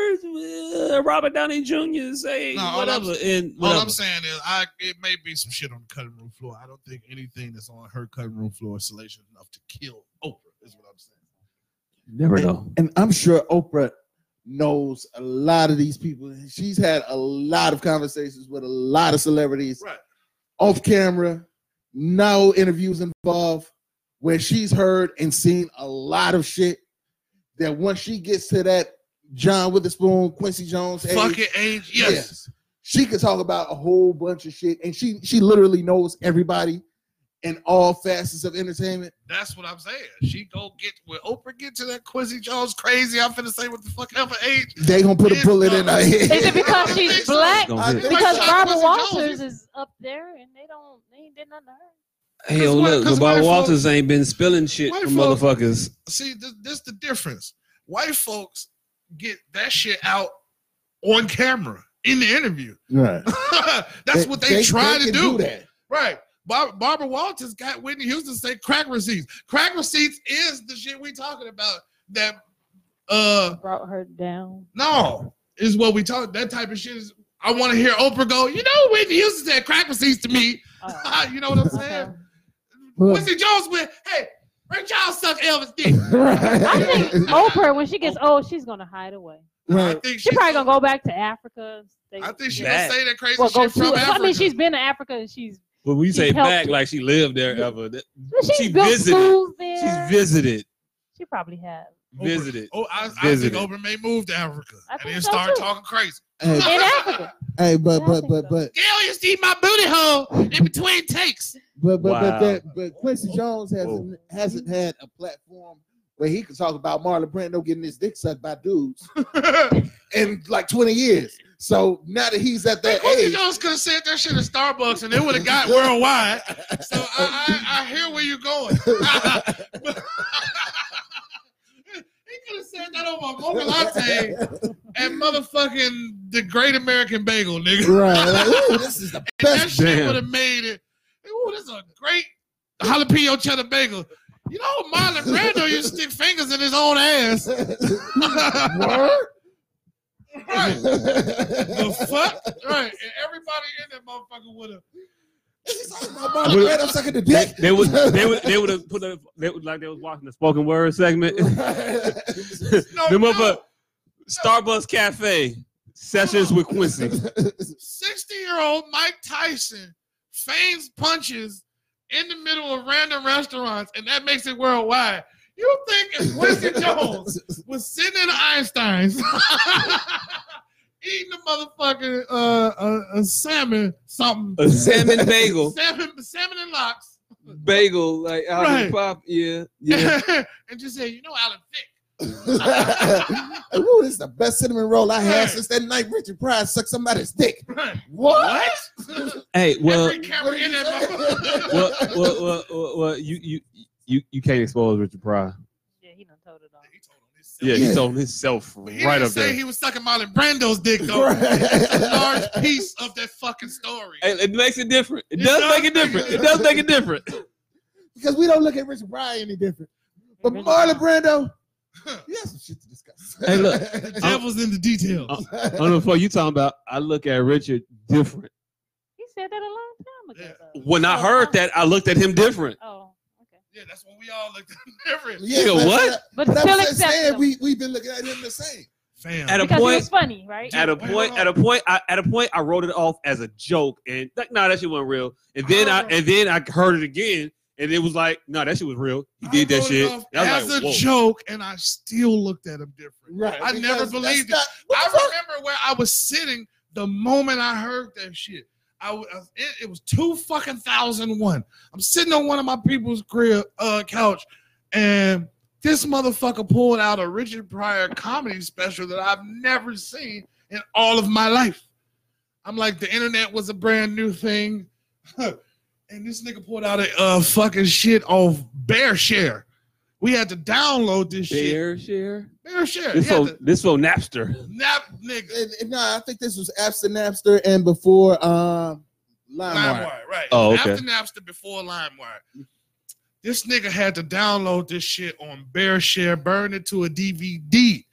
uh, Robert Downey Jr. say No, all I'm- whatever and All whatever. I'm saying is, I it may be some shit on the cutting room floor. I don't think anything that's on her cutting room floor is salacious enough to kill Oprah. Is what I'm saying. Never know. And I'm sure Oprah knows a lot of these people. She's had a lot of conversations with a lot of celebrities Right. off camera, no interviews involved, where she's heard and seen a lot of shit. That once she gets to that John Witherspoon, Quincy Jones, age, Fucking age, yes. She could talk about a whole bunch of shit, and she she literally knows everybody in all facets of entertainment. That's what I'm saying. She go get when Oprah get to that Quincy Jones crazy. I'm finna say what the fuck ever age. They gonna put a bullet in her head. Is it because she's black? Gonna I hit. think Because so. Barbara Quincy Jones Walters is up there, and they don't, they ain't did nothing to her. Hell, why- look, 'cause but Barbara white folk- Walters ain't been spilling shit white from folk- motherfuckers. See, this, this the difference. White folks get that shit out on camera in the interview. <laughs> <laughs> Right. That's what they, try to can do. That. <laughs> Right. Bob, Barbara Walters got Whitney Houston say crack receipts. Crack receipts is the shit we talking about that uh brought her down. no, is what we talk. That type of shit is. I want to hear Oprah go. You know, Whitney Houston said crack receipts to me. <laughs> Oh, you know what I'm <laughs> saying? okay. Quincy Jones went. Hey, Ray Charles sucked Elvis <laughs> dick. I think Oprah, when she gets old, she's gonna hide away. I Right. think She probably gonna go back to Africa. stay- I think she Back. gonna say that crazy well, go shit to. from I Africa. mean, she's been to Africa and she's But we She's say helped back it. like she lived there ever. That- she's She built visited. schools She's there. visited, She probably has. visited. Oh, I, I think Visited. Oprah may move to Africa I and think then so, start too. talking crazy. Hey, In <laughs> Africa. hey, but Yeah, but I think but so. but Gail, you see my booty hole in between <laughs> takes. but but, Wow. but that but Quincy Jones Whoa. hasn't hasn't had a platform where he could talk about Marlon Brando getting his dick sucked by dudes in like 20 years. So now that he's at that Quincy age, Jones could have said that shit at Starbucks and it would have got worldwide. So I, I, I hear where you're going. <laughs> he could have said that over a mocha latte and motherfucking the Great American Bagel, nigga. <laughs> right? Like, ooh, this is the And that best. shit Damn. would have made it. Ooh, this is a great jalapeno cheddar bagel. You know, Marlon Brando used to stick fingers in his own ass. <laughs> right. The fuck? Right. And everybody in that motherfucker would have. Marlon Brando sucking the dick. They would they would they would <laughs> have put a, they would like they was watching the spoken word segment. No, Them no. other- Starbucks Cafe sessions with Quincy. 60 year old Mike Tyson feigns punches in the middle of random restaurants, and that makes it worldwide. You think if Quincy <laughs> Jones was sitting in Einstein's <laughs> eating a motherfucking uh, uh, a salmon something, A salmon bagel, salmon, salmon and locks, bagel like out of the Right. pop. Yeah, <laughs> yeah. and just say, you know, Alan Thick. <laughs> <laughs> Ooh, this is the best cinnamon roll I had since that night Richard Pryor sucked somebody's dick. What? Hey, well, Every camera in that motherfucker. well, well, well, well, well, you you you you can't expose Richard Pryor. Yeah, he done told it all. He told on himself. Yeah, Yeah. he's on himself But He right didn't up say there. he was sucking Marlon Brando's dick though. a large piece of that fucking story. It, it makes it different. It, It does, does make it make it different. It does make it different. <laughs> because we don't look at Richard Pryor any different. But Really? Marlon Brando, he has some shit to discuss. Hey, <laughs> look. The devil's in the details. Uh, I don't know what the fuck you talking about. I look at Richard different. He said that a long time ago. though. When I heard that, I looked at him different. Oh, okay. yeah, that's when we all looked different. yeah, Nigga, but- what? But, But still I'm just saying, acceptable. we, we've been looking at him the same. Fam. At a because it was point, funny, right? at a point, at a point, I, at a point, I wrote it off as a joke, and like, nah, that shit wasn't real. And then I and then I heard it again, and it was like, nah, that shit was real. He did that shit. And I As was like, a whoa. joke, and I still looked at him different. Right. I never because believed that's I not- what remember where I was sitting the moment I heard that shit. I was it, it was two fucking thousand one. I'm sitting on one of my people's crib uh, couch, and this motherfucker pulled out a Richard Pryor comedy special that I've never seen in all of my life. I'm like, the internet was a brand new thing, <laughs> and this nigga pulled out a uh, fucking shit off Bear Share. We had to download this shit. Share, share. Bear Share. This Yeah, old, the- this old Napster. Nap nigga. the fuck- and- and nah, I think this was after Napster and before um, LimeWire, LimeWire. right? Oh, okay. After Napster, before LimeWire. This nigga had to download this shit on Bear Share, burn it to a DVD.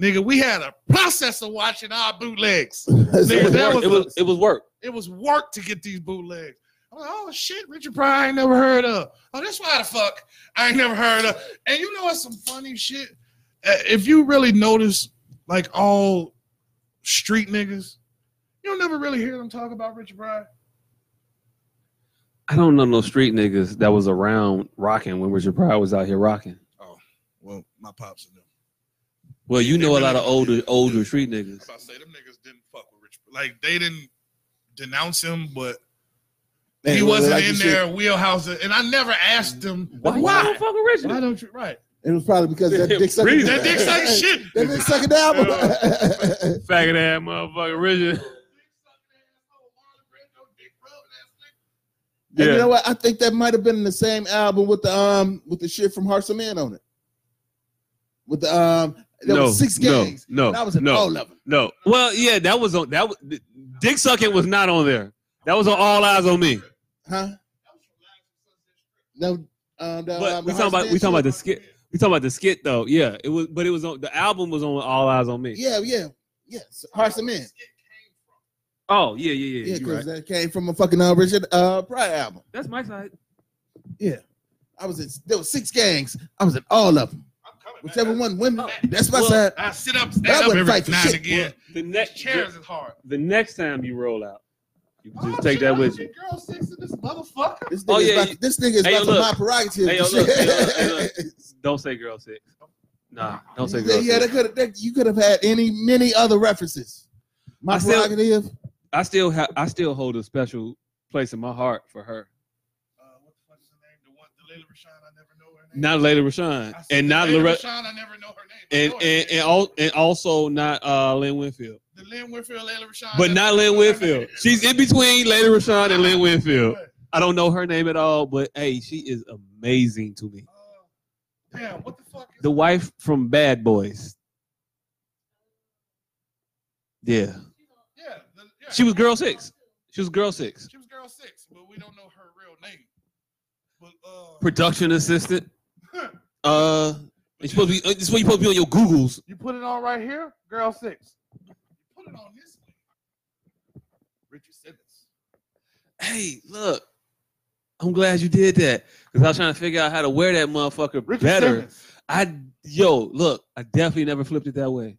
Nigga, we had a processor watching our bootlegs. It Nigga, was, work. that was, It was it was work. it was work to get these bootlegs. I'm like, oh shit, Richard Pryor I ain't never heard of. Oh, that's why the fuck I ain't never heard of. And you know what's some funny shit? Uh, If you really notice, like all street niggas, you'll never really hear them talk about Richard Pryor. I don't know no street niggas that was around rocking when Richard Pryor was out here rocking. Well, my pops and them. Well, you know a lot of older older street niggas. I was about to say them niggas didn't fuck with Rich. Like they didn't denounce him, but They he really wasn't like in the shit. their wheelhouse. And I never asked them Why, why. you Why, don't fuck with Richard? don't you? Right? It was probably <laughs> because that dick sucking. Breathe. <laughs> That dick sucking shit. That dick sucking <laughs> album. Faggot ass motherfucker Richard. And you Yeah. know what? I think that might have been in the same album with the um with the shit from Hearts of Men on it. With the um there no, was six no, gangs. No, That was an no, all of them. no. Well, yeah, that was on that. Was, dick sucking was not on there. That was on All Eyes on Me. Huh? um, No, um, the, But um, we talking about the Hearts we of talking Men about the skit. You talking about the skit though? Yeah, it was, but it was on the album was on All Eyes on Me. Yeah, yeah, yeah. So, Hearts of Men. Oh yeah, yeah, yeah. Yeah, you right. because that came from a fucking uh, Richard uh, Pryor album. That's my side. I was in there was six gangs. I was in all of them. I'm coming. Whichever back. one win, Oh. that's my Well, side. I sit up, stand up wouldn't every fight night for and shit, again. The next Chairs is hard. the next time you roll out, you can just Oh, take shit, that I with hit you. Girl six in this motherfucker. This nigga Oh, is yeah, about, you- this nigga is Hey, about yo, to look. my prerogative. Hey, yo, and shit. look, hey, look, hey, <laughs> look. Don't say girl six. Nah, don't say yeah, girl yeah, six. that could that, you could have had any many other references. My I still- prerogative. I still have. I still hold a special place in my heart for her. Uh, what the fuck is her name? The one, the Layla Rashawn, I never know her name. Not Lady Rashawn, I said and not Layla Loretta, Rashawn, I never know her name. I and know and her name. and, all, and also not uh Lynn Winfield, the Lynn Winfield, Layla Rashawn. but I not never Lynn know her name. Winfield. She's in between Lady Rashawn and Lynn Winfield. I don't know her name at all, but hey, she is amazing to me. Uh, Damn, what the fuck? Is The wife from Bad Boys. Yeah, Yeah, the, yeah. she was Girl Six. She was Girl Six. She was girl six, but we don't know her real name. But uh, Production assistant. Uh, it's supposed to be. uh, It's what you supposed to be on your Googles. you put it on right here, girl six. You put it on this way. Richard Simmons. Hey, look. I'm glad you did that because I was trying to figure out how to wear that motherfucker Richard better. Simmons. I yo, look, I definitely never flipped it that way,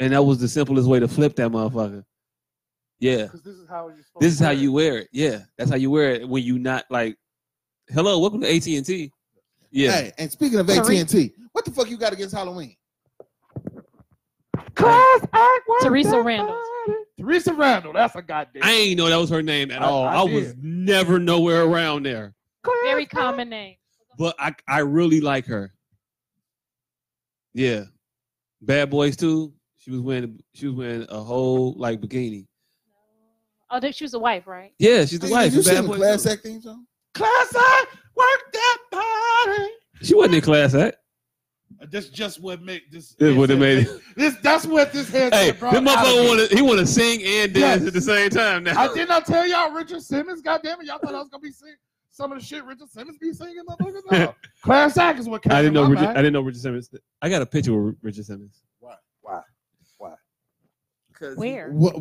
and that was the simplest way to flip that motherfucker. Yeah, Because this is how you. this is how you wear it. Yeah, that's how you wear it when you not like, hello, welcome to AT and T. Yeah, Hey, and speaking of AT Tariq. and T, what the fuck you got against Halloween? Teresa Randall. Teresa Randall. That's a goddamn. I ain't know that was her name at I- all. I I, was never nowhere around there, Very common name. but I I really like her. Yeah, Bad Boys too. She was wearing she was wearing a whole like bikini. Oh, that she was a wife, right? Yeah, she's the Hey, wife. did you of see Bad the Boys class too. act theme song? Class act. Work that body. She wasn't in class act. That's Uh, just what made this. This would have made it. This. That's what this head. Hey, this brought out of motherfucker me. want to he want to sing and dance Yes. at the same time <laughs> now. I did not tell y'all Richard Simmons. God damn it, y'all thought I was gonna be singing some of the shit Richard Simmons be singing, motherfuckers. <laughs> No. Class act is what came. I didn't to know my Richard. I mind. didn't know Richard Simmons. I got a picture with R- Richard Simmons. Where? What,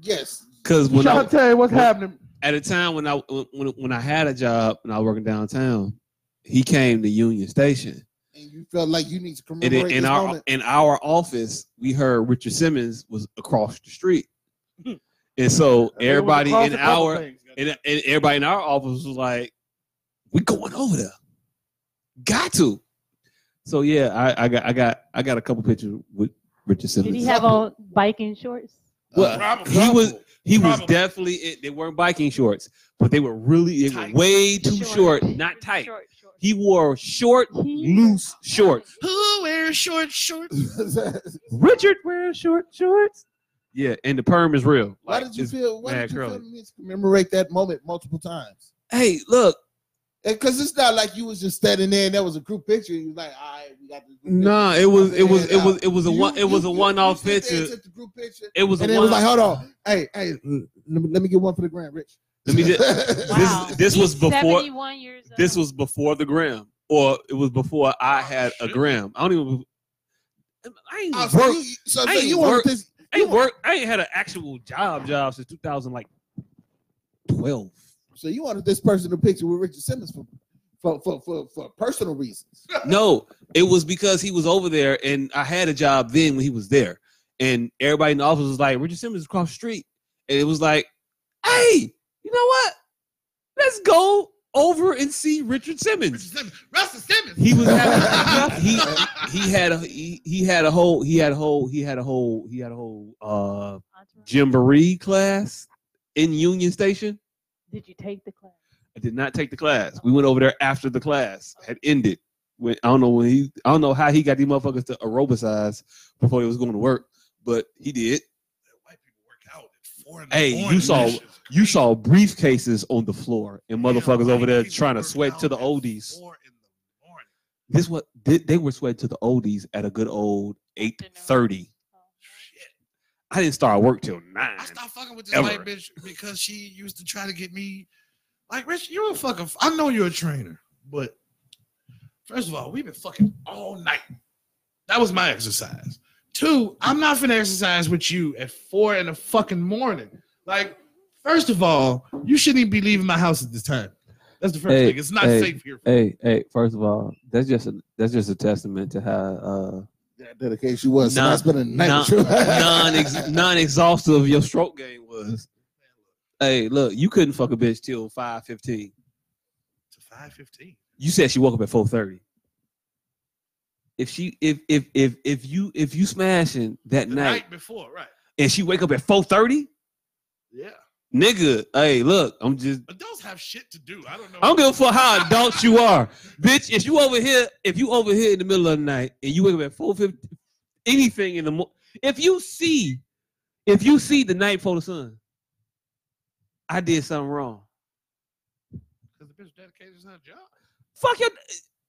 yes. Cause when Trying I, to tell you what's when- happening. at a time when I when when I had a job and I was working downtown, he came to Union Station, And you felt like you need to and commemorate in, in this our <laughs> moment. <laughs> in our office, we heard Richard Simmons was across the street, and so everybody Across in a couple our things. and, and everybody in our office was like, "We going over there, got to." So yeah, I, I got I got I got a couple pictures with Richard Did Simmons. he have on biking shorts? Well, Probably. he was he was Probably. definitely it, they weren't biking shorts, but they were really they were Tight. way too short, not tight. Short, short. He wore short, He- loose shorts. Who wears short shorts? Richard wearing short shorts. Yeah, and the perm is real. why Like, did you it's- feel? Why mad did you feel curly. the need to commemorate that moment multiple times? Hey, look, Because it's not like you was just standing there and that was a group picture. You was like, all right, we got this. group nah, picture." it was it And was it out. was it was a You- one it you- was a you- one off you sit there and picture. took the group picture, It was a and then it one. was like, hold on, hey, hey, let me, let me get one for the grand, Rich. Let <laughs> me just, Wow. this this was He's before 71 years old. this was before the gram, or it was before I had a gram. I don't even. I ain't Oh, work- so you, so, I so ain't you want work- this? I ain't work. I ain't had an actual job job since 2000, like 12. So you wanted this person to picture with Richard Simmons for for for for, for personal reasons. No, it was because he was over there, and I had a job then when he was there, and everybody in the office was like, "Richard Simmons is across the street," and it was like, "Hey, you know what? Let's go over and see Richard Simmons." Richard Simmons. Russell Simmons. He <laughs> was having, he he had a he, he had a whole he had a whole he had a whole he had a whole uh jamboree class in Union Station. Did you take the class? I did not take the class. We went over there after the class had ended. When I don't know when he, I don't know how he got these motherfuckers to aerobicize before he was going to work, but he did. White people work out at four in the Hey, morning. you saw- That shit's You crazy. saw briefcases on the floor and Damn, motherfuckers white over there people trying to work sweat to out the at oldies. four in the morning. This what they, they were sweating to the oldies at a good old eight thirty. Shit. I didn't start work till nine. I stopped fucking with this Ever. white bitch because she used to try to get me. Like, Rich, you're a fucking. I know you're a trainer, but First of all, we've been fucking all night. That was my exercise. Two, I'm not finna exercise with you at four in the fucking morning. Like, first of all, you shouldn't even be leaving my house at this time. That's the first Hey, thing. It's not hey, safe here. Hey, hey. First of all, that's just a, that's just a testament to how <laughs> uh, That dedication was. Nah, I spent a night nah, with you. non non exhaustive your stroke game was. Hey, look, you couldn't fuck a bitch till five fifteen. To five fifteen. You said she woke up at four thirty. If she if if if if you if you smashing that The night, night before, right? and she wake up at four thirty, Yeah. nigga. Hey, look, I'm just Adults have shit to do. I don't know. I don't give a fuck how adult you are, bitch. If you over here, if you over here in the middle of the night and you wake up at four fifty, anything in the mo- if you see, if you see the night before the sun, I did something wrong. Because the bitch dedicated to her job. Fuck your,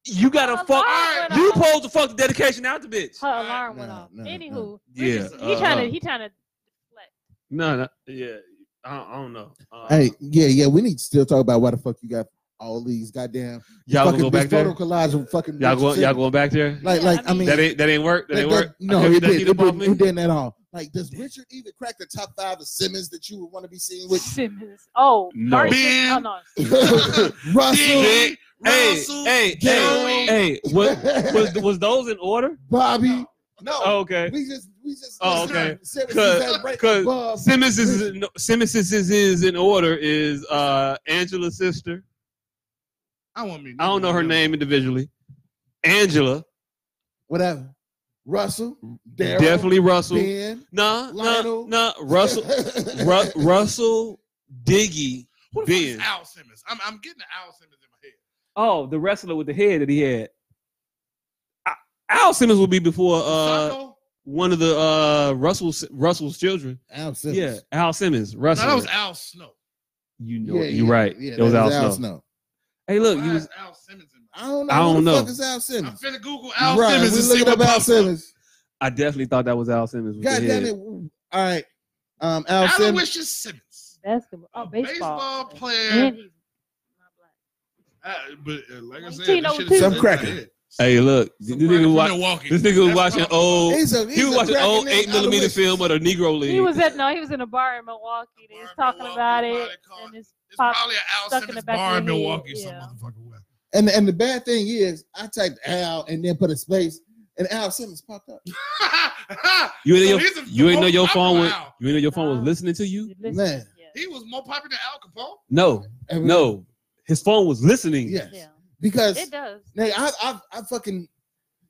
you gotta Her fuck. alarm went You off. supposed to fuck the dedication out the bitch. Her alarm went Nah, off. nah, Anywho, nah. we Yeah, just- he uh, trying uh. to he trying to deflect. No, no, yeah, I don't, I don't know. Uh, <laughs> hey, yeah, yeah. We need to still talk about why the fuck you got all these goddamn y'all gonna fucking go back bitch photo there? collage of fucking. Y'all bitches go, y'all sitting- going back there? Like, Yeah, like I I mean, mean- That ain't that ain't work. That like ain't that- work. I no, couldn't it get that did. heat It up off didn't, me. it didn't at all. Like, does Richard even crack the top five of Simmons that you would want to be <laughs> seen with? <laughs> Simmons. Oh, No. Marcus- Ben. Oh, no. Russell, Dick, Hey, Russell, hey, hey, Gary. hey! Was, <laughs> was was those in order? Bobby. No, Oh, okay. we just, we just. Oh, listen, okay. Simmons Cause- is at break. cause Bob, Simmons is in, Simmons is, is, is in order is uh Angela's sister. I want me. I don't know her name individually. Angela, whatever. Russell, Daryl, definitely Russell. Ben, Nah, nah, Lionel. nah. Russell, Ru- Russell, Diggy. Who the fuck is Ben. Al Simmons? I'm, I'm getting the Al Simmons in my head. Oh, the wrestler with the head that he had. I, Al Simmons would be before uh Sacco? one of the uh Russell's Russell's children. <laughs> Al Simmons. Yeah, Al Simmons, no, Russell. that was Al Snow. you know, Yeah, you're yeah, right. Yeah, it was that Al was Snow. Hey, look, Why you was is Al Simmons in my I don't know. I Who don't the know. Fuck is Al I'm Simmons? finna Google Al Right, Simmons we and see looking what up Al pops up. Simmons. I definitely thought that was Al Simmons. With God the damn head. it! All right, um, Al Alan Simmons. Wishes Simmons. Basketball. Oh, A baseball baseball. player. And he's not black. Uh, but uh, like I said, Nineteen that oh shit two. is Some in my cracker. head. Hey, look, this Some nigga, cracker was from watch, Milwaukee. this nigga was That's watching probably- old. He's a, he's He was a watching cracking old nigga, eight Al millimeter Wishes. film of the Negro League. He was at no, he was in a bar in Milwaukee. They was Bar in talking about Milwaukee, it, probably and it's It's pop- probably an Al stuck in Simmons the back bar in of your head, Milwaukee, some yeah. motherfucking way. And and the bad thing is, I typed Al and then put a space, and Al Simmons popped up. <laughs> you ain't So know your, he's a- you ain't know your I'm phone was Al. you ain't know your phone was Nah. listening to you. you listen- Man. Yeah. He was more popular than Al Capone. No, And we- no, his phone was listening. Yes. Yeah. Because It does. nigga, I, I I fucking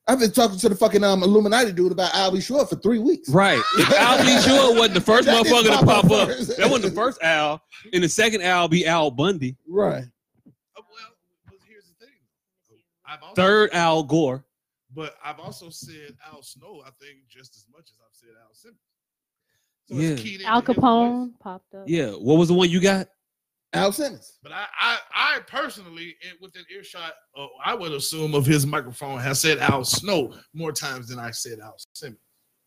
I've been talking to the fucking um Illuminati dude about Al B. Short for three weeks. Right, if Al B. Sure wasn't the first That didn't motherfucker to pop pop up up, first. that wasn't the first Al. And the second Al be Al Bundy. Right. Uh, well, but here's the thing. I've also, Third Al Gore. but I've also said Al Snow. I think just as much as I've said Al Simmons. Yeah. it's keyed into Al his voice. Capone popped up. Yeah, what was the one you got? Al Simmons. But I, I, I personally, and within earshot, uh, I would assume of his microphone has said Al Snow more times than I said Al Simmons.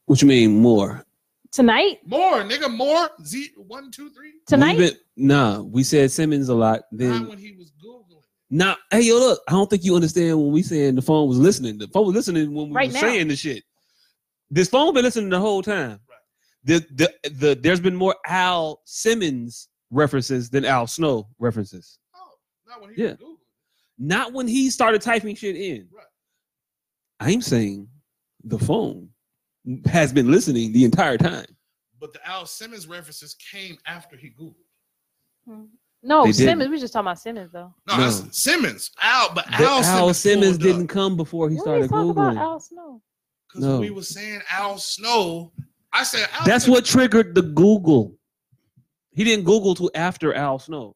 What you mean more? Tonight, More, nigga, more. Z one, two, three. tonight. We been- nah, we said Simmons a lot. Not Then when he was googling. Now, hey, yo, look, I don't think you understand when we saying the phone was listening. The phone was listening when we Right were now. saying the shit. This phone been listening the whole time. Right. The, the the there's been more Al Simmons references than Al Snow references. Oh, not when he Yeah. was googling. Not when he started typing shit in. Right. I'm saying the phone has been listening the entire time. But the Al Simmons references came after he googled. No, They didn't. Simmons. We just talking about Simmons though. No, No. that's Simmons. Al, but But Al, Al Simmons pulled up. didn't come before he What are you started talking about googling. Al Snow? Because No. we were saying Al Snow. I said Al That's what triggered the Google. He didn't Google till after Al Snow.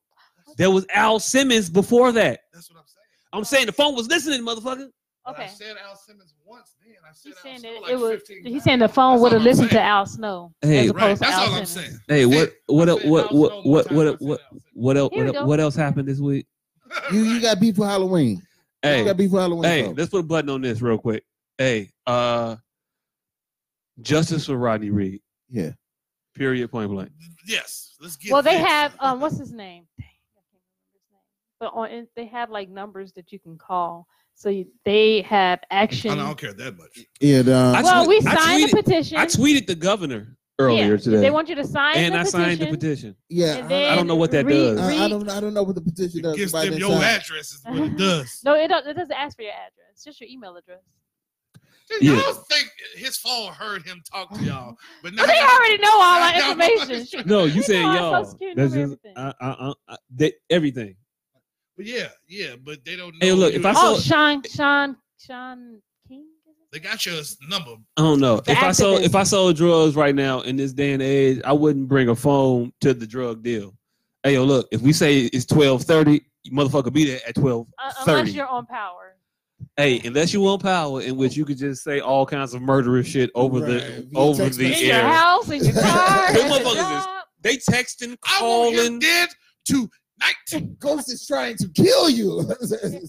There was Al Simmons before that. That's what I'm saying. I'm saying the phone was listening, motherfucker. But I Okay. said Al Simmons once. Then I said He's Al saying Snow that like it was. 15 He's times. saying the phone That's would have all I'm listened to saying. Al Snow Hey, as Right, opposed That's to Al all I'm Simmons. saying. Hey, what what I up, said what Al what Snow what more what times what than what I said Al Simmons. what else, Here we what, go. what else happened this week? <laughs> You you got beef for Halloween. You Hey, got beef for Halloween. hey, folks. let's put a button on this real quick. Hey, uh justice for Rodney Reed. Yeah. Period point blank. <laughs> Yes, let's get. Well, they um, this. have um, what's his name? Dang, I can't remember his name. but on and they have like numbers that you can call. So you, they have action. I don't care that much. And um, I well, tweet- we I signed tweeted- the petition. I tweeted the governor Yeah, earlier today, They want you to sign and the I petition. signed the petition. yeah, and I, then don't know what that re- does. Uh, I, I re- don't I don't know what the petition It does. gives but them it's, your uh, address is <laughs> what it does. no, it, don't, it doesn't ask for your address. Just your email address. you Yeah. don't think his phone heard him talk to y'all, <laughs> but now Well, they already know all my now- now- <laughs> information. No, you They said know our Social y'all. Security That's number, just everything. I, I, I, they, everything. But yeah, yeah, but they don't know. Hey, look, if I you- Oh, saw- Sean, Sean, Sean King. they got your number, I don't know. The if I sold activist. if I sold drugs right now in this day and age, I wouldn't bring a phone to the drug deal. Hey, yo, look, if we say it's twelve thirty, motherfucker, be there at twelve Uh, unless thirty. you're on power. hey, unless you want power, in which you could just say all kinds of murderous shit over Right. the You over text the in message. air. your house, <laughs> in your car. Them at your motherfuckers is- job. They texting, I want him calling. dead tonight. <laughs> Ghost is trying to kill you. <laughs>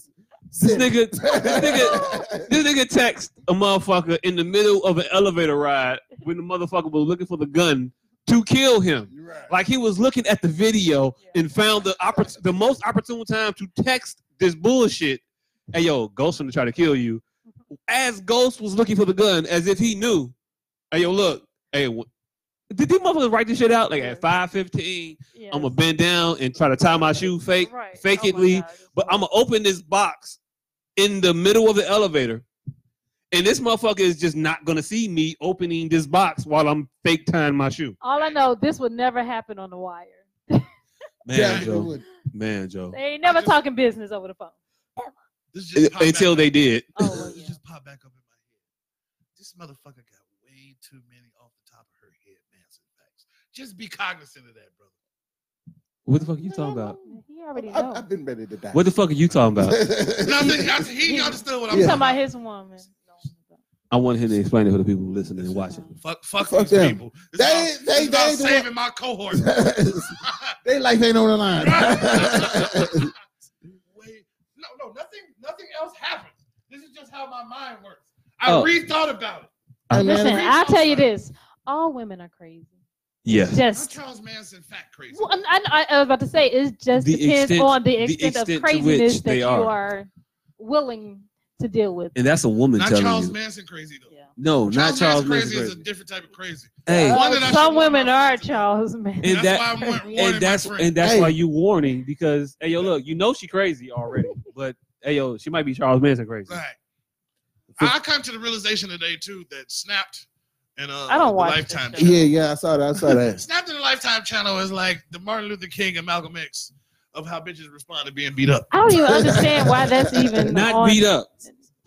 This nigga, <laughs> this nigga text a motherfucker in the middle of an elevator ride when the motherfucker was looking for the gun to kill him. You're right. Like he was looking at the video Yeah. and found the oppor- the most opportune time to text this bullshit. Hey yo, Ghost gonna try to kill you. As Ghost was looking for the gun, as if he knew. Hey yo, look. Hey, wh- did these motherfuckers write this shit out? Like Yes. at five fifteen, Yes. I'm gonna bend down and try to tie my shoe fake, Right. Oh my fakely, God. but I'm gonna open this box in the middle of the elevator, and this motherfucker is just not gonna see me opening this box while I'm fake tying my shoe. All I know, this would never happen on the wire. Man, Definitely Joe. would. Man, Joe. They ain't never talking business over <laughs> the phone. This just popped Until back they up. did. Oh, well, This yeah. just popped back up in my head. This motherfucker got way too many off the top of her head, Manson facts. Just be cognizant of that, brother. What the fuck are you talking about? He already I've- know. I've been ready to die. What <laughs> the fuck are you talking <laughs> about? Nothing. I, <laughs> he understood what I'm You Yeah. talking talking about his woman? I want him to explain it for the people listening and watching. Fuck, fuck, Fuck these them. people. This They- is about, this they- is about they the saving my cohort. <laughs> <laughs> they like they know the line. Wait, no, no, nothing, nothing else happened. This is just how my mind works. I Oh. rethought about it. Listen, Atlanta, I'll tell you this: all women are crazy. Yes. I'm Just. Charles Manson, fat crazy. Well, I, I, I was about to say it just The depends extent- on the the extent, extent of to which craziness that they you are. are willing to deal with. And that's a woman Not telling Charles you. Manson crazy though. Yeah. No, not Charles Manson. Manson crazy is a crazy. different type of crazy. Hey, One that I Uh, should some warn women my are friends. Charles man. And That's that- why I went warning and that's my and friend. that's Hey. why you warning because hey yo look you know she crazy <laughs> already but hey yo she might be Charles Manson crazy. Right. I I come to the realization today too that Snapped and uh, I don't the watch this Lifetime. show. channel. yeah, yeah, I saw that. I <laughs> saw that. Snapped and the Lifetime channel is like the Martin Luther King and Malcolm X of how bitches respond to being beat up. I don't even understand why that's even Not on beat up,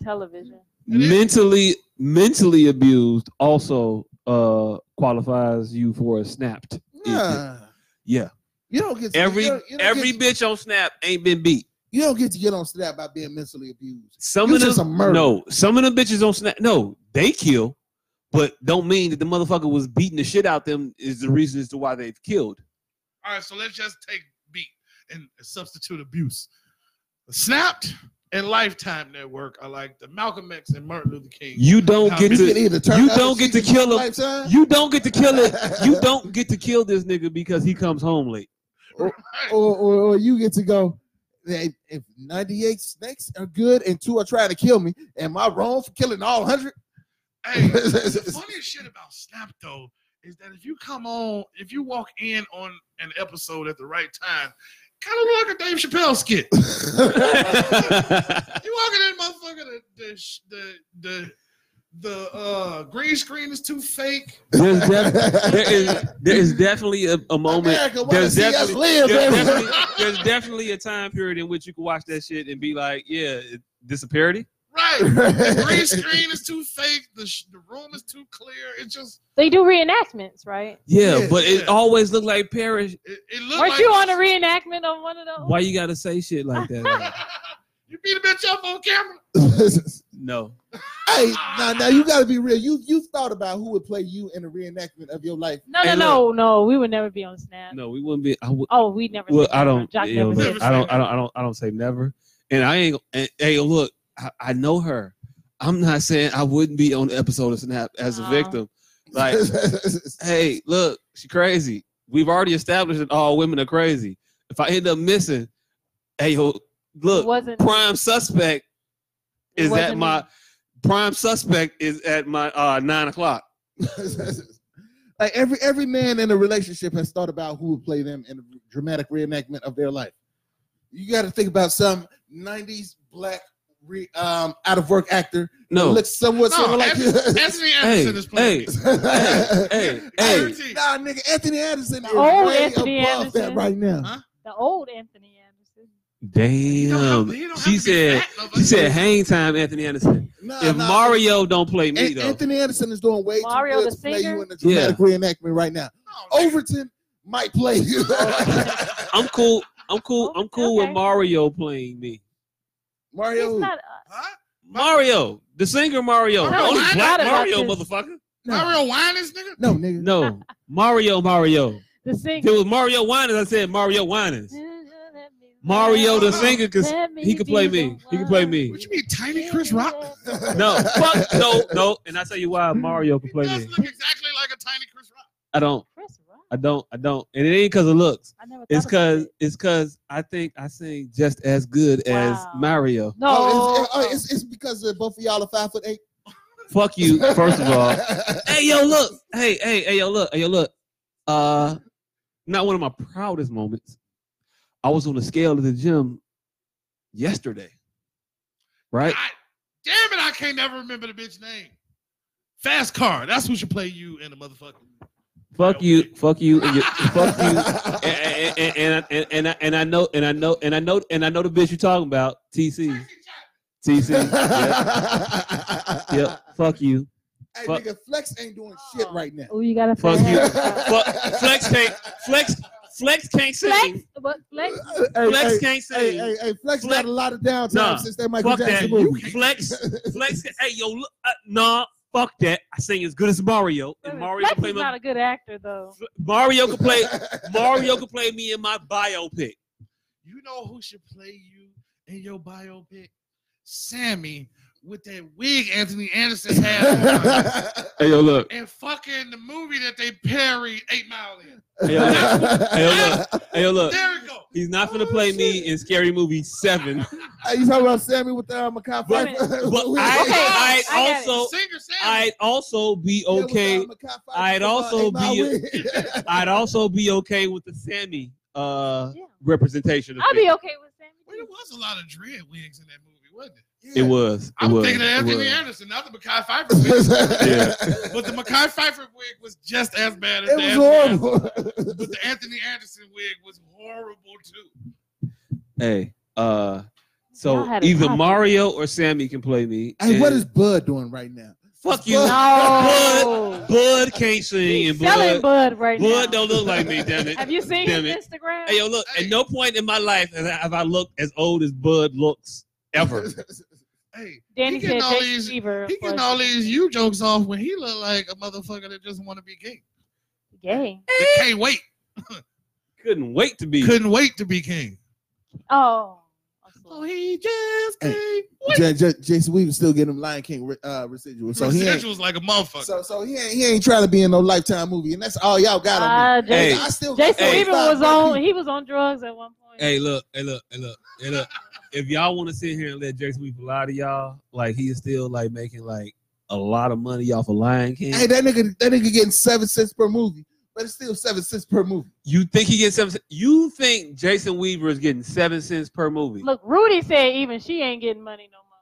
television. mentally mentally abused also uh qualifies you for a snapped. Nah, Yeah. you don't get to, Every you don't, you don't every get, bitch on Snap ain't been beat. you don't get to get on snap by being mentally abused. Some You of just a them, murderer. no, some of them bitches don't snap. No, they kill, but don't mean that the motherfucker was beating the shit out them is the reason as to why they've killed. All right, so let's just take beat and substitute abuse. Snapped and Lifetime Network are like the Malcolm X and Martin Luther King. You don't How get You many- can to either turn you the other don't get to cheek and kill 'em. lifetime, you don't get to kill it. You don't get to kill this nigga because he comes home late. or, or, or you get to go. "Hey, If 98 snakes are good and two are trying to kill me, am I wrong for killing all 100? Hey, the funniest shit about Snap though is that if you come on, if you walk in on an episode at the right time, kind of like a Dave Chappelle skit. You walking in, motherfucker, the the sh- the the, the uh, green screen is too fake. There's def- there is there is definitely a, a <laughs> moment. America wanna There's see us definitely, live, there's, baby. definitely, there's definitely a time period in which you can watch that shit and be like, yeah, it, this a parody. Right, the green screen is too fake. The sh- the room is too clear. It just They do reenactments, right? Yeah, Yeah, but it yeah. always looked like parody. it, it Mm-hmm. looked Weren't like you on a reenactment on one of those? Why you gotta say shit like <laughs> that? you beat a bitch up on camera. no. <laughs> hey, now, now you got to be real. You you thought about who would play you in a reenactment of your life. No, no, Hey, no, no. We would never be on Snap. No, we wouldn't be. I would. Oh, we never. Well, said I that. don't. Jock you know, never look, said never I don't. said I don't. I don't. I don't say never. And I ain't. And, hey, look, I, I know her. I'm not saying I wouldn't be on the episode of Snap as a Aw. victim. <laughs> Like, hey, look, she crazy. We've already established that all women are crazy. If I end up missing, Hey, ho, It look, wasn't. prime suspect it is wasn't at my me. prime suspect is at my uh nine o'clock. <laughs> like every every man in a relationship has thought about who would play them in a dramatic reenactment of their life. You got to think about some '90s black re, um, out of work actor who No, looks somewhat No, similar like <laughs> Anthony, Anthony Anderson is playing. hey. me. hey, hey, hey, Guaranteed. Nah, nigga, Anthony Anderson is Old way Oh, Anthony above Anderson. that right now. Huh? The old Anthony Anderson. He don't have- damn. he don't have Um, She to be said, fat, motherfucker. she said, hang time, Anthony Anderson. Nah, If <laughs> nah, Mario don't play An- me though, Anthony Anderson is doing way Mario too good the to play singer? you in a dramatic reenactment right now. No, nigga. Overton might play you. Oh. I'm cool. I'm cool. I'm cool Okay. with Mario playing me. <laughs> Mario, He's who? not. uh, Huh? Mario, the singer Mario, the Mario, only I black thought about Mario, this. motherfucker. no, Mario Winans, nigga. no, nigga. No, Mario, Mario. The If it singer. was Mario Winans, I said Mario Winans. Mario, the singer, cause he could play me. He could play me. What you mean, tiny Chris Rock? No, fuck no, no. And I tell you why Mario can play He me. does look exactly like a tiny Chris Rock. I don't. Chris Rock. I don't. I don't. And it ain't because of looks. I never It's thought about cause it. it's cause I think I sing just as good as Wow. Mario. No. Oh, it's, oh, it's, it's because uh, both of y'all are five foot eight. Fuck you, first of all. hey yo, look. Hey, hey, hey, yo, look. Hey, yo, look. Uh, not one of my proudest moments. I was on the scale of the gym yesterday. Right? God damn it, I can't never remember the bitch name. Fast car. That's what should play you in the motherfucking. Fuck you. Fuck you. And your, fuck <laughs> <laughs> you. Fuck And and and, and, and, I, and I know and I know and I know and I know the bitch you're talking about. TC. <laughs> TC. Yep. yep. Fuck you. Hey, Fuck. nigga, Flex ain't doing shit right now. Oh, you gotta Uh, Fuck find you. out. Fuck. Flex can't. Flex. Flex can't Flex, sing. but Flex, Hey, Flex hey, can't hey, sing. hey, hey, Flex Flex- got a lot of downtime Nah, since that Michael Fuck Jackson that. movie. Flex. Flex. Hey yo. Look, uh, nah. Fuck that. I sing as good as Mario, and Mario Flex can play is my not a good actor though. Mario could play <laughs> Mario could play me in my biopic. You know who should play you in your biopic? Sammy with that wig Anthony Anderson <laughs> had on Hey yo, look. and fucking the movie that they parry Eight Mile in. Hey yo, look. Hey yo, look. Hey, yo, look. There it go. He's not gonna play Oh, me in Scary Movie Seven. Hey, you talking about Sammy with the um, Makai <laughs> But- Pfeiffer? But With- I, I I got it. also, Singer Sammy. I'd also be Yeah, with, okay. <laughs> um, Mekhi Phifer I'd from, uh, also Ain't My be- Wig. I'd also be okay with the Sammy uh Yeah. representation. Of I'll it. be okay with Well, there Sammy. was a lot of dread wigs in that movie, wasn't it? It was. It I'm was. thinking of it Anthony was. Anderson, not the Mackay Pfeiffer wig. <laughs> but the Mackay Pfeiffer wig was just as bad as It the was Anthony Anderson- horrible. But the Anthony Anderson wig was horrible too. Hey, uh, Y'all so had a either topic. Mario or Sammy can play me. <laughs> Hey, and what is Bud doing right now? fuck you? No. Bud can't sing, and He's Bud, selling Bud right Bud now. don't look like me. Damn it. Have you seen Damn his it. Instagram? Hey, yo, look, Hey. at no point in my life have I, have I looked as old as Bud looks ever. Hey, Danny he getting said all Jason these- Seaver he getting was all these you jokes off when he look like a motherfucker that just want to be king. gay. That can't wait. <laughs> Couldn't wait to be. Couldn't wait to be king. Oh. I'm Oh, sorry. he just Hey. can't wait. J- J- Jason Weaver's still getting him Lion King re- uh, residual, so he ain't. Residuals like a motherfucker. So so he ain't he ain't trying to be in no lifetime movie, and that's all y'all got on. Uh, me. Hey. Jason, I still Jason Hey. Weaver was on. He was on drugs at one point. Hey, look, hey, look, hey, look, hey, look. If y'all want to sit here and let Jason Weaver lie to y'all, like he is still like making like a lot of money off of Lion King. Hey, that nigga that nigga getting seven cents per movie, but it's still seven cents per movie. You think he gets seven? cents- You think Jason Weaver is getting seven cents per movie? Look, Rudy said even she ain't getting money no more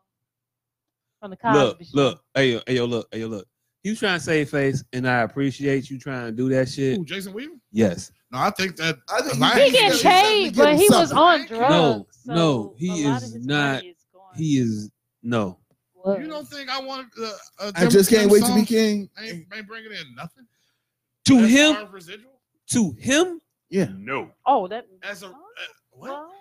from the Cosby look, Show. look, hey, yo, hey, yo, look, hey, yo, look. You trying to save face, and I appreciate you trying to do that shit. Who, Jason Weaver? Yes. No, I think that I think Lion He King- getting He's definitely paid, but he getting was something. on drugs. No, so no, he a lot of is his not- money is gone. He is no. Was. You don't think I want? Uh, uh, I just can't wait to be king. I ain't, ain't bringing in nothing. To As him, far as Residual? to him, Yeah, No. Oh, that. As a uh, what? Well,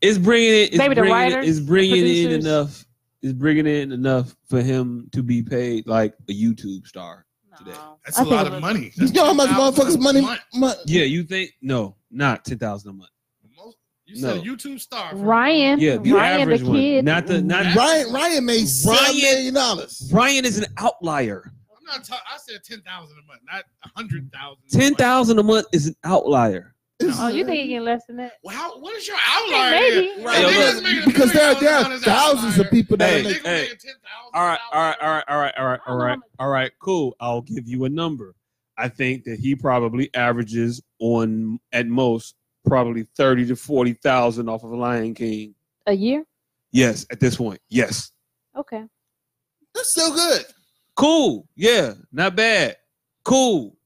it's bringing it. It's Maybe the bringing, writers, It's bringing the in producers. enough. It's bringing in enough for him to be paid like a YouTube star. Today. no. That's I a think lot it of was- money. <laughs> you know how much motherfuckers money. mon- Yeah, you think? No, not ten thousand a month. Most- You said a No. YouTube star. for- Ryan. Yeah, the Ryan the average one, kid. not the not. Ryan Ryan made seven Ryan- million dollars. Brian is an outlier. I'm not. Ta- I said ten thousand a month, not a hundred thousand. Ten thousand a month is an outlier. Oh, you think you get less than that? Well, how, what is your outlier? Maybe. here? Right. Niggas Yeah, making a because there are, million there are dollars as thousands outlier. of people that Hey, are Niggas making, making $10,000 All right, all right, all right, all right, all right, all right, all right. Cool. I'll give you a number. I think that he probably averages on at most probably thirty to forty thousand off of Lion King. A year? Yes, at this point, yes. Okay. that's still good. Cool. Yeah, not bad. Cool.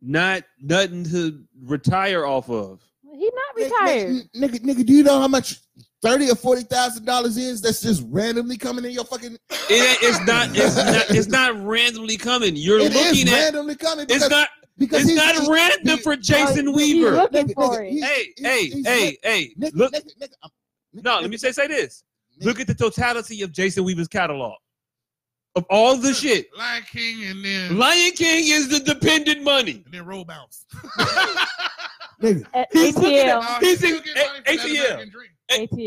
Not nothing to retire off of. He Nigga, not retired. Oh, Nigga, nigga, nigga, do you know how much thirty or forty thousand dollars is? That's just randomly coming in your fucking. It, ain't- it's not. It's not. It's not randomly coming. You're It is looking at. randomly coming. Because, It's not. Because It's he's- not he- random he- for Jason he's Weaver. look- Looking for it. he's- hey, he's- hey, he's hey, look- hey. Nigga, Look, nigga, nigga, I'm- nigga, no, let nigga, me say, say this. nigga. Look at the totality of Jason Weaver's catalog. Of all the shit, Lion King and then Lion King is the dependent money. and then roll bounce. Oh. Nigga, At He's looking ATL. He's You in- still get money A- for that ATL. American Dream. ATL. Who? You still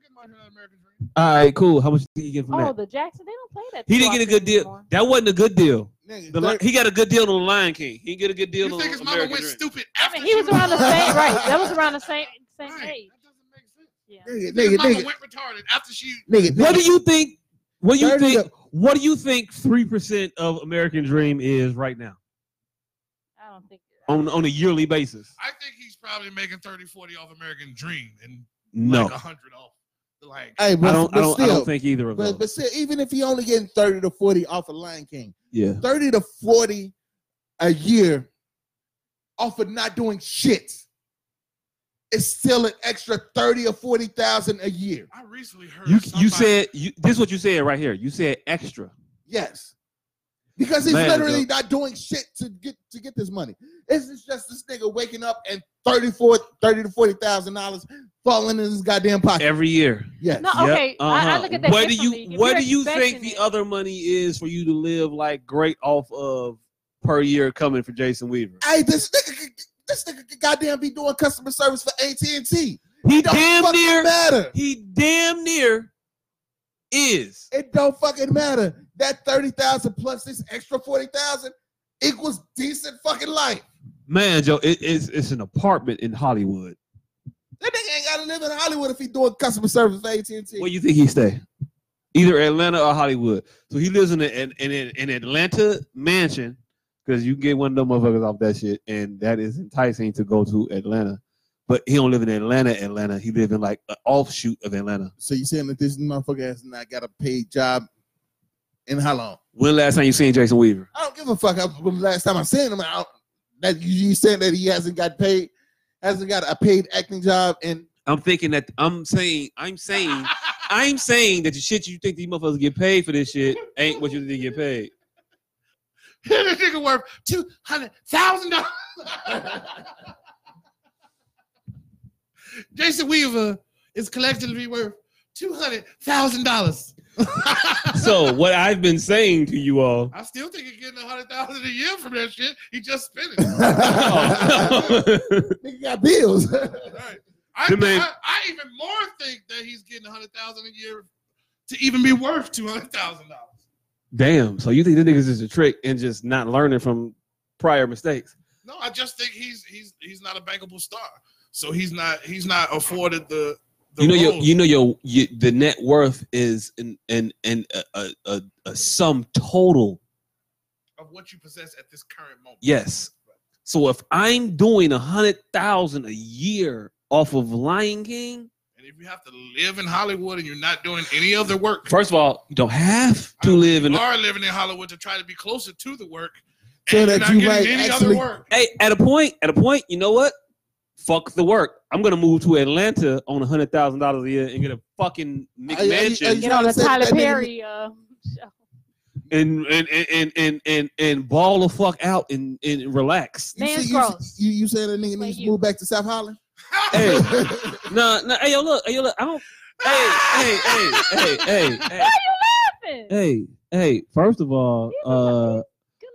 get money for that American Dream. All right, cool. How much did he get from Oh, that? the Jackson. They don't play that. He didn't get a good deal. That wasn't a good deal. nigga, The, Li- thirty- he got a good deal on the Lion King. He didn't get a good deal You on think his American mama went Dream. stupid I after mean, he was around the she- same. Right. That was around the same <laughs> same Right, age. That doesn't make sense. Yeah. nigga, His nigga, mama nigga, went retarded after she. nigga, What do nigga. you think? What do you Thirty think? What do you think? Three percent of American Dream is right now I don't think. on on a yearly basis. I think he's probably making 30, 40 off American Dream and No, like 100 off. Like, Hey, but, I don't. but I don't. still, I don't think either of those. But, but still, even if he only getting thirty to forty off of Lion King, yeah. thirty to forty a year off of not doing shit, it's still an extra thirty or forty thousand a year. I recently heard. You somebody, you <laughs> said you, this is what you said right here. You said extra. Yes, because he's Man, literally yo. not doing shit to get to get this money. This is just this nigga waking up and 34, 30 to forty thousand dollars falling in his goddamn pocket. every year. yes, No, Yep, <laughs> okay. I, I uh-huh. look at that. What do differently. you If What you're do you think expecting the it- other money is for you to live like great off of per year coming for Jason Weaver? hey, this nigga, could- this nigga could goddamn be doing customer service for AT and T. He Don't damn fucking near. matter. He damn near is. It don't fucking matter. That thirty thousand plus this extra forty thousand equals decent fucking life. Man, Joe, it, it's it's an apartment in Hollywood. That nigga ain't gotta live in Hollywood if he doing customer service for AT and Where T. you think he stay? Either Atlanta or Hollywood. So he lives in an in, in an Atlanta mansion because you can get one of them motherfuckers off that shit, and that is enticing to go to Atlanta. But he don't live in Atlanta, Atlanta. He live in like an offshoot of Atlanta. So you saying that this motherfucker has not got a paid job in how long? When last time you seen Jason Weaver? I don't give a fuck. I, the last time I seen him, I don't, that you, you said that he hasn't got paid, hasn't got a paid acting job, <laughs> and I'm thinking that I'm saying I'm saying I'm saying that the shit you think these motherfuckers get paid for this shit ain't what you think they get paid. this nigga worth two hundred thousand dollars. <laughs> Jason Weaver is collectively worth two hundred thousand dollars. So what I've been saying to you <laughs> all. <laughs> I still think he's getting a hundred thousand a year from that shit. He just spent it. <laughs> nigga got bills. Right. I, The man- I, I even more think that he's getting a hundred thousand a year to even be worth two hundred thousand dollars. Damn. So you think the niggas is a trick and just not learning from prior mistakes? No, I just think he's he's he's not a bankable star, so he's not he's not afforded the. the you know your roles. you know your you, the net worth is an an an a, a, a, a sum total. of what you possess at this current moment. Yes. So if I'm doing a hundred thousand a year off of Lion King, And if you have to live in Hollywood and you're not doing any other work, first of all, you don't have to I don't live in. you are living in Hollywood to try to be closer to the work, So and that you're not you getting might any actually- other work. <laughs> Hey, at a point, at a point, you know what? Fuck the work. I'm gonna move to Atlanta on a hundred thousand dollars a year and get a fucking Are you- are you- McMansion. are you Get on the Say that Tyler nigga- Perry uh, show. and and and and and, and ball the fuck out and, and relax. <laughs> You, Man's see- you, gross. you, you saying that nigga Like needs to you. move back to South Holland? Hey, nah, nah, hey, yo, look, hey, yo, look, I don't. Hey, hey, hey, hey, hey, Good look hey, hey, hey. First of all, uh, at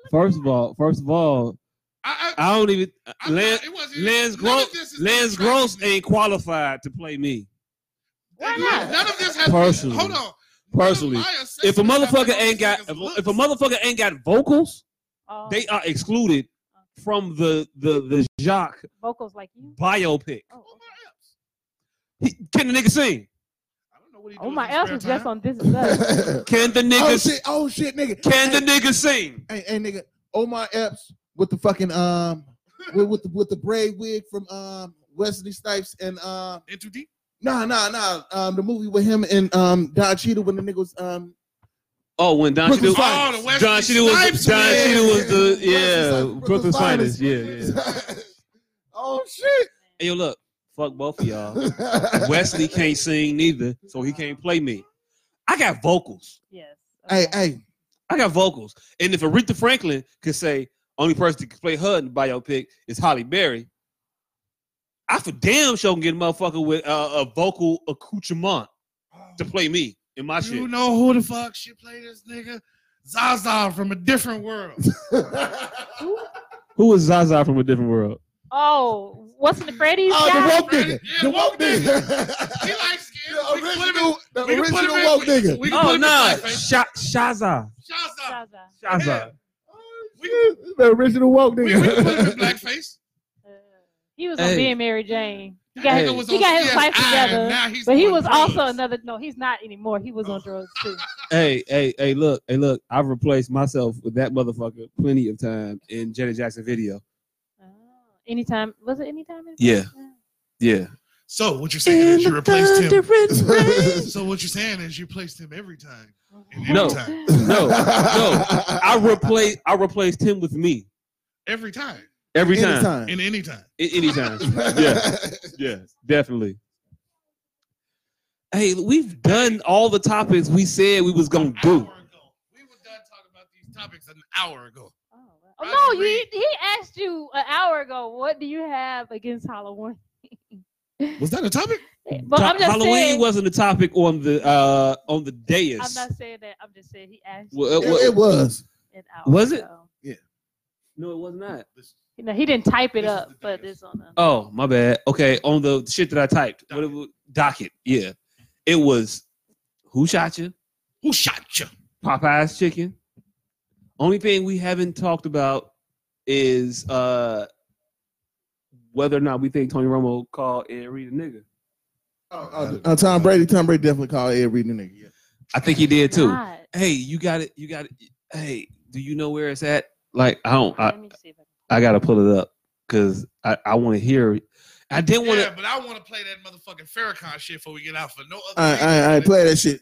first that. of all, first of all, I, I, I don't even. I'm Lance, not- it wasn't- Lance none of Gross, this is Lance contracted. Gross ain't qualified to play me Why None not? of this has Personally. Hold on. None of personally. my If a assessment has to do motherfucker with ain't this got, nigga's if a, looks. if a motherfucker ain't got vocals, Oh, they are excluded from the the the Jacques Vocals like you. biopic. Oh, okay. He, can the nigga sing? I don't know what he oh does my in his ass spare was just time. on This Is Us. <laughs> Can the oh nigga shit! Oh shit, nigga! can the nigga sing? Hey, hey, nigga, Omar Epps with the fucking um <laughs> with, with the with the braid wig from um Wesley Snipes and um in too deep. nah nah nah um the movie with him and um Don Cheadle when the niggas um Oh, when Don Cheadle, Brooklyn Finest. Oh, the Wesley Don Cheadle was Snipes, Don man. Cheadle was the Brooklyn yeah Finest, Brooklyn Brooklyn's finest. Finest. Yeah, yeah. <laughs> oh shit Hey, yo, look, fuck both of y'all. <laughs> Wesley can't sing neither, so he can't play me. I got vocals. Yes. <laughs> hey okay. hey I got vocals. And if Aretha Franklin could say only person that can play her in the biopic is Holly Berry, I for damn sure can get a motherfucker with uh, a vocal accoutrement to play me in my You shit. know who the fuck should play this nigga? Zaza from a different <laughs> world. Who is Zaza from a different world? Oh, what's in the Freddy's? oh guy? the woke nigga Yeah, the the woke woke nigga he likes skin. the We can put him original in- we can the put him original in- woke nigga We can put Oh him in nah, blackface. Sha- Shaza. Zaza. Zaza. Shaza. the original woke We we can put him in nigga blackface. Uh, He was on Hey. Being Mary Jane. <laughs> He That got, nigga was he on got his life CSI, and together, now he's but he on was drugs. also another. No, he's not anymore. He was on drugs too. Hey, hey, hey, look, hey, look. I've replaced myself with that motherfucker plenty of time in Janet Jackson video. Oh, anytime was it anytime? in Yeah. Paris? Yeah. So what you're saying is you replaced him. <laughs> So what you're saying is you placed him every time. Oh, And every No. time. <laughs> No, no. I replaced I replaced him with me Every time. every time. Anytime. In any time. A- <laughs> anytime. yeah. Yeah. Definitely. Hey, we've done all the topics we said we was gonna do. Hour ago. We were done talking about these topics an hour ago. Oh, wow. I oh no, agree. you, he asked you an hour ago. What do you have against Halloween? Was that a topic? But I'm Ta- just Halloween saying. wasn't a topic on the uh on the dais. I'm not saying that. I'm just saying he asked. you Well, uh, It- well- it was an hour Was it? ago. no, it was not. No, he didn't type it This is up, the but biggest. it's on the. Oh, my bad. Okay, on the shit that I typed. What it was, docket. Yeah. It was who shot you? Who shot you? Popeye's chicken. Only thing we haven't talked about is uh whether or not we think Tony Romo called Ed Reed a nigga. Uh, uh, Tom Brady, Tom Brady definitely called Ed Reed a nigga. Yeah. I think he did too. God. Hey, you got it. You got it. Hey, do you know where it's at? Like, I don't. Oh, I, Let me see if I can- I gotta pull it up because I I want to hear. I didn't want Yeah, to. but I want to play that motherfucking Farrakhan shit before we get out for no other I, reason I, I than- play that shit.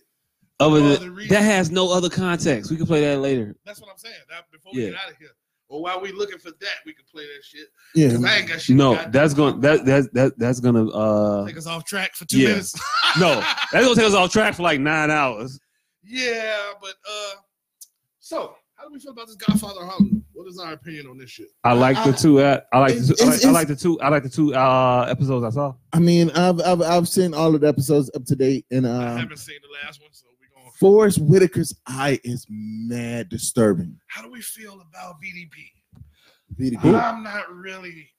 Other no than- other reason. that has no other context. We can play that later. That's what I'm saying. That, before we Yeah. get out of here. Or while we looking for that, we can play that shit. Yeah, 'Cause I ain't got shit. No, to that's going. That that that that's gonna. Uh, take us off track for two Yeah. minutes. no, that's gonna take us off track for like nine hours. <laughs> yeah, but uh, so how do we feel about this Godfather of Hollywood? What is our opinion on this shit? I like the I- two. uh, I like the It's- two. I like, it's- I like the two. I like the two uh, episodes I saw. I mean, I've, I've I've seen all of the episodes up to date, and I um, haven't seen the last one, so we going. Forrest Whitaker's eye is mad disturbing. How do we feel about BDP? VDP. I'm not really.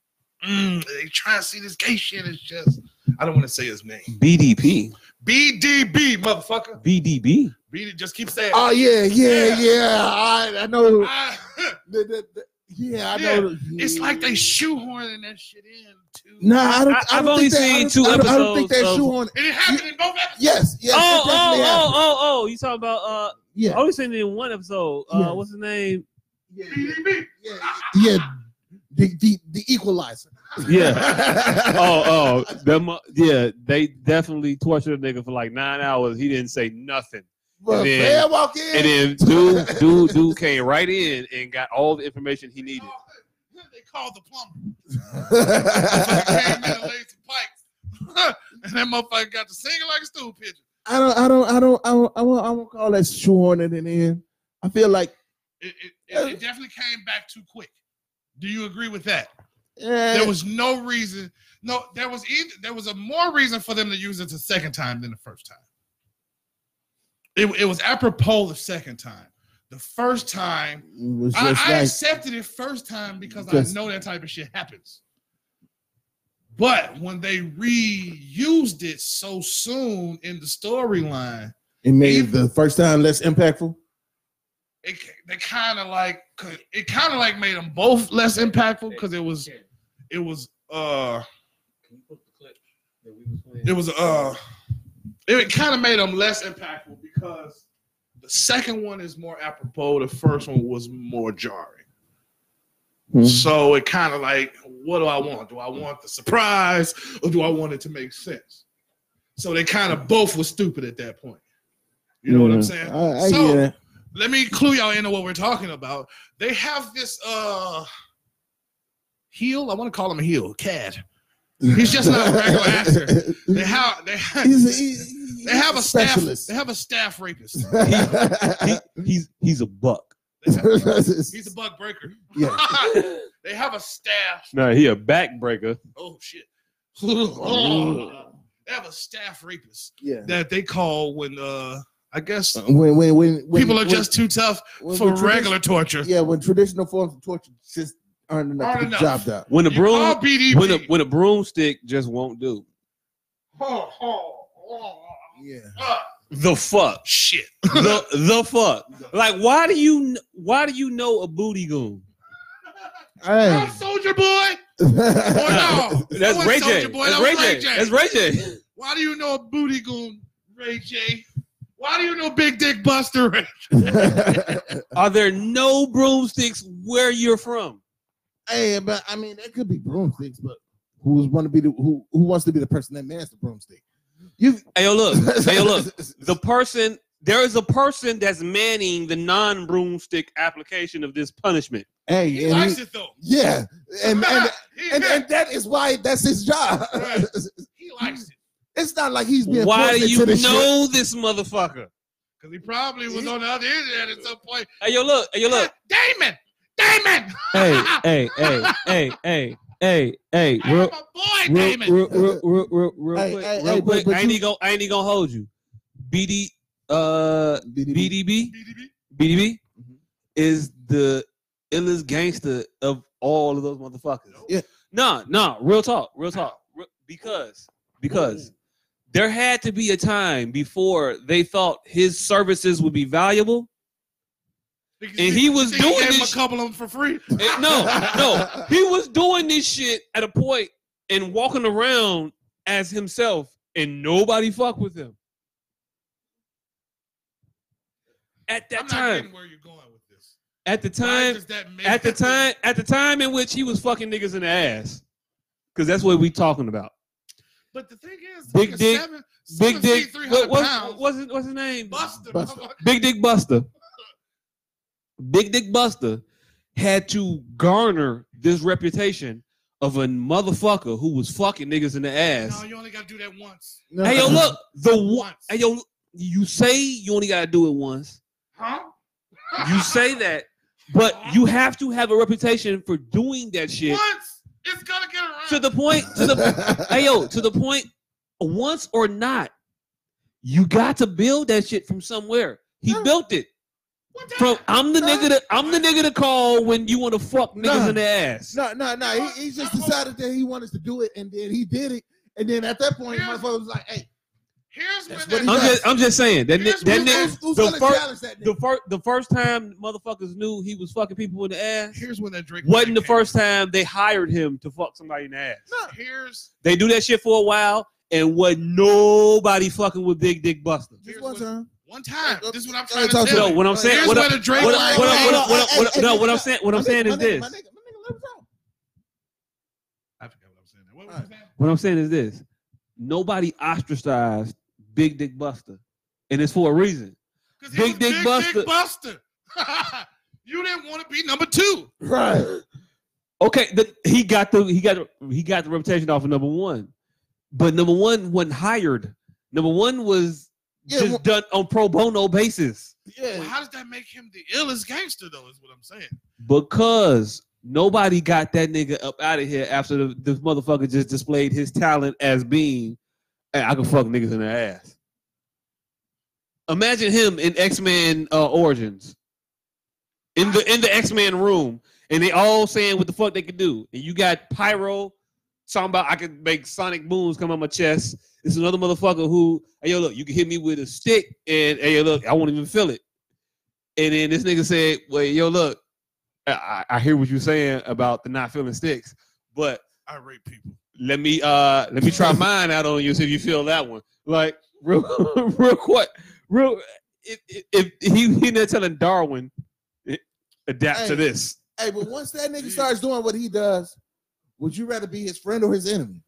Mm, they try to see this gay shit. It's just I don't want to say his name. BDP, BDB, motherfucker. BDB. BD, just keep saying. Oh yeah, yeah, Yeah. yeah. I I know. Ah, The, the, the, yeah, I know. <laughs> it's like they shoehorning that shit in too. Nah, I don't. I, I- I've don't only think that- I seen don't- two I don't, I don't think episodes that of- shoe on. And it happened in both episodes. Yes, yes. oh, it oh, definitely oh, happened. oh, oh! You talking about? uh I Yeah, only seen it in one episode. Uh, Yeah. What's his name? yeah, BDB. yeah, yeah. The the the equalizer. <laughs> Yeah. oh, oh, them, uh, yeah, they definitely tortured a nigga for like nine hours. He didn't say nothing, But And then- Fred walk in. and then dude, <laughs> dude, dude came right in and got all the information he They needed. Oh, <laughs> called the plumber. Came in and laid some pipes. <laughs> and that motherfucker got to singing like a stool pigeon. I don't, I don't, I don't, I don't, I won't, I won't call that shoehorning it in. I feel like, It, it, it, it definitely came back too quick. Do you agree with that? eh, There was no reason. No, there was either there was a more reason for them to use it the second time than the first time. It, it was apropos the second time. The first time it was I, just I like, accepted it first time because Just- I know that type of shit happens. But when they reused it so soon in the storyline, it made the first time less impactful. it they kind of like it kind of like made them both less impactful because it was it was uh it was uh it kind of made them less impactful because the second one is more apropos. The first one was more jarring. Hmm. So it kind of like, what do I want? Do I want the surprise or do I want it to make sense? So they kind of both were stupid at that point. You know what I'm saying? Mm-hmm. I, I so get it. let me clue y'all into what we're talking about. They have this uh heel. I want to call him a heel, Cad. He's just not a regular actor. <laughs> They have they have, He's a, he- they have a he's a staff. specialist. They have a staff rapist. <laughs> he's he's a buck. They have- He's a bug breaker. Yeah. they have a staff. No, he a backbreaker. Oh shit. they have a staff rapist yeah. that they call when uh I guess When when when, when people are when- just too tough when- for when tradi- regular torture. Yeah, when traditional forms of torture just aren't enough Aren't to get the enough. job done. When the You call broom BDB. when a when a broomstick just won't do. Ho, ho, ho, Yeah. ho. The fuck. Shit. The the <laughs> fuck. Like why do you kn- why do you know a booty goon? Hey. Soldier boy. Or no. <laughs> That's That Ray wasn't J. Soulja Boy, That's that was Ray J. Ray J. That's Ray J. Why do you know a booty goon, Ray J? Why do you know Big Dick Buster? Ray J? Are there no broomsticks where you're from? <laughs> hey, but I mean that could be broomsticks, but who's want to be the who who wants to be the person that mans the broomstick? You Hey, yo, look. Hey, yo, look. The person there is a person that's manning the non-broomstick application of this punishment. Hey, He and likes he- it though. yeah, <laughs> and and, he, and and that is why that's his job. Right. he likes it <laughs> it's not like he's being Why forced do into you this shit. know this motherfucker? because he probably was on the other internet at some point. Hey, yo, look. Hey, yo, <laughs> look. Damon, Damon. hey, hey, hey, hey, hey, hey, hey, I real, am a boy, real, Damon. real, real, real, real, real Hey, quick, hey, real hey, but- quick. but I ain't you- even gonna, I ain't even gonna hold you. BD, uh, BDB, BDB. BDB Mm-hmm. is the illest gangster of all of those motherfuckers. Yeah. Nah, nah, real talk, real talk. Re- Because, because there had to be a time before they thought his services would be valuable. Because And he was they doing gave him this- a couple of them for free. It- Eh, no, no. He was doing this shit at a point and walking around as himself, and nobody fuck with him. At that I'm not time, getting where you're going with this. at the Why time, does that make at the that thing- time, at the time in which he was fucking niggas in the ass, because that's what we talking about. But the thing is, Big like a dick- seven, Big seven Dick, Three what, hundred what's, pounds. what's his, what's his name? Buster. Buster. motherfucker. Big Dick Buster. Big Dick Buster had to garner this reputation of a motherfucker who was fucking niggas in the No, ass. you only got to do that once. No. Hey yo, look, the one. Once. Hey yo, you say you only gotta do it once. Huh? You say <laughs> that, but you have to have a reputation for doing that shit once. It's gonna get around. to the point. To the <laughs> hey yo, to the point. Once or not, you got to build that shit from somewhere. He built it. What the From hell? I'm the nigga to I'm the nigga to call when you want to fuck niggas Nah. in the ass. No, no, no. He, he just decided that he wanted to do it, and then he did it. And then at that point, my motherfucker was like, "Hey, Here's That's when what I'm he that, just I'm just saying that ni- Here's that what it nigga is. who's, who's the gonna first- challenge that?" the Nigga? first the first time motherfuckers knew he was fucking people in the ass here's when that Drake wasn't the came. first time they hired him to fuck somebody in the ass. Here's They do that shit for a while and was nobody fucking with Big Dick Buster. Just here's one when- time. one time. Go- This is what I'm go trying to talk tell to No, you. what I'm saying Here's what, I- where the Drake what, I- line what, I- came. what, I- what, I- what, I- no, what I'm saying what I'm My saying is nigga, my nigga, this. my nigga, my nigga, let me talk. I forgot what I'm saying. What was that? What I'm saying is this: nobody ostracized Big Dick Buster, and it's for a reason. 'Cause he Big was Dick Big Buster. Dick Buster. <laughs> you didn't want to be number two. Right. Okay, the, he got the he got he got the reputation off of number one, but number one wasn't hired. Number one was Yeah, just well- done on pro bono basis Well, Yeah. how does that make him the illest gangster though? Is what I'm saying. because nobody got that nigga up out of here after the, this motherfucker just displayed his talent as being, hey, I can fuck niggas in the ass. Imagine him in X Men uh, Origins, in the in the X Men room, and they all saying what the fuck they could do, and you got Pyro talking about I can make sonic booms come out my chest. It's another motherfucker who, hey yo, look, you can hit me with a stick, and hey yo, look, I won't even feel it. And then this nigga said, "Well, yo, look, I, I hear what you're saying about the not feeling sticks, but I rate people. let me uh let me try mine out on you see if you feel that one like <laughs> real real quick real if, if, if he he not telling darwin eh, adapt to Hey. this Hey, but once that nigga starts doing what he does, would you rather be his friend or his <laughs> enemy?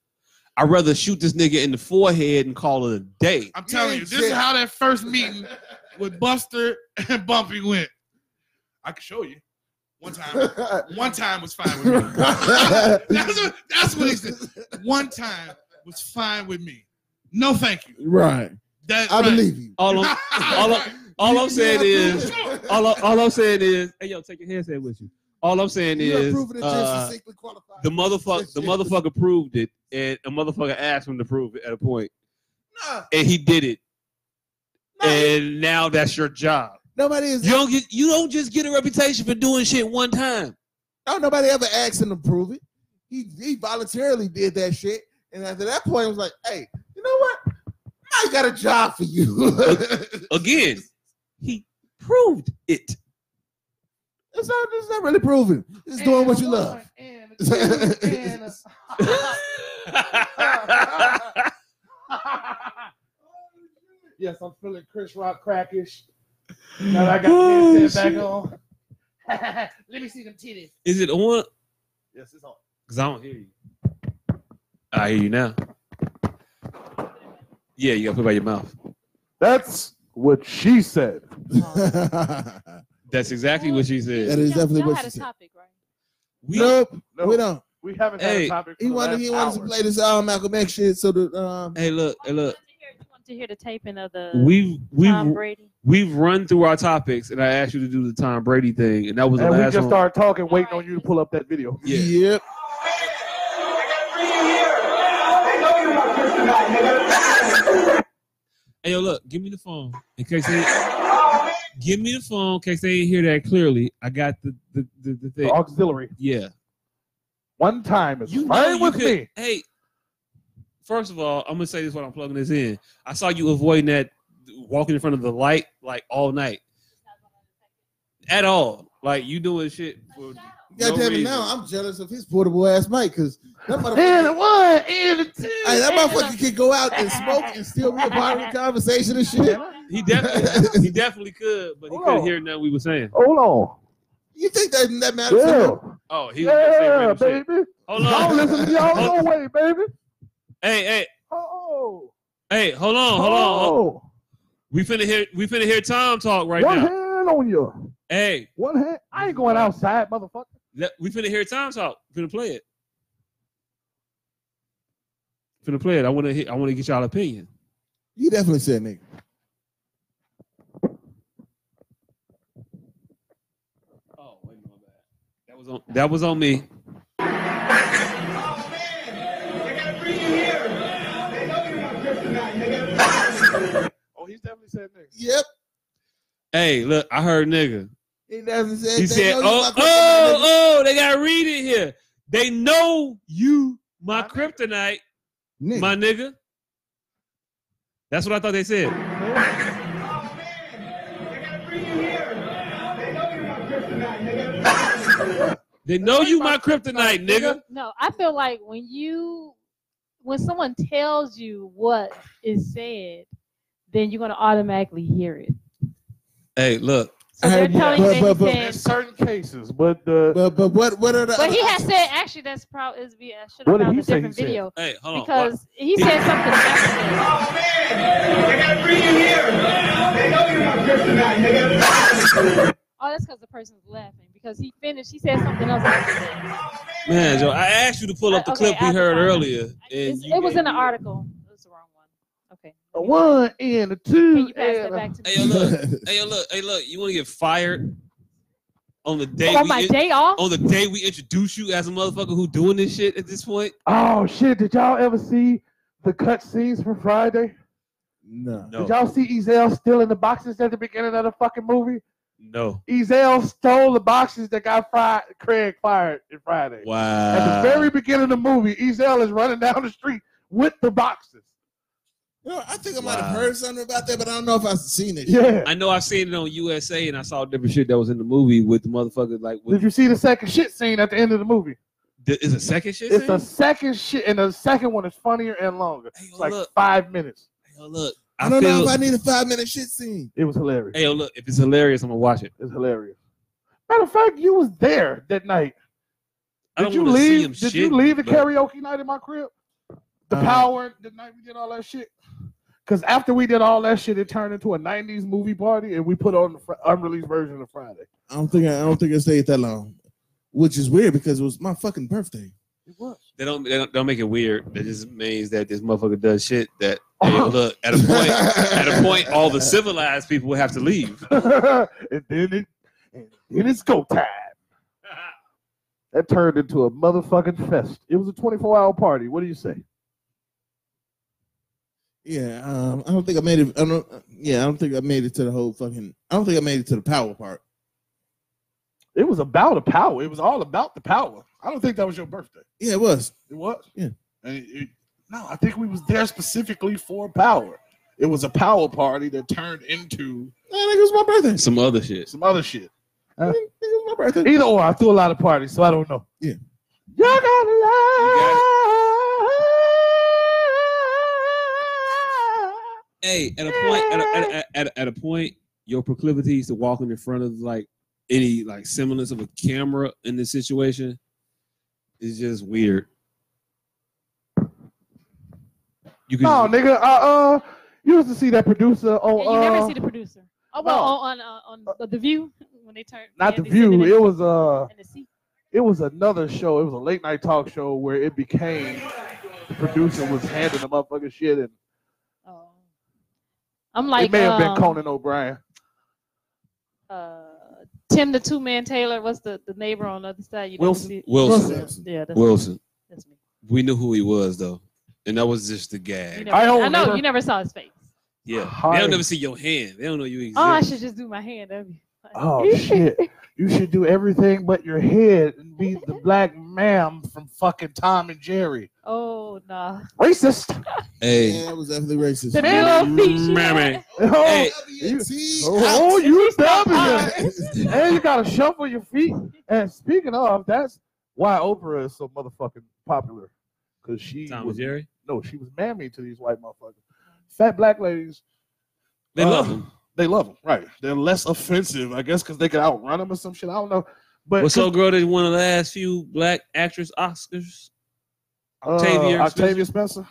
i'd rather shoot this nigga in the forehead and call it a day I'm telling ain't you, this is shit. how that first meeting with Buster and Bumpy went. I can show you. One <laughs> time, one time was fine with me. that's, what, that's what he said. One time was fine with me. No, thank you. <laughs> right. That, I right. <laughs> believe you. all i'm <laughs> all Right. i'm, all I'm saying is Sure. all, I, all i'm saying is hey yo take your headset with you all i'm saying You're is proving that you're uh, succinctly qualified. the motherfucker the motherfucker proved it and a motherfucker asked him to prove it at a point Nah, and he did it nah, and now that's your job nobody is. You don't get you don't just get a reputation for doing shit one time. No, nobody ever asked him to prove it. He he voluntarily did that shit, and after that point, I was like, "Hey, you know what? I got a job for you." <laughs> it's Again, he proved it. not. It's not really proving. It's doing what you love. <laughs> yes, I'm feeling Chris Rock crackish. Now that I got the headset back on. <laughs> Let me see them titties. Is it on? Yes, it's on. Cause I don't hear you. I hear you now. Yeah, you gotta put it by your mouth. That's what she said. that That's exactly what she said. is Y'all- definitely y'all what had she a said. topic, right? We Nope, No, we don't. we haven't had Hey. a topic. For He the wanted. last He wanted to hour. play this uh, Malcolm X shit. So the um, hey, look, hey, look. You want to hear the taping of the We've Uh, Tom we've Brady? we've run through our topics, and I asked you to do the Tom Brady thing, and that was the And we last just one. started talking, waiting on you to pull up that video. yeah. yep. Hey, yo, look, give me the phone in case they give me the phone in case they didn't hear that clearly. I got the the the, the The thing. auxiliary. Yeah, One time is You know fine you with could- me. Hey, first of all, I'm gonna say this while I'm plugging this in. I saw you avoiding that walking in front of the light like all night, at all. Like you doing shit. For God no damn it! reason. Now I'm jealous of his portable ass mic because that And motherfucker, a one, and a two. hey, that motherfucker can go out and smoke and still be a part of the conversation and shit. he definitely <laughs> he definitely could, but he Hold couldn't on. hear nothing we were saying. Hold You think that that on. matters? to Yeah. him? Oh, he was just saying Yeah, random shit. baby. Hold Don't on. listen to y'all no way, baby. hey, hey, Oh. hey, hold on, hold on. Hold on. Oh. We finna hear we finna hear Tom talk right One now. hand on you. Hey, One hand. I ain't going outside, motherfucker. let, we finna hear Tom talk. Finna play it. Finna play it. I wanna hear, I wanna get y'all opinion. You definitely said nigga. Oh wait, my bad. That was on that was on me. Oh, he's definitely said niggas. Yep. Hey, look, I heard nigga. He definitely said. He they said, know you Oh, my kryptonite, nigga. oh, oh, they got read it here. They know you my My nigga. kryptonite, Nigga. my nigga. That's what I thought they said. They know you my kryptonite, nigga. No, I feel like when you when someone tells you what is said, then you're gonna automatically hear it. Hey, look. So I they're heard you. telling But- you but- but- that he In said. certain cases, but the But but what what are the? But he other- has said actually that's probably is be I should What have did found he say he a different said? video Hey, hold on. Oh, because he said <laughs> something after that. Oh, that's because the person's laughing because he finished. He said something else. After that. Man, Joe, I asked you to pull up the Okay, clip we I- heard I- earlier. And It's- you It was gave in the me- article. It was the wrong one. Okay. a one and a Can two you pass that and a back to me? Hey, yo, <laughs> look. <laughs> Hey, yo, look. Hey, look. You want to get fired on the day on we my in- day off. on the day we introduce you as a motherfucker who doing this shit at this point? Oh shit! Did y'all ever see the cut scenes from Friday? No. Did y'all see Ezel still in the boxes at the beginning of the fucking movie? No. Ezel stole the boxes that got fried, Craig fired in Friday. Wow. Uh. At the very beginning of the movie, Ezel is running down the street with the boxes. You know, I think I might have heard something about that, but I don't know if I've seen it. Yeah. I know I've seen it on USA and I saw different shit that was in the movie with the motherfucker like Did with you see the second shit scene at the end of the movie? the, is a second shit. It's the thing? second shit, and the second one is funnier and longer. Hey, yo, It's like look. five minutes. Hey, yo, look, I, I, don't know feel. if I need a five minute shit scene. It was hilarious. hey, yo, look, if it's hilarious, I'm gonna watch it. It's hilarious. Matter of fact, you was there that night. I don't Did you wanna see him leave? Did you shit, leave the but- Uh-huh. karaoke night in my crib? The Uh, power the night we did all that shit. Because after we did all that shit, it turned into a '90s movie party, and we put on the fr- unreleased version of Friday. I don't think I, I don't think I stayed that long, which is weird because it was my fucking birthday. It was. They don't, they don't. don't make it weird. That just means that this motherfucker does shit that. Hey, <laughs> yo, look, at a point, at a point, all the civilized people have to leave. <laughs> and then it, and then it's go time. That turned into a motherfucking fest. It was a 24 hour party. What do you say? Yeah, um, I don't think I made it. I don't. Yeah, I don't think I made it to the whole fucking. I don't think I made it to the power part. It was about a power. It was all about the power. I don't think that was your birthday. Yeah, it was. It was. Yeah. And it- it- no, I think we was there specifically for power. It was a power party that turned into I think it was my birthday. Some other shit. some other shit. I think it was my birthday. Either or, I threw a lot of parties, so I don't know. Yeah. You got to got lie. Hey, at a point, at a, at, a, at, a, at a point, your proclivities to walking in front of like any like semblance of a camera in this situation is just weird. You can No, nigga. Uh, uh, you used to see that producer Yeah, you never on see uh, the producer. Oh well, no. on on, uh, on the, the View <laughs> when they turn. not yeah, the they send View. in It was uh, in the sea. it was another show. It was a late night talk show where it became the producer was handing the motherfucking shit, and Oh. I'm like it may have um, been Conan O'Brien. Uh, Tim the Two Man Taylor. What's the, the neighbor on the other side? You never Wilson. see- Wilson. Wilson. Yeah, that's, Wilson. that's me. We knew who he was though, and that was just the You gag. never- I I, don't know remember. you never saw his face. Yeah, they Hi. don't never see your hand. They don't know you exist. Oh, I should just do my hand. That'd be fun. Oh shit! You should do everything but your head and be the black ma'am from fucking Tom and Jerry. Oh no. Racist. hey, Yeah, I was definitely racist. The little feet. she Mammy. had. Oh, Hey. you- WNT, oh, you dumb. out. And you gotta shuffle your feet. And speaking of, that's why Oprah is so motherfucking popular. Cause she Tom and was, Jerry. no, she was mammy to these white motherfuckers. Fat black ladies, They Uh, love him. they love them, right? They're less offensive, I guess, cause they could outrun them or some shit. I don't know. But What's up, girl? That won the last few black actress Oscars. Octavia Octavia, uh, Octavia Spencer.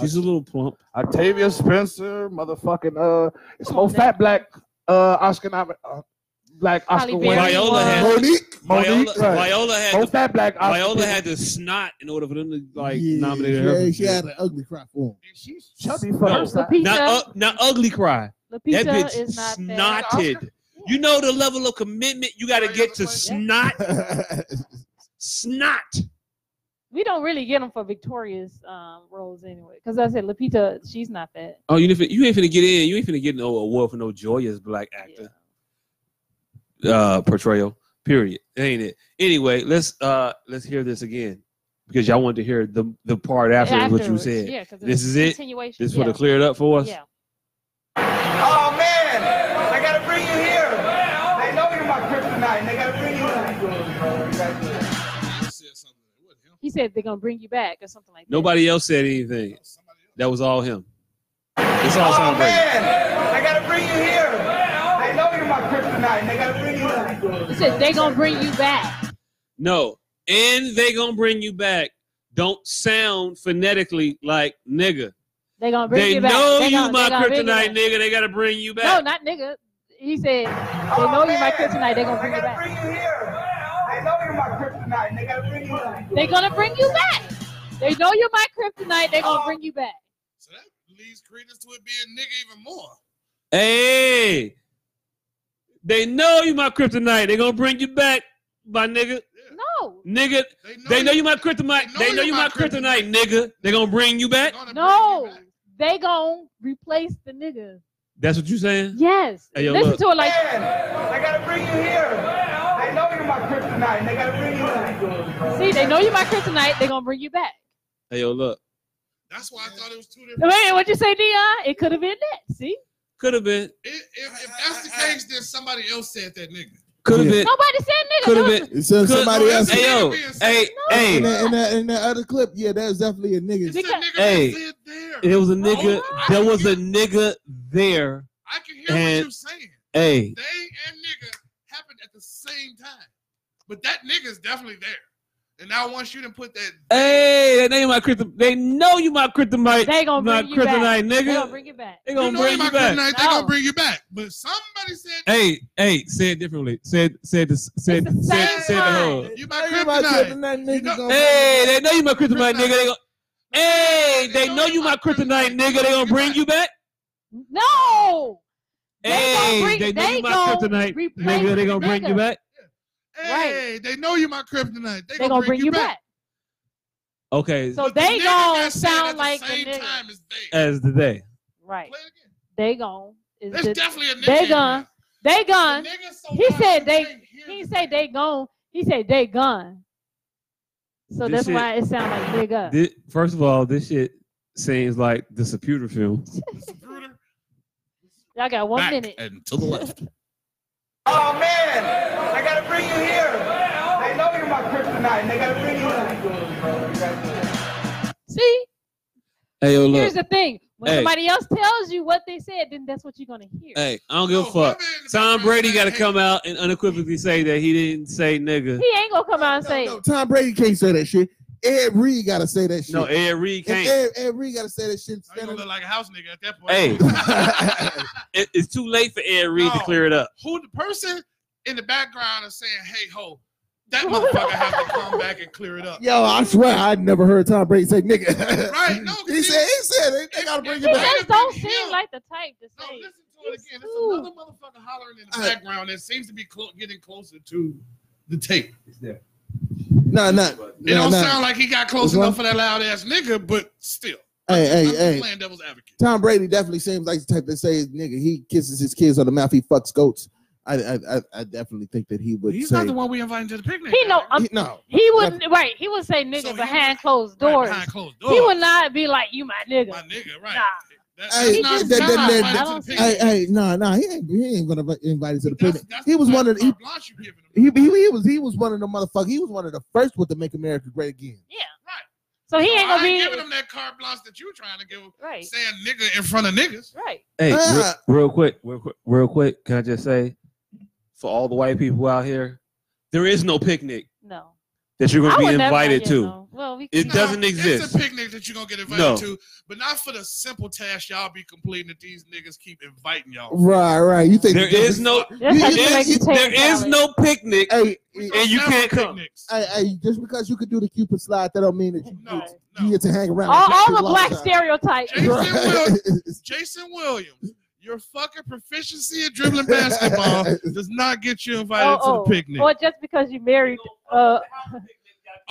She's a little plump. Octavia Spencer, motherfucking uh, it's Come more on, fat black uh Oscar nom- uh, black Halle Oscar Berry winner. Viola had- Monique. Monique, Viola, right. Viola Mo had to, fat black Oscar Viola winner. had to snot in order for them to <laughs> like <laughs> Yeah, nominate yeah, her. She had an ugly crop for him. She's chubby for No. her size. Lupita, Not, uh, not ugly cry. Lupita that bitch is not bad. snotted. You know the level of commitment you got to get to Yeah. snot, snot. We don't really get them for Victoria's um, roles anyway. Because I said Lupita, she's not fat. Oh, you, finna- you ain't finna get in. You ain't finna get no award for no joyous black Yeah. actor uh, portrayal. Period. Ain't it? Anyway, let's uh let's hear this again because y'all wanted to hear the the part after what you Afterwards, said. Yeah, 'cause This it's is it? Continuation. This yeah. would have cleared up for us. Yeah. Oh man, I gotta bring you here. They know you're my kryptonite. They gotta bring you. Here. He said they're gonna bring you back or something like that. Nobody else said anything. That was all him. It's all Oh Tom Brady. man, I gotta bring you here. They know you're my kryptonite. They gotta bring you. He Here. said they're gonna bring you back. No. And they gonna bring you back. Don't sound phonetically like nigga. They're gonna bring They you back. know They you gonna- my they gonna bring you kryptonite back. nigga. They gotta bring you No, back. not nigga. He said they know you're my kryptonite. They're gonna Oh, They bring you gotta back. bring you here. They know you're my kryptonite. They gotta bring you. Here. They're gonna bring you back. They know you're my kryptonite. They're gonna bring you back. So that leads credence to it being nigga even more. Hey. They know you my kryptonite. They gonna bring you back, my nigga. No, Nigga. They know you my kryptonite. They know you my kryptonite, nigga. They gonna bring you back. Gonna bring you no, back. they gonna replace the nigga. That's what you saying? Yes, Hey, yo, listen look. to it like Man, I gotta bring you here. They know you're my kryptonite. They gotta bring you. Here. see. They know you're my kryptonite. They're gonna bring you back. Hey yo, look. That's why I thought it was two different. Wait, what'd you say, Dion? It could have been that. See, Could have been. If, if, if that's the case, then somebody else said that nigga. Could have Yeah. been. nobody said nigga. Could have no. been. <laughs> It's some- Could- somebody else. oh, Hey yo. Hey. In Hey. that, in, that, in that other clip, yeah, that was definitely a It's nigga. a nigga Hey. that lived there. There was a nigga. Oh, There was a nigga there. I can hear what And- you're saying. Hey. They and nigga happened at the same time. But that nigga's definitely there. And now once you done put that Hey. That name my kryptonite. They know you my kryptonite. They gonna my bring you back. kryptonite, They gonna nigga. bring it back. They you gonna know bring about you Kryptonite, back. they gonna No. bring you back. But somebody said Hey. Hey. Say it differently. Said. Said. This, said. It's the Said. same Said the whole. you my Nigga, my kryptonite. kryptonite nigga You know- gonna- Hey, they know you my kryptonite, nigga. They go, hey, they know you my kryptonite, nigga. They gonna bring you back. No. They Hey, gonna bring- they know they you my gonna kryptonite, replace nigga. They gonna bring you nigga. back. Hey, they know you my kryptonite. They, They gonna bring you back. Okay, So But the they nigga gonna that said at sound the like the same nigga. time as they. as the day. Right. Play it again. They gone. Is There's the- definitely a nigga. they in there. gone. They The gone. nigga's so He loud, said you they- can't hear He the say nigga. they gone. He said they gone. So This that's why it sound like nigga. Thi- first of all, this shit seems like the computer film. Zapruder, Y'all got one back minute. and to the left. Oh man, I gotta bring you here. They know you're my kryptonite. They gotta bring you here. See, Hey, yo, here's look. the thing. When Hey. somebody else tells you what they said, then that's what you're gonna hear. Hey, I don't give a No, fuck. women in the Tom background Brady saying, got to "Hey, come out and unequivocally say that he didn't say nigga. He ain't gonna come out and say, No, Tom Brady can't say that shit. Ed Reed gotta say that shit. No, Ed Reed And can't. Ed, Ed Reed gotta say that shit. Now you gonna look like a house nigga at that point. Hey. <laughs> Standing- It- it's too late for Ed Reed to No. clear it up. Who the person in the background is saying, hey ho, that motherfucker <laughs> have to come back and clear it up. <laughs> Yo, I swear I never heard Tom Brady say nigga. <laughs> Right, no, 'cause he he- said he said they, they gotta bring he it back. just don't Him. seem like the type to No, say. listen to it He's again. It's cool. another motherfucker hollering in the All right. background that seems to be clo- getting closer to the tape. No, no, It no, don't no. sound like he got close It's one- enough for that loud ass nigga, but still. Hey, hey, I'm hey. playing devil's advocate. Tom Brady definitely seems like the type that says nigga. He kisses his kids on the mouth. He fucks goats. I, I, I, I definitely think that he would He's say. not the one we invited to the picnic. He know. I'm, He- no, he wouldn't. Right. He would say nigga So he- behind closed Right, doors. behind closed doors. he would not be like you, my nigga. My nigga, right. Nah. That- Hey, that's that- not that- that- sound right that- to the picnic. hey, hey, no, no, he ain't, he ain't gonna invite us to the That's- picnic. that's He the was type one of the, carte blanche you giving him. he, he, he was he was one of the motherfuckers. He was one of the first with the Make America Great Again. Yeah. So he ain't gonna I ain't be. giving him that carte blanche that you trying to give him. Right. Saying nigga in front of niggas. Right. Hey, Ah. real, real quick, real quick, real quick. Can I just say, for all the white people out here, there is no picnic No. that you're I going to would be never- invited yeah, to. no. Well, we It can't. doesn't It's exist. a picnic that you're gonna get invited No. to, but not for the simple task y'all be completing that these niggas keep inviting y'all. Right, right. You think There is no, That's You- you- how you make there is, potato there is salad. no picnic. Hey, We hey, don't you have can't come. picnics. hey, just because you could do the Cupid slide, that don't mean that you, No, you no. get to hang around. All, with all people the black time. stereotypes. Jason Williams, <laughs> Right. Jason Williams, your fucking proficiency at <laughs> dribbling basketball does not get you invited Oh, to the picnic. oh. Or just because you married uh,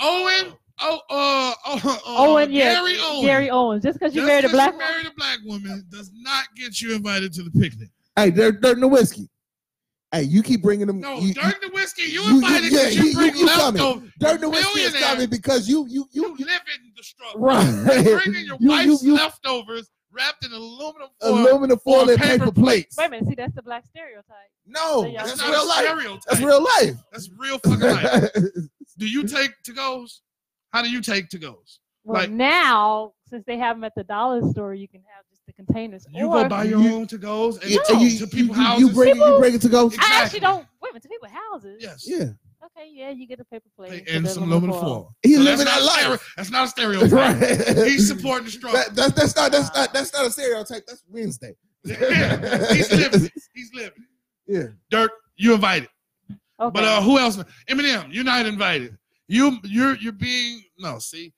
Owen, oh, uh, oh, oh, Owen, yeah, Gary Owen. Gary Owens. Just because you Just married a 'cause you black woman, married a black woman does not get you invited to the picnic. hey, dirt, dirt, and the whiskey. Hey, you keep bringing them. No, you, during the whiskey, you, you- invited yeah, because you, you- you- bring you coming. leftovers. Dirt and the whiskey is Millionaire. coming because you you You, you, you <laughs> live in the struggle. right. You're bringing your <laughs> You- you- wife's you- leftovers wrapped in aluminum foil. aluminum or foil and paper paper, plates. wait a minute. See, that's the black stereotype. No, That's that's, That's not real a life. stereotype. That's real life. That's real fucking <laughs> life. Do you take to goes? How do you take to goes? Well, Like- now since they have them at the dollar store, you can have just the containers. You or go buy your you- own to goes and Yeah, take you, to you, people's you- houses. you bring it, you bring it to go. Exactly. I actually don't. Wait a minute. To people houses. yes. Yeah, Okay. Yeah, you get a paper plate And with some aluminum foil. he's So living that that's not a life. stereo- That's <laughs> not a <laughs> stereotype. He's supporting the struggle. That, that's that's not that's not that's not a stereotype. That's Wednesday. <laughs> He's living. it. He's living. it. Yeah. Dirk, you invited. Okay. But uh, who else? Eminem, you're not invited. You you're you're being no see,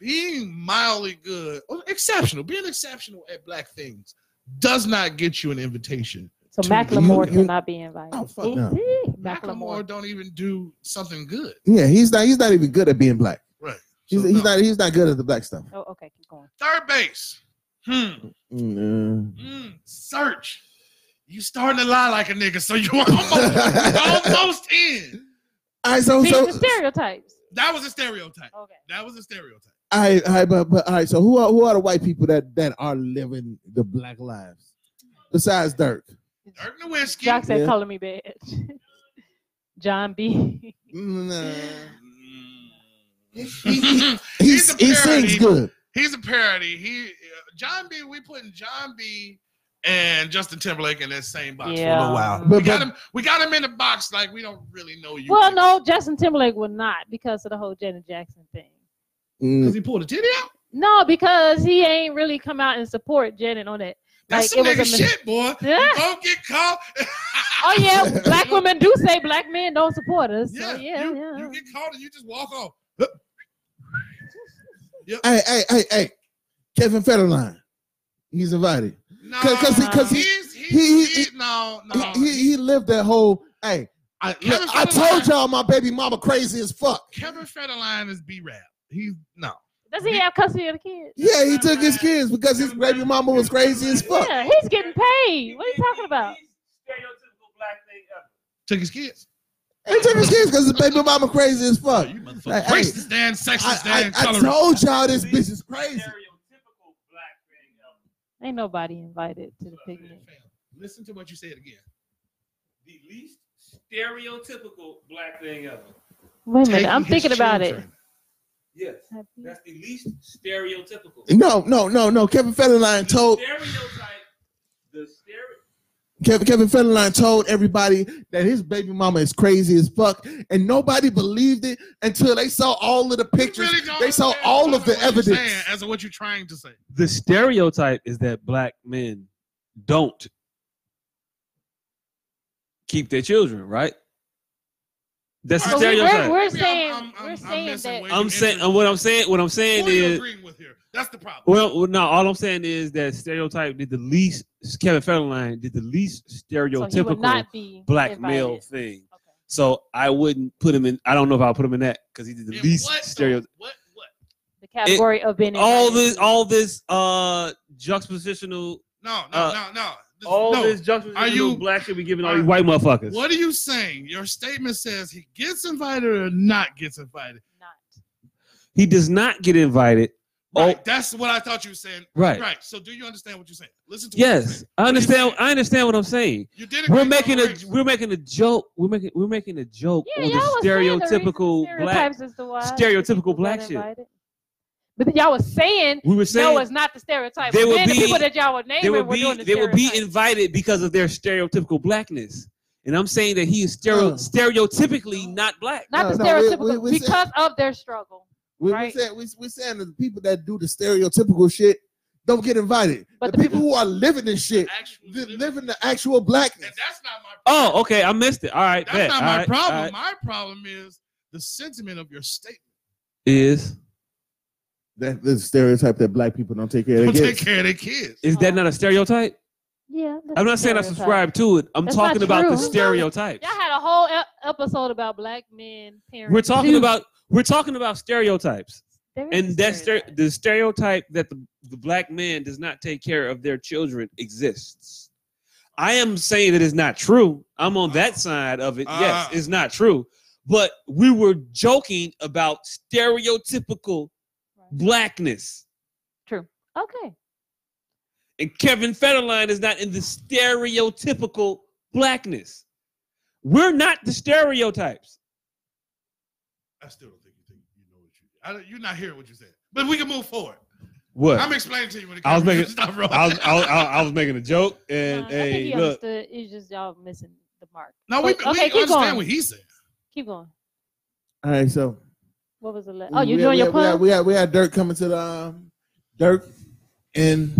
being mildly good, or exceptional, being exceptional at black things does not get you an invitation. so to Macklemore you- cannot be invited. <laughs> Oh fuck Oh. no. See? Macklemore Macklemore. don't even do something good. Yeah, he's not. He's not even good at being black. Right. He's, So, he's no. not. He's not good at the black stuff. Oh, okay. Keep going. third base. Hmm. Mm, Mm. Search. You starting to lie like a nigga, so you <laughs> almost almost in. All right, so These so Oh, are stereotypes. That was a stereotype. Okay. That was a stereotype. All right, all right, but, but all right. So who are who are the white people that that are living the black lives besides Dirk? Dirk Nowitzki. Jock said, Yeah. "Color me bad." <laughs> John B. Nah. Mm. <laughs> He, He's a he sings parody. good. He's a parody. He uh, John B. We putting John B. and Justin Timberlake in that same box for a Yeah. little while. But- we got but- him. We got him in the box like we don't really know you. Well, no, Justin Timberlake will not because of the whole Janet Jackson thing. Mm. because he pulled a titty out. No, because he ain't really come out and support Janet on it. <laughs> That's Like, some it nigga was a mis- shit, boy. Yeah. Don't get caught. <laughs> Oh yeah, black women do say black men don't support us. so, yeah, you, yeah. you get caught and you just walk off. Hey, hey, hey, hey, Kevin Federline. He's invited. No, 'Cause- 'cause he- 'cause he- he's, he's, he- he- he's- no, He- no. He, he lived that whole. Hey, I, Kevin look, I Federline- told y'all my baby mama crazy as fuck. Kevin Federline is B rap. He's no. Does he have custody of the kids? Yeah, he took his kids because his baby mama was crazy as fuck. Yeah, he's getting paid. What are you talking about? Stereotypical black thing ever. Took his kids. He took his kids because his baby mama crazy as Oh, fuck. you motherfucker. Like, hey, Racist and sexist I, and I, I colorist. told y'all this bitch is crazy. Stereotypical black thing ever. Ain't nobody invited to the picnic. Listen to what you said again. The least stereotypical black thing ever. Wait a minute, Taking I'm his thinking about it. children. Yes, that's the least stereotypical. No, no, no, no. Kevin Federline told the stereotype. The stereo. Kevin, Kevin Federline told everybody that his baby mama is crazy as fuck, and nobody believed it until they saw all of the You pictures. really don't they saw understand all of the what you're evidence. saying as to what you're trying to say. The stereotype is that black men don't keep their children, right? That's the So we- we're, stereotype. we're Maybe I'm- saying I'm- I'm- we're I'm saying missing that where I'm saying and what I'm saying. What I'm saying Who are you is agreeing with here? That's the problem. well, no. All I'm saying is that stereotype did the least. Kevin Federline did the least so he would stereotypical not be black invited. male thing. Okay. So I wouldn't put him in. I don't know if I'll put him in that because he did the In least what, though? stereotype. What? What? The category of being All invited. this, all this, uh, juxtapositional, No, no, Uh, no, no. This- all no. this juxtapositional Are you- black shit we giving all are- these white motherfuckers. What are you saying? Your statement says he gets invited or not gets invited. Not. He does not get invited. Right. Oh. That's what I thought you were saying. Right. Right. So do you understand what you're saying? Listen to what you're Yes, saying. I What you're understand. saying. I understand what I'm saying. You did agree We're on making a race. we're making a joke. We're making we're making a joke Yeah, on y'all the was saying the reason- stereotypical black. stereotypes is the why stereotypical people got black shit. invited. But then y'all was saying, We were saying no, it's not the stereotype. They But would then be- the people that y'all were naming they were would be doing the they would be stereotype. invited because of their stereotypical blackness. And I'm saying that he is stereo, Uh. stereotypically not black. not No, no, the we- stereotypical we- we said- because of their struggle. We, Right. we said, we, we saying that the people that do the stereotypical shit don't get invited. But the, the people who are living this shit, Actually, li- living the actual blackness. And that's not my Oh, okay, I missed it. All right, That's bet. not All my right, problem. all right. My problem is the sentiment of your statement. Is That the stereotype that black people don't take care Don't of their take kids. care of their kids. is that not a stereotype? Yeah, I'm not saying I subscribe to it. I'm That's talking not about true. the stereotypes. Y'all had a whole ep- episode about black men parents. We're talking <laughs> too. about we're talking about stereotypes. There is a and that's stere- stereotype. the stereotype that the, the black man does not take care of their children exists. I am saying that it's not true. I'm on that side of it. Ah. yes, it's not true. But we were joking about stereotypical Right. blackness. True. Okay. And Kevin Federline is not in the stereotypical blackness. We're not the stereotypes. I still don't think you think you know what you. I don't, you're not hearing what you said. But we can move forward. What? I'm explaining to you when it I was comes. <laughs> making- Stop rolling. I was, I, was, I was- I was making a joke, and No, I think hey, he look, understood. It's just y'all missing the mark. No, we, But- we okay, keep understand going. what he said. keep going. All right, so What was the last? Oh, you we- doing we your had, we had, pun? we had we had Dirk coming to the um, Dirk and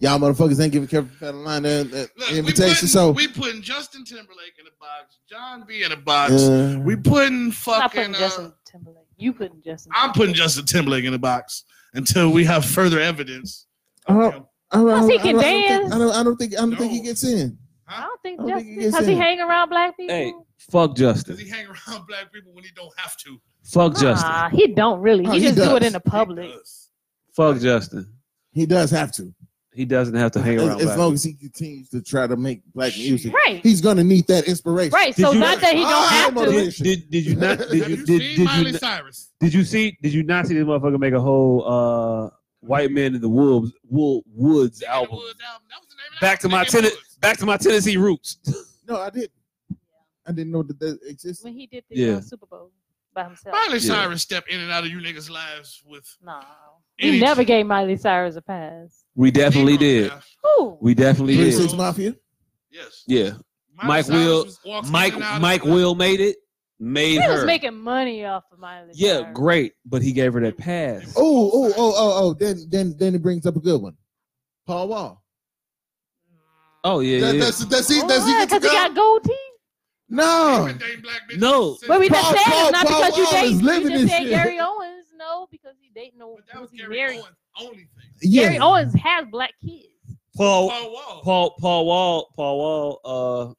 y'all motherfuckers ain't giving Kevin Federline that, that Look, we invitation. putting, so we putting Justin Timberlake in a box, John B in a box. uh, we putting I'm not fucking. putting Uh, Justin Timberlake. You putting Justin. I'm Timberlake. putting Justin Timberlake in a box until we have further evidence. Uh, Okay. I don't, I Plus don't, he I can don't think, dance. I don't, I don't think I don't think he No. gets in. I don't think I don't think Justin he gets because he in. hang around black people. hey, fuck Justin. Does he hang around <laughs> black people when he don't have to? Fuck Justin. Nah, he don't really. No, he Oh, he just do it does. in the public. He does. Fuck Justin. He does have to. He doesn't have to hang As, around. as black long as he continues to try to make black music, Right. he's gonna need that inspiration. Right. Did So you- not that he don't have <laughs> I'm Oh, a- to. Did, did, did you <laughs> not? Did Have you, you did, seen did, you Miley not- Cyrus? did you see? Did you not see this motherfucker make a whole uh, white man in the wolves wool, woods Nick in the album? Woods album. That was the name of that Back to album, my Nick in the tenant. Back to my Tennessee roots. No, I didn't. I didn't know that that existed. When he did the Yeah. uh, Super Bowl by himself. Woods. Miley Yeah. Cyrus stepped in and out of you niggas' lives with. No. Any- He never gave Miley Cyrus a pass. <laughs> We definitely did. Who? We definitely Three Yeah. did. Six Mafia. Yes. Yeah. Miley Mike Cyrus Will- was- walks in Mike and out of- Mike <laughs> Will made it. Made He was her. making money off of Miley. Yeah, Cyrus. great. But he gave her that pass. Oh, oh, oh, oh, oh. Then, then, then it brings up a good one. Paul Wall. Mm. Oh yeah. That, yeah. that's that's he. Oh, That's he. why? Get to 'Cause he go. got gold teeth. No. Everything black bitch No. said- But Oh. we Paul- just said Paul- it's not Paul because Wall is you date. living You this just said shit. Gary Owens. No, because he dating no. But that was he Gary married. Owens' only thing. Gary Yeah. Owens has black kids. Paul Paul Wall. Paul Paul Wall Paul Wall uh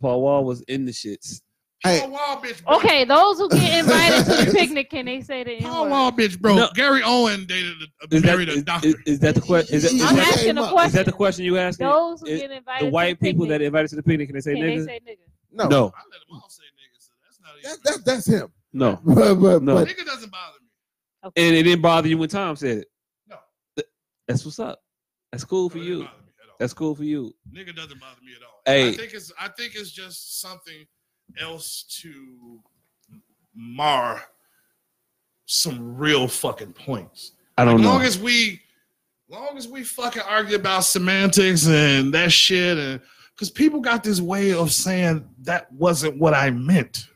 Paul Wall was in the shits. Hey, Paul Wall, bitch. Bro. Okay, those who get invited <laughs> to the picnic can they say the Paul N-word? Wall, bitch, bro. No. Gary Owen dated a, Is that, married a is, doctor. is, is that the question? Is, that- is I'm that- asking a is that the question. question you asking? Those who Is- get invited The to white the people that picnic, invited to the picnic can they say can they nigga? say nigga? no. No, I let them all say nigga, so that's not That, even. that, that's him. no. <laughs> But, but, No. but nigga doesn't bother me. And it didn't bother you when Tom said it. No. Th- That's what's up. That's cool for No, it you. doesn't bother me at all. That's cool for you. Nigga doesn't bother me at all. Hey. I think it's I think it's just something else to mar some real fucking points. I don't As know. long as we long as we fucking argue about semantics and that shit and because people got this way of saying that wasn't what I meant.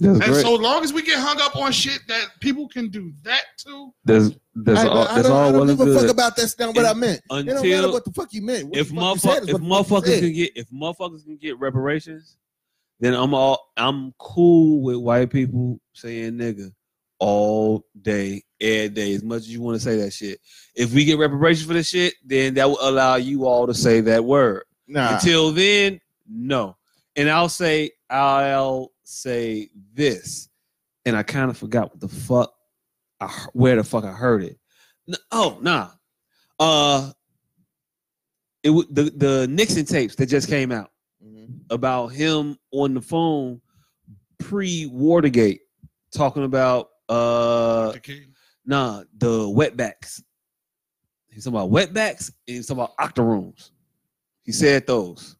That's And great. so long as we get hung up on shit that people can do that to, That's that's I, all. I That's don't, I all don't well and give a fuck good. about that's not what I meant. it don't matter Until what the fuck you meant. What if the fuck you said motherfuckers is if what the fuck you motherfuckers said. can get if motherfuckers can get reparations, then I'm all I'm cool with white people saying nigga all day, every day, as much as you want to say that shit. If we get reparations for this shit, then that will allow you all to say that word. nah, Until then, no. And I'll say I'll say this, and I kind of forgot what the fuck, I, he- where the fuck I heard it. N- oh nah, uh, it wa- the the Nixon tapes that just came out Mm-hmm. about him on the phone pre Watergate talking about uh <laughs> Dr. King, Nah, the wetbacks. He's talking about wetbacks and he's talking about octarooms. He said those.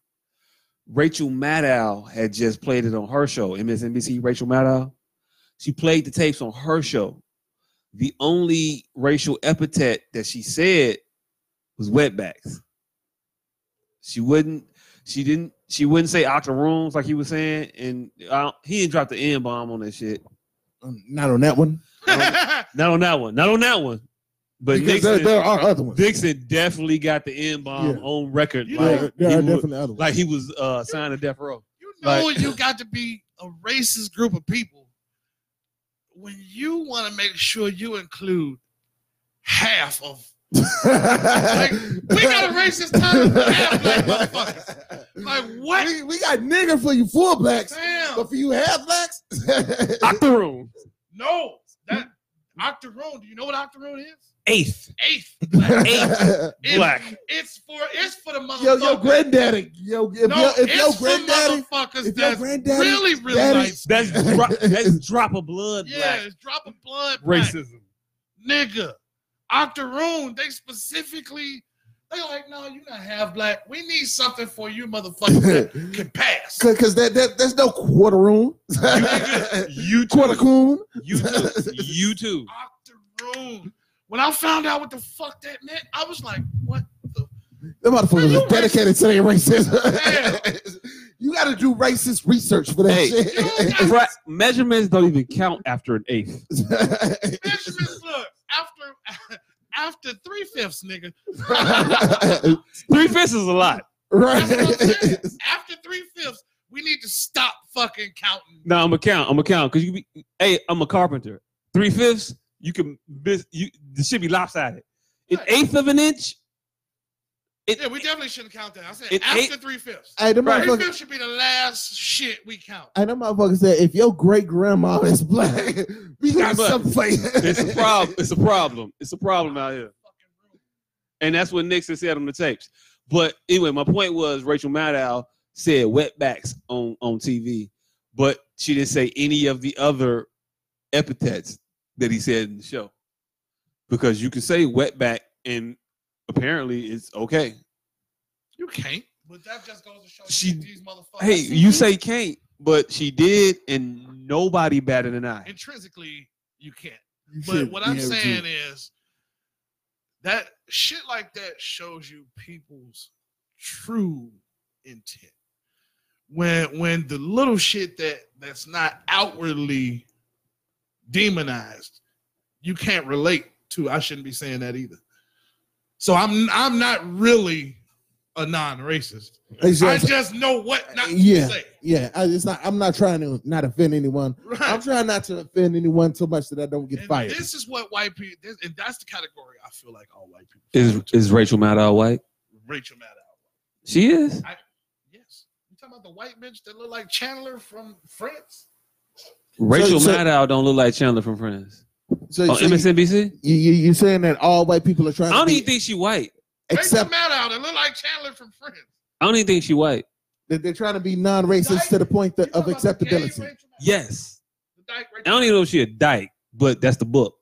Rachel Maddow had just played it on her show, MSNBC Rachel Maddow. She played the tapes on her show. The only racial epithet that she said was wetbacks. She wouldn't, she didn't, she wouldn't say octarooms like he was saying, and I don't, he didn't drop the N bomb on that shit. Um, not on that one. Not on that one. Not on that one. But Because Nixon, there, there are other ones. Dixon definitely got the N bomb Yeah. on record. You like, there, there he are was, definitely other ones. like he was uh, signed a death row. you know Like- you got to be a racist group of people when you want to make sure you include half of <laughs> like we got a racist term for half <laughs> black motherfuckers. Like what? We, we got nigger for you full blacks, Damn. but for you half <laughs> blacks, Octoroon. No. That octaroon. Do you know what octaroon is? Eighth. Eighth. Black. It's- Black. It's for it's for the motherfuckers. yo, your granddaddy, yo, if, no, your, if it's your for granddaddy, motherfuckers if your that's granddaddy, really, really daddy- light skinned. That's, dro- that's <laughs> drop of blood Yeah, black it's drop of blood. black. racism. nigga. Octoroon, they specifically, they like, no, you're not half black. We need something for you motherfuckers <laughs> that can pass. cause, 'cause that, that that's no quarter <laughs> room, You quarter coon. You too. <laughs> You too. Octoroon. When I found out what the fuck that meant, I was like, <laughs> what the? Them motherfuckers You are dedicated to their racism. Damn. <laughs> you got to do racist research for that Hey. shit. <laughs> Right. Measurements don't even count after an eighth. Measurements, look, after, <laughs> after three <laughs> fifths, nigga. Three fifths is a lot. That's what I'm saying. right. After three fifths, we need to stop fucking counting. No, I'm a count. I'm a count because you be. Hey, I'm a carpenter. Three fifths, you can. bis- You this should be lopsided. An Right. eighth of an inch. It, Yeah, we definitely shouldn't count that. I said It after ain't- three fifths. <laughs> Hey, them Three motherfuckers. fifths should be the last shit we count. And them motherfuckers said, if your great grandma is black, <laughs> we got much. something for you. it's a problem. It's a problem. It's a problem out here. And that's what Nixon said on the tapes. But anyway, my point was Rachel Maddow said wetbacks on, on TV, but she didn't say any of the other epithets that he said in the show. Because you can say wetback and apparently it's okay. You can't. But that just goes to show She- she, these motherfuckers. Oh, Hey, you say can't, but she did, and nobody better than I. intrinsically you can't. <laughs> You But should what be I'm able to. saying is that shit like that shows you people's true intent. When when the little shit that that's not outwardly demonized, you can't relate to. I shouldn't be saying that either. So I'm I'm not really a non-racist. I Exactly. just know what not Yeah. to say. yeah, I, it's not. I'm not trying to not offend anyone. Right. I'm trying not to offend anyone so much that I don't get And fired. This is what white people, this, and that's the category I feel like all white people. Is fall into. is Rachel Maddow white? Rachel Maddow? She is. Yes. You talking about the white bitch that look like Chandler from Friends? Rachel so- Maddow don't look like Chandler from Friends Oh, so, on so you- MSNBC. you, you, you're saying that all white people are I trying don't to even be, think she white. except Rachel Maddow that look like Chandler from Friends. I don't even think she white. that they're trying to be non-racist to the point You that, talking of about the gay acceptability. Rachel Maddow? Yes. The dyke I Rachel don't even know if she a dyke, but that's the book.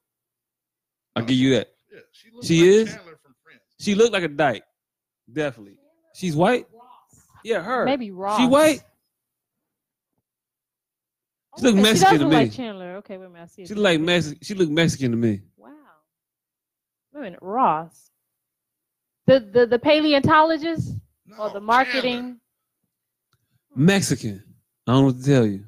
I'll give you that. Maddow. Yeah, she looks She like is? Chandler from Friends. She looked like a dyke. Definitely. She's white? Yeah, her. Maybe Ross. She white? She look Okay, Mexican does to look me. Like Chandler. Okay, wait a minute. I see it. She look like Mexican. She look Mexican to me. Wow. Wait a minute, Ross. The the the paleontologist No, or the Chandler. marketing? Mexican. I don't know what to tell you.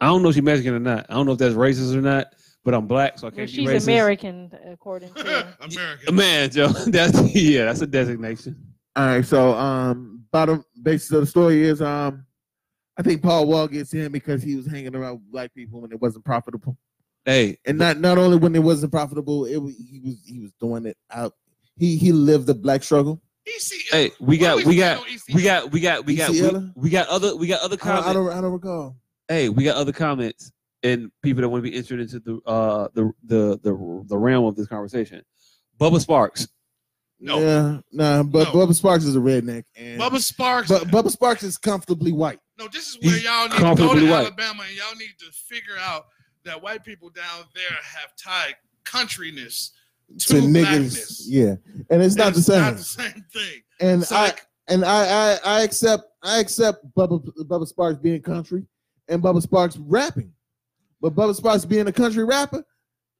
I don't know if she's Mexican or not. I don't know if that's racist or not, but I'm black, so I Well, can't be she's racist. American, according <laughs> to. <laughs> American. Man, Joe, <laughs> that's yeah, that's a designation. All right, so um, bottom basis of the story is um, I think Paul Wall gets in because he was hanging around with black people when it wasn't profitable, Hey, and not not only when it wasn't profitable, it was, he was he was doing it out. He he lived the black struggle. ECL. hey, we Why got, we got, stand on we ECL? got, we got, we got, we, ECL? we got other, we got other I don't, I comments. don't I don't recall. Hey, we got other comments and people that want to be entered into the uh the the the, the realm of this conversation. Bubba Sparks, No. yeah, nah, but No. Bubba Sparks is a redneck, and Bubba Sparks. Bu- Bubba Sparks is comfortably white. No, this is where He's y'all need to go comfortably to white. Alabama and y'all need to figure out that white people down there have tied countryness To To niggas, blackness. yeah, and it's not the same. Not the same thing. and So, I like- and I, I I accept I accept Bubba Bubba Sparks being country and Bubba Sparks rapping, but Bubba Sparks being a country rapper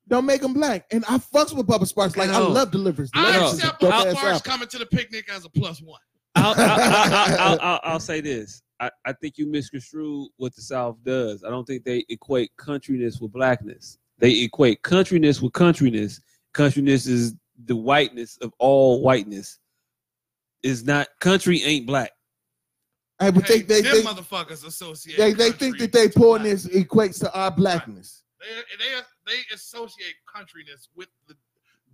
don't make him black. And I fucks with Bubba Sparks like I No. love Deliverance. I No. Deliverance is a accept dope Bubba ass Sparks album. coming to the picnic as a plus one. I'll, <laughs> I'll, I'll, I'll, I'll say this. I, I think you misconstrued what the South does. I don't think they equate countryness with blackness. They equate countryness with countryness. Countryness is the whiteness of all whiteness. Is not country ain't black. I would think they Hey, them think motherfuckers associate. they, they country think that they with pouring black. this equates to our blackness. They, they, they associate countryness with the,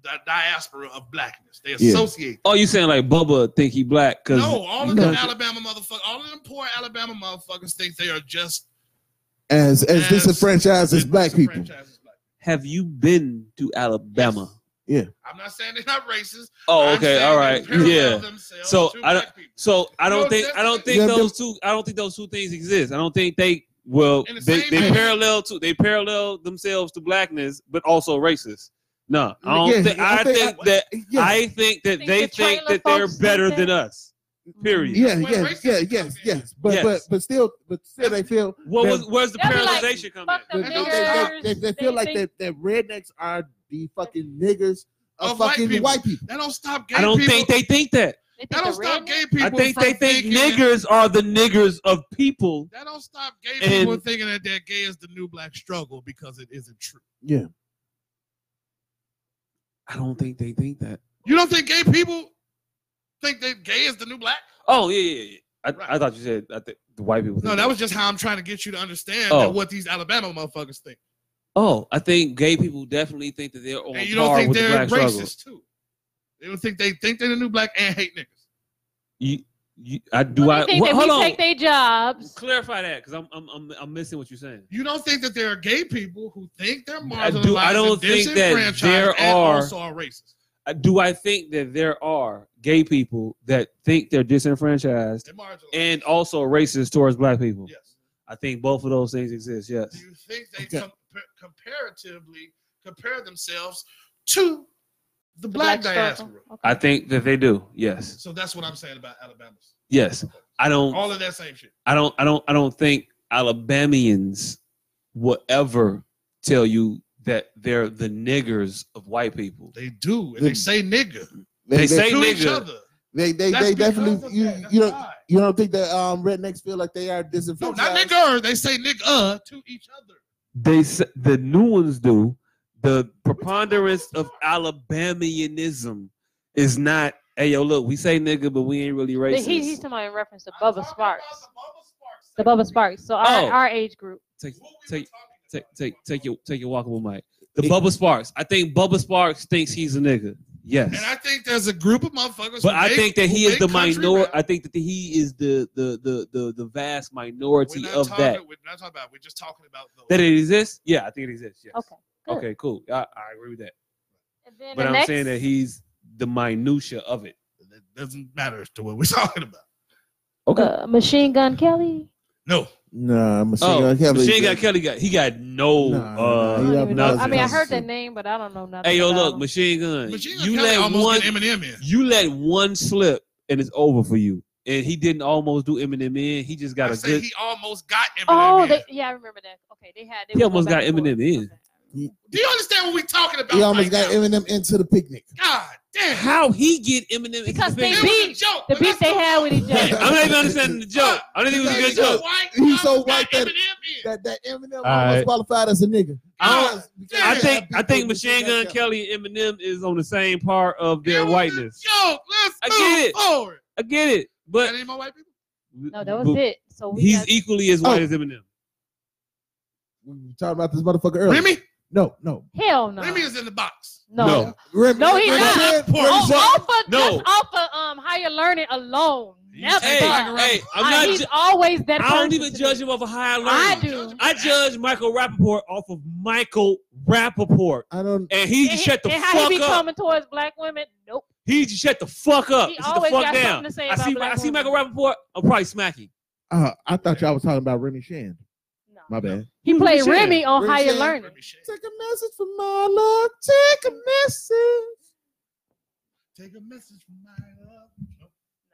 the diaspora of blackness. They Yeah. associate. Oh, you saying like Bubba think he black? Cause No, all of them No. Alabama motherfuckers, all of them poor Alabama motherfuckers think they are just As as As- disenfranchised as black people. disenfranchised as black. have you been to Alabama? I'm not saying they're not racist. Oh, I'm okay, saying all they right, parallel yeah. themselves So, to I black people. So I don't No, think I don't think Yeah, them- those two I don't think those two things exist. I don't think they well In the they, same they manner. parallel to they parallel themselves to blackness, but also racist. No, I don't Yeah, think I, think, that yeah, I think that they Think the think trailer that they're folks better think than that? us. Period. yeah, Where yeah, racism yeah, comes yes, in. yes, but Yes. but but still, but still, they feel What Yeah. was where's the They'll be like, parallelization come "Fuck in? they, the they- niggers." they- they- they feel like think- that, that rednecks are the fucking niggers of, Of white fucking people. white people. That don't stop gay I don't people. think they think that. they think that the don't stop redneck- gay people. I think they from think thinking- niggers are the niggers of people. That don't stop gay And- people thinking that they're gay is the new black struggle because it isn't true. I don't think they think that. You don't think gay people think that gay is the new black? Oh yeah, yeah, yeah. I, I Right. thought you said I think the white people. No, think that was just how I'm trying to get you to understand Oh. that what these Alabama motherfuckers think. Oh, I think gay people definitely think that they're on And you par don't think with the they're black racist struggle. too. They don't think they think they're the new black and hate niggas. You, you, I do. Well, I they think wh- that hold we on. take their jobs. Clarify that, because I'm, I'm I'm I'm missing what you're saying. You don't think that there are gay people who think they're marginalized I do- I don't and think that disenfranchised there and are- also are racist. Uh, Do I think that there are gay people that think they're disenfranchised And marginalized. and also racist towards black people? yes. I think both of those things exist. Do Yes. you think they Okay. com- comparatively compare themselves to the black, diaspora? I think that they do. Yes. So that's what I'm saying about Alabama's. Yes. I don't. All of that same shit. I don't I don't I don't think Alabamians will ever tell you that they're the niggers of white people. They do, and they say nigga They They, they, say to each nigga. other. they, they, That's they because definitely of you that. That's you don't why. you don't think that um rednecks feel like they are No, not disenfranchised? nigger. They say nigga to each other. They s- the new ones do. The preponderance of Alabamianism is not. Hey yo, look, we say nigga, but we ain't really But racist. he, he's talking about in reference to I'm Bubba talking Sparks. about The Bubba Sparks. So our, Oh. our age group. take, What we were take, talking take, take, take your take your walkable mic. The Bubba Sparks. I think Bubba Sparks thinks he's a nigga. Yes. And I think there's a group of motherfuckers. But who I make- think that he who is the make country minor. rap. I think that he is the the the the, the vast We're minority not of talking, that. We're not talking about. We're just talking about those. That it exists? Yeah, I think it exists. Yes. Okay. good. Okay. Cool. I, I agree with that. And then But the I'm next, saying that he's the minutia of it. That doesn't matter to what we're <laughs> talking about. uh, Machine Gun Kelly. No, Nah, Machine Oh, Gun Kelly. Machine Gun Kelly got he got no. Nah, uh, I, don't yeah, even know. but- I mean, I heard that name, but I don't know nothing. Hey yo, about look, him. Machine Gun. Machine Gun you Kelly let one. almost get Eminem in. You let one slip and it's over for you. And he didn't almost do Eminem in. He just got I a say good. he almost got Eminem Oh, in. they, yeah, I remember that. Okay, they had. They He were almost going back got and forth. Eminem in. Okay. Do you understand what we're talking about? He almost right got now? Eminem into the picnic. God damn. <laughs> How he get Eminem? Because they It Yeah, was a beat- joke, The but beef that's they had with each I'm other. not even understanding the <laughs> joke. I don't think it was a good He's joke. so white. He's so almost white got that- Eminem in. That that Eminem right. almost qualified as a nigga. I God Because damn. I think I think Machine people disrespect Gun them. Kelly and Eminem is on the same part of It their was a whiteness. Joke. Let's I move get it. forward. I get it, That but ain't my white people. No, that was it. So we He's E. got, equally as white Oh. as <laughs> Eminem. We were talking about this motherfucker earlier. Remy, No, no. hell no. Remy is in the box. no. No. Remy, No, he Remy not. said- Poor Remy Oh, said- off of, No. just off of um, higher learning alone. Never. Hey, hey, I'm Like, not. he's Ju- always that I don't person even to judge me. him off a high I learning. do. I judge Michael Rappaport off of Michael Rappaport, I don't. and he and just shut the and how fuck he be up. coming towards black women? Nope. He just shut the fuck up. He Shut the always fuck got down. something to say I about see. black I see women. Michael Rappaport. I'm probably smacking. Uh, I thought y'all was talking about Remy Shan. No. My bad. He Who's played Rashad? Remy on Rashad. higher learning. Remy shit. Take a message from my love. Take a message. Take a message from my love.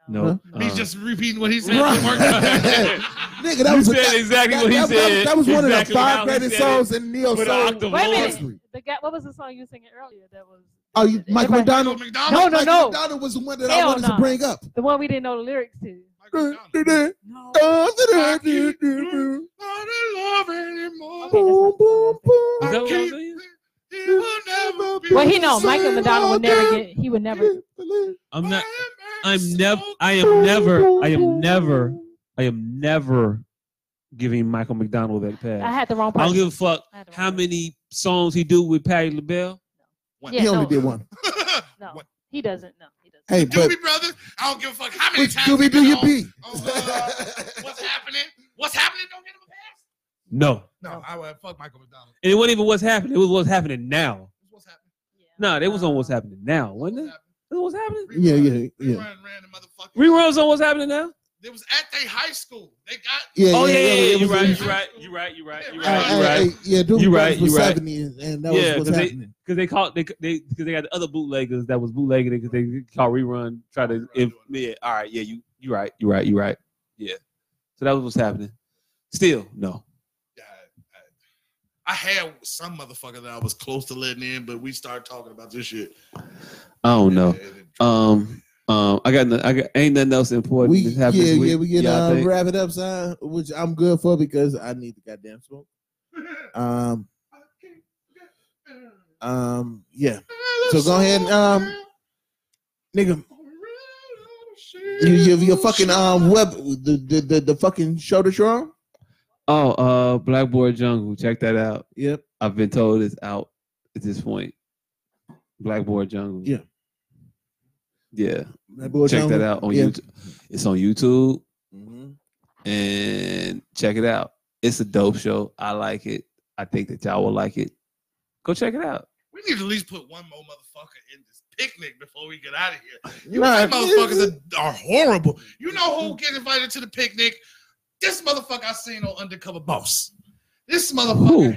No. Uh. He's just repeating what he said. Right. <laughs> Nigga, that was a, you said that, exactly that, what he that- said. that was one exactly of the how five he greatest said uh, songs in neo With an soul octave Wait a minute. history. The guy, what was the song you were singing earlier? That was Oh, you, Mike Everybody- McDonald. No, McDonald. no, Mike no. McDonald was the one that I Hell wanted no. to bring up. the one we didn't know the lyrics to. <laughs> No. I can't do Not in love anymore. Okay, that's Is that what I'm saying? not the song I was thinking. I can't He will never be. Well, he know Michael McDonald would never get. He would never. I'm My not. I'm man's never. so I am never. I am never. I am never giving Michael McDonald that I pass. had the wrong I part. don't give a fuck I had the how wrong many songs he do with Patti LaBelle. one. Yeah, He only no. did one. No, What? he doesn't. No, he doesn't. Hey, but <laughs> Doobie Brothers. I don't give a fuck how many times. Doobie we've do been your on- beat. on, uh, What's happening? What's happening? Don't get him a pass. No, No, I would fuck Michael McDonald. and it wasn't even what's happening. It was what's happening now. What's happening? Yeah. No, they was on what's Uh, happening now, What's wasn't it? happening? That was what's happening. Yeah, yeah, yeah. Rerun ran the motherfucker. Reruns on what's happening now. It was at their high school. They got yeah, Oh yeah, yeah, yeah. it You was- right. it was- You right. You right. You right. You Hey, right. hey, You right. hey, yeah, Doobie You Brothers right, you was right. 70 and, and that Yeah, was 'cause what's they- happening. Because they called they they because they got the other bootleggers that was bootlegging it because they called rerun try to if, yeah all right yeah you you right you right you right yeah so that was what's happening still no I, I, I had some motherfucker that I was close to letting in, but we started talking about this shit. I don't know And it- Oh, <laughs> um um I got no, I got ain't nothing else important we, that's yeah, happening this week. yeah, we get I um, think. wrap it up sign, which I'm good for because I need the goddamn smoke. Um, um, yeah, So go ahead and, um, nigga, you, you, your fucking um web the the the, the fucking shoulder shrug. oh uh Blackboard Jungle check that out Yep. I've been told it's out at this point Blackboard Jungle Yeah. yeah That boy check Jungle. that out on Yeah. YouTube it's on YouTube. Mhm. and check it out. It's a dope show. I like it. I think that y'all will like it. Go check it out. we need to at least put one more motherfucker in this picnic before we get out of here. You nah, motherfuckers are, are horrible. You know who get invited to the picnic? This motherfucker I seen on Undercover Boss. This Who? motherfucker.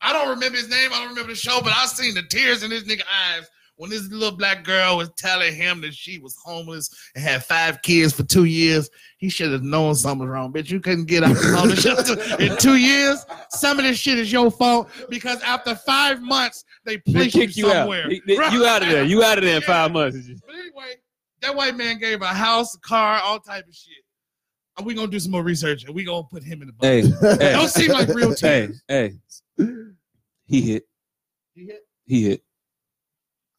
I don't remember his name. I don't remember the show, but I seen the tears in this nigga eyes when this little black girl was telling him that she was homeless and had five kids for two years. He should have known something was wrong, bitch. You couldn't get out of the homeless <laughs> shelter in two years. Some of this shit is your fault because after five months they They place kick you you out. somewhere. They- they- you out of there. You out of there in five months. But anyway, that white man gave a house, a car, all type of shit. And we gonna do some more research and we gonna put him in the box. Hey, hey, <laughs> Don't seem <laughs> like real hey, tears. hey. He hit. He hit. He hit.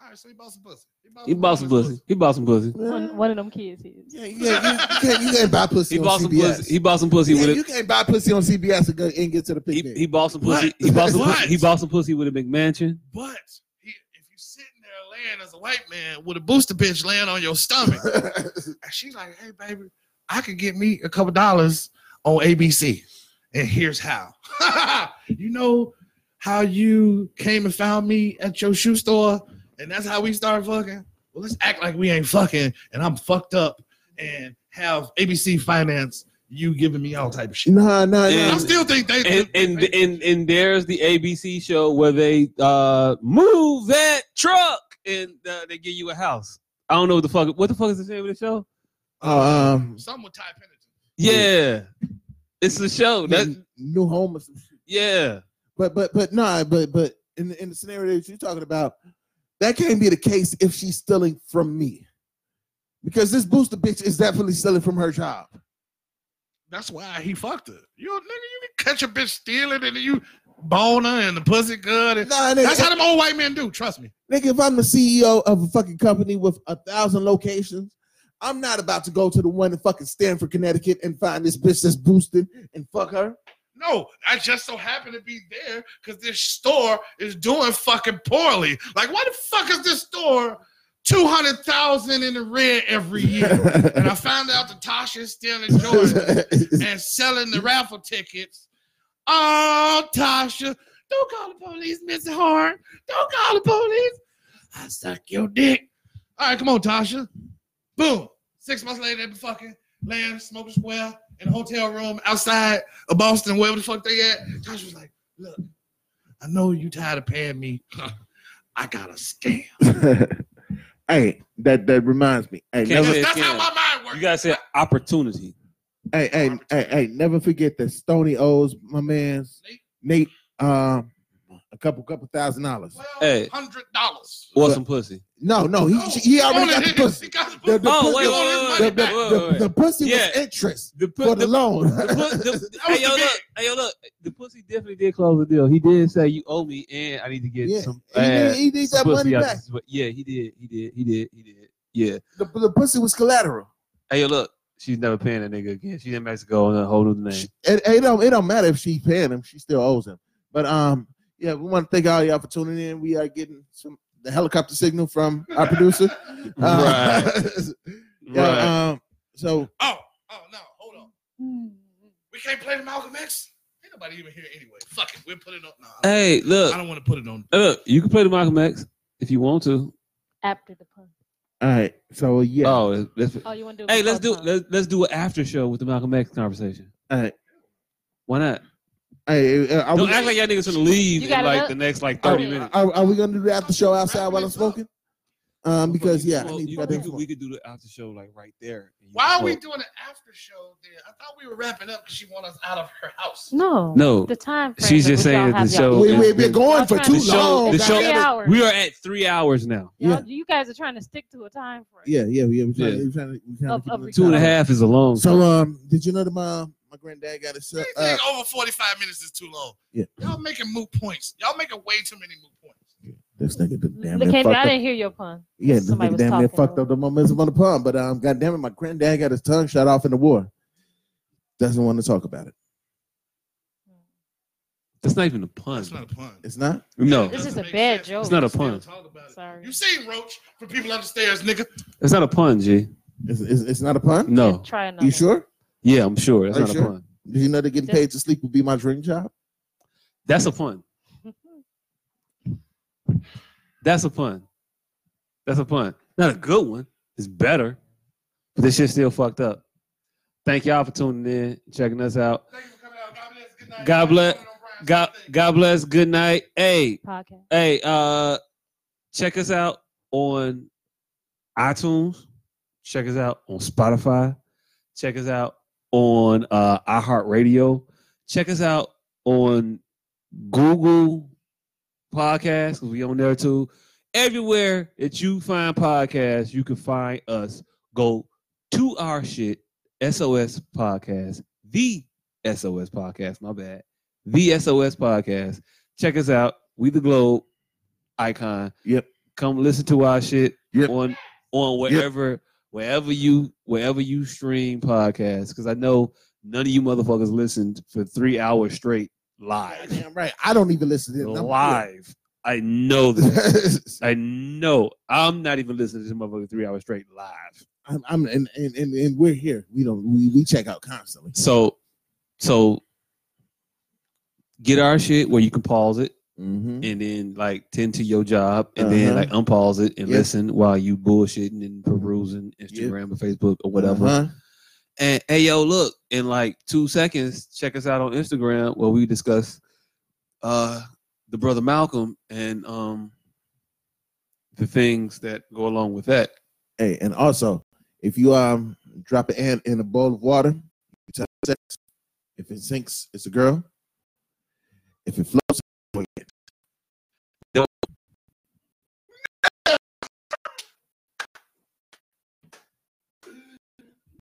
All right, so he bought some pussy. He bought some pussy. He bought some pussy. One, one of them kids is. Yeah, you, can't, you, you can't, you can't buy pussy He on bought some CBS. pussy. He bought some pussy yeah, with you it. can't buy pussy on CBS and, go, and get to the He, picnic. he bought some pussy. What? He bought some What? pussy. He bought some pussy with a McMansion. But he, if you sitting there laying as a white man with a booster bitch laying on your stomach, and she's like, "Hey, baby, I could get me a couple dollars on ABC, and here's how. <laughs> you know how you came and found me at your shoe store, and that's how we started fucking. Well, let's act like we ain't fucking, and I'm fucked up, and have ABC finance you giving me all type of <laughs> shit. nah, nah, I And- nah. still think they And and and and there's the ABC show where they uh move that truck and uh, they give you a house. I don't know what the fuck. What the fuck is the name of the show? Uh, um, some with Ty Pennington. Yeah, Mm-hmm. it's a show. That new home or some shit. yeah. But but but nah, but but in the, in the scenario that you're talking about, that can't be the case if she's stealing from me, because this booster bitch is definitely stealing from her job. That's why he fucked her. You a nigga, you can catch a bitch stealing and you bone her and the pussy good. And Nah, nigga, that's how them old white men do. Trust me. nigga, if I'm the CEO of a fucking company with a thousand locations, I'm not about to go to the one in fucking Stanford, Connecticut, and find this bitch that's boosting and fuck her. No, I just so happen to be there because this store is doing fucking poorly. Like, why the fuck is this store two hundred thousand in the red every year? <laughs> and I found out that Tasha is still enjoying it and selling the raffle tickets. Oh, Tasha, don't call the police, Mrs. Hart. Don't call the police. I suck your dick. All right, come on, Tasha. Boom. Six months later, they been fucking laying, smoking square in a hotel room outside of Boston, wherever the fuck they at. Tasha was like, look, I know you tired of paying me. <laughs> I got a scam. hey, that that reminds me. Hey, Can't never, say That's how scam. my mind works. You gotta say opportunity. hey, hey, hey, hey, never forget that Stony owes my man's Nate um a couple couple thousand dollars. Hey. hundred dollars. Or some pussy. No, no, he he already got the pussy. The, the, Oh, pussy- wait, the, <laughs> wait, wait, the- wait, the- wait, wait. the pussy was Yeah. interest The, for the, loan. <laughs> The pu- the- was hey, yo, the bit. look, hey, yo, look. The pussy definitely did close the deal. He did say you owe me, and I need to get Yeah. some. He uh, need- he needs some that money pussy out back. this- but yeah, he did. He did. He did. He did. Yeah. The, the pussy was collateral. Hey, yo, look. She's never paying that nigga again. She's in Mexico on a whole new name. It, it don't it don't matter if she paying him, she still owes him. But um, yeah, we want to thank all y'all for tuning in. We are getting some the helicopter signal from our producer. Uh, <laughs> yeah, um, so Oh, oh no, hold on. We can't play the Malcolm X. Ain't nobody even here anyway. Fuck it, we'll put it on. No, I- Hey, I look. don't want to put it on. Look, you can play the Malcolm X if you want to. After the pun. all right, so yeah, Oh, that's, Oh, you want to do it hey, let's do before the pun? let's, let's do an after show with the Malcolm X conversation. all right. Why not? Hey, uh, are, Don't we, act like y'all niggas gonna leave You in gotta like look. the next like are, thirty minutes. are- are we gonna do the after show outside while I'm smoking? Um, because yeah, I Well, need you- to we, goddamn could, smoke. we could do the after show like right there. and you Why can are we smoke. doing an after show then? I thought we were wrapping up because she want us out of her house. No. No. The time frame. She's that just we y'all saying the have y'all- show we, is- we've been going Y'all for trying too to- The show- long. the It's show- three goddamn it. hours. We are at three hours now. Y'all- Yeah. You guys are trying to stick to a time frame. Yeah, yeah, yeah. We're trying, Yeah. We're trying to, we're trying to Up- keep up it we Two and a inside. half is a long. So um, did you know that my my granddad got his Anything uh, over 45 minutes is too long. Yeah. Y'all making moot points. Y'all making way too many moot points. This nigga the damn Look, near Kate, fucked I up. didn't hear your pun. Yeah, this Somebody nigga was damn near talking fucked to up the momentum on the pump. But um, goddamn it, my granddad got his tongue shot off in the war. Doesn't want to talk about it. That's not even a pun. That's not a pun. It's not. No, This is a Doesn't make bad sense. joke. It's not a Still pun. talk about it. Sorry. You seen Roach from people upstairs, nigga. that's not a pun, G. It's, it's, it's not a pun. No. Try another. You sure? Yeah, I'm sure. That's Are you not a sure? pun. Do you know that getting paid to sleep would be my dream job? That's a pun. That's a pun. That's a pun. Not a good one. It's better. But this shit's still fucked up. Thank y'all for tuning in, checking us out. Thank you for coming out. God bless. Good night. God bless- God, God bless. Good night. Hey, <laughs> podcast. hey, uh, check us out on iTunes. Check us out on Spotify. Check us out on uh, iHeartRadio. Check us out on Google Podcasts 'cause we on there too. Everywhere that you find podcasts, you can find us. Go to our shit, SOS Podcast, the SOS Podcast. My bad, the SOS Podcast. Check us out. We the Globe icon. Yep. Come listen to our shit Yep. on on wherever wherever you wherever you stream podcasts. Because I know none of you motherfuckers listened for three hours straight live. Goddamn right. I don't even listen to them. I'm- Live. I know that. I know. I'm not even listening to this motherfucker three hours straight live. <laughs> I'm, I'm and, and, and, and we're here. We don't we, we check out constantly. So, so get our shit where you can pause it Mm-hmm. and then like tend to your job and then Uh-huh. like unpause it and Yep. listen while you bullshitting and perusing Instagram or Facebook or whatever. Uh-huh. And hey, yo, look, in like two seconds, check us out on Instagram where we discuss uh the brother Malcolm and um the things that go along with that. Hey, and also, if you um drop an ant in a bowl of water, you tell sex. If it sinks, it's a girl. If it floats,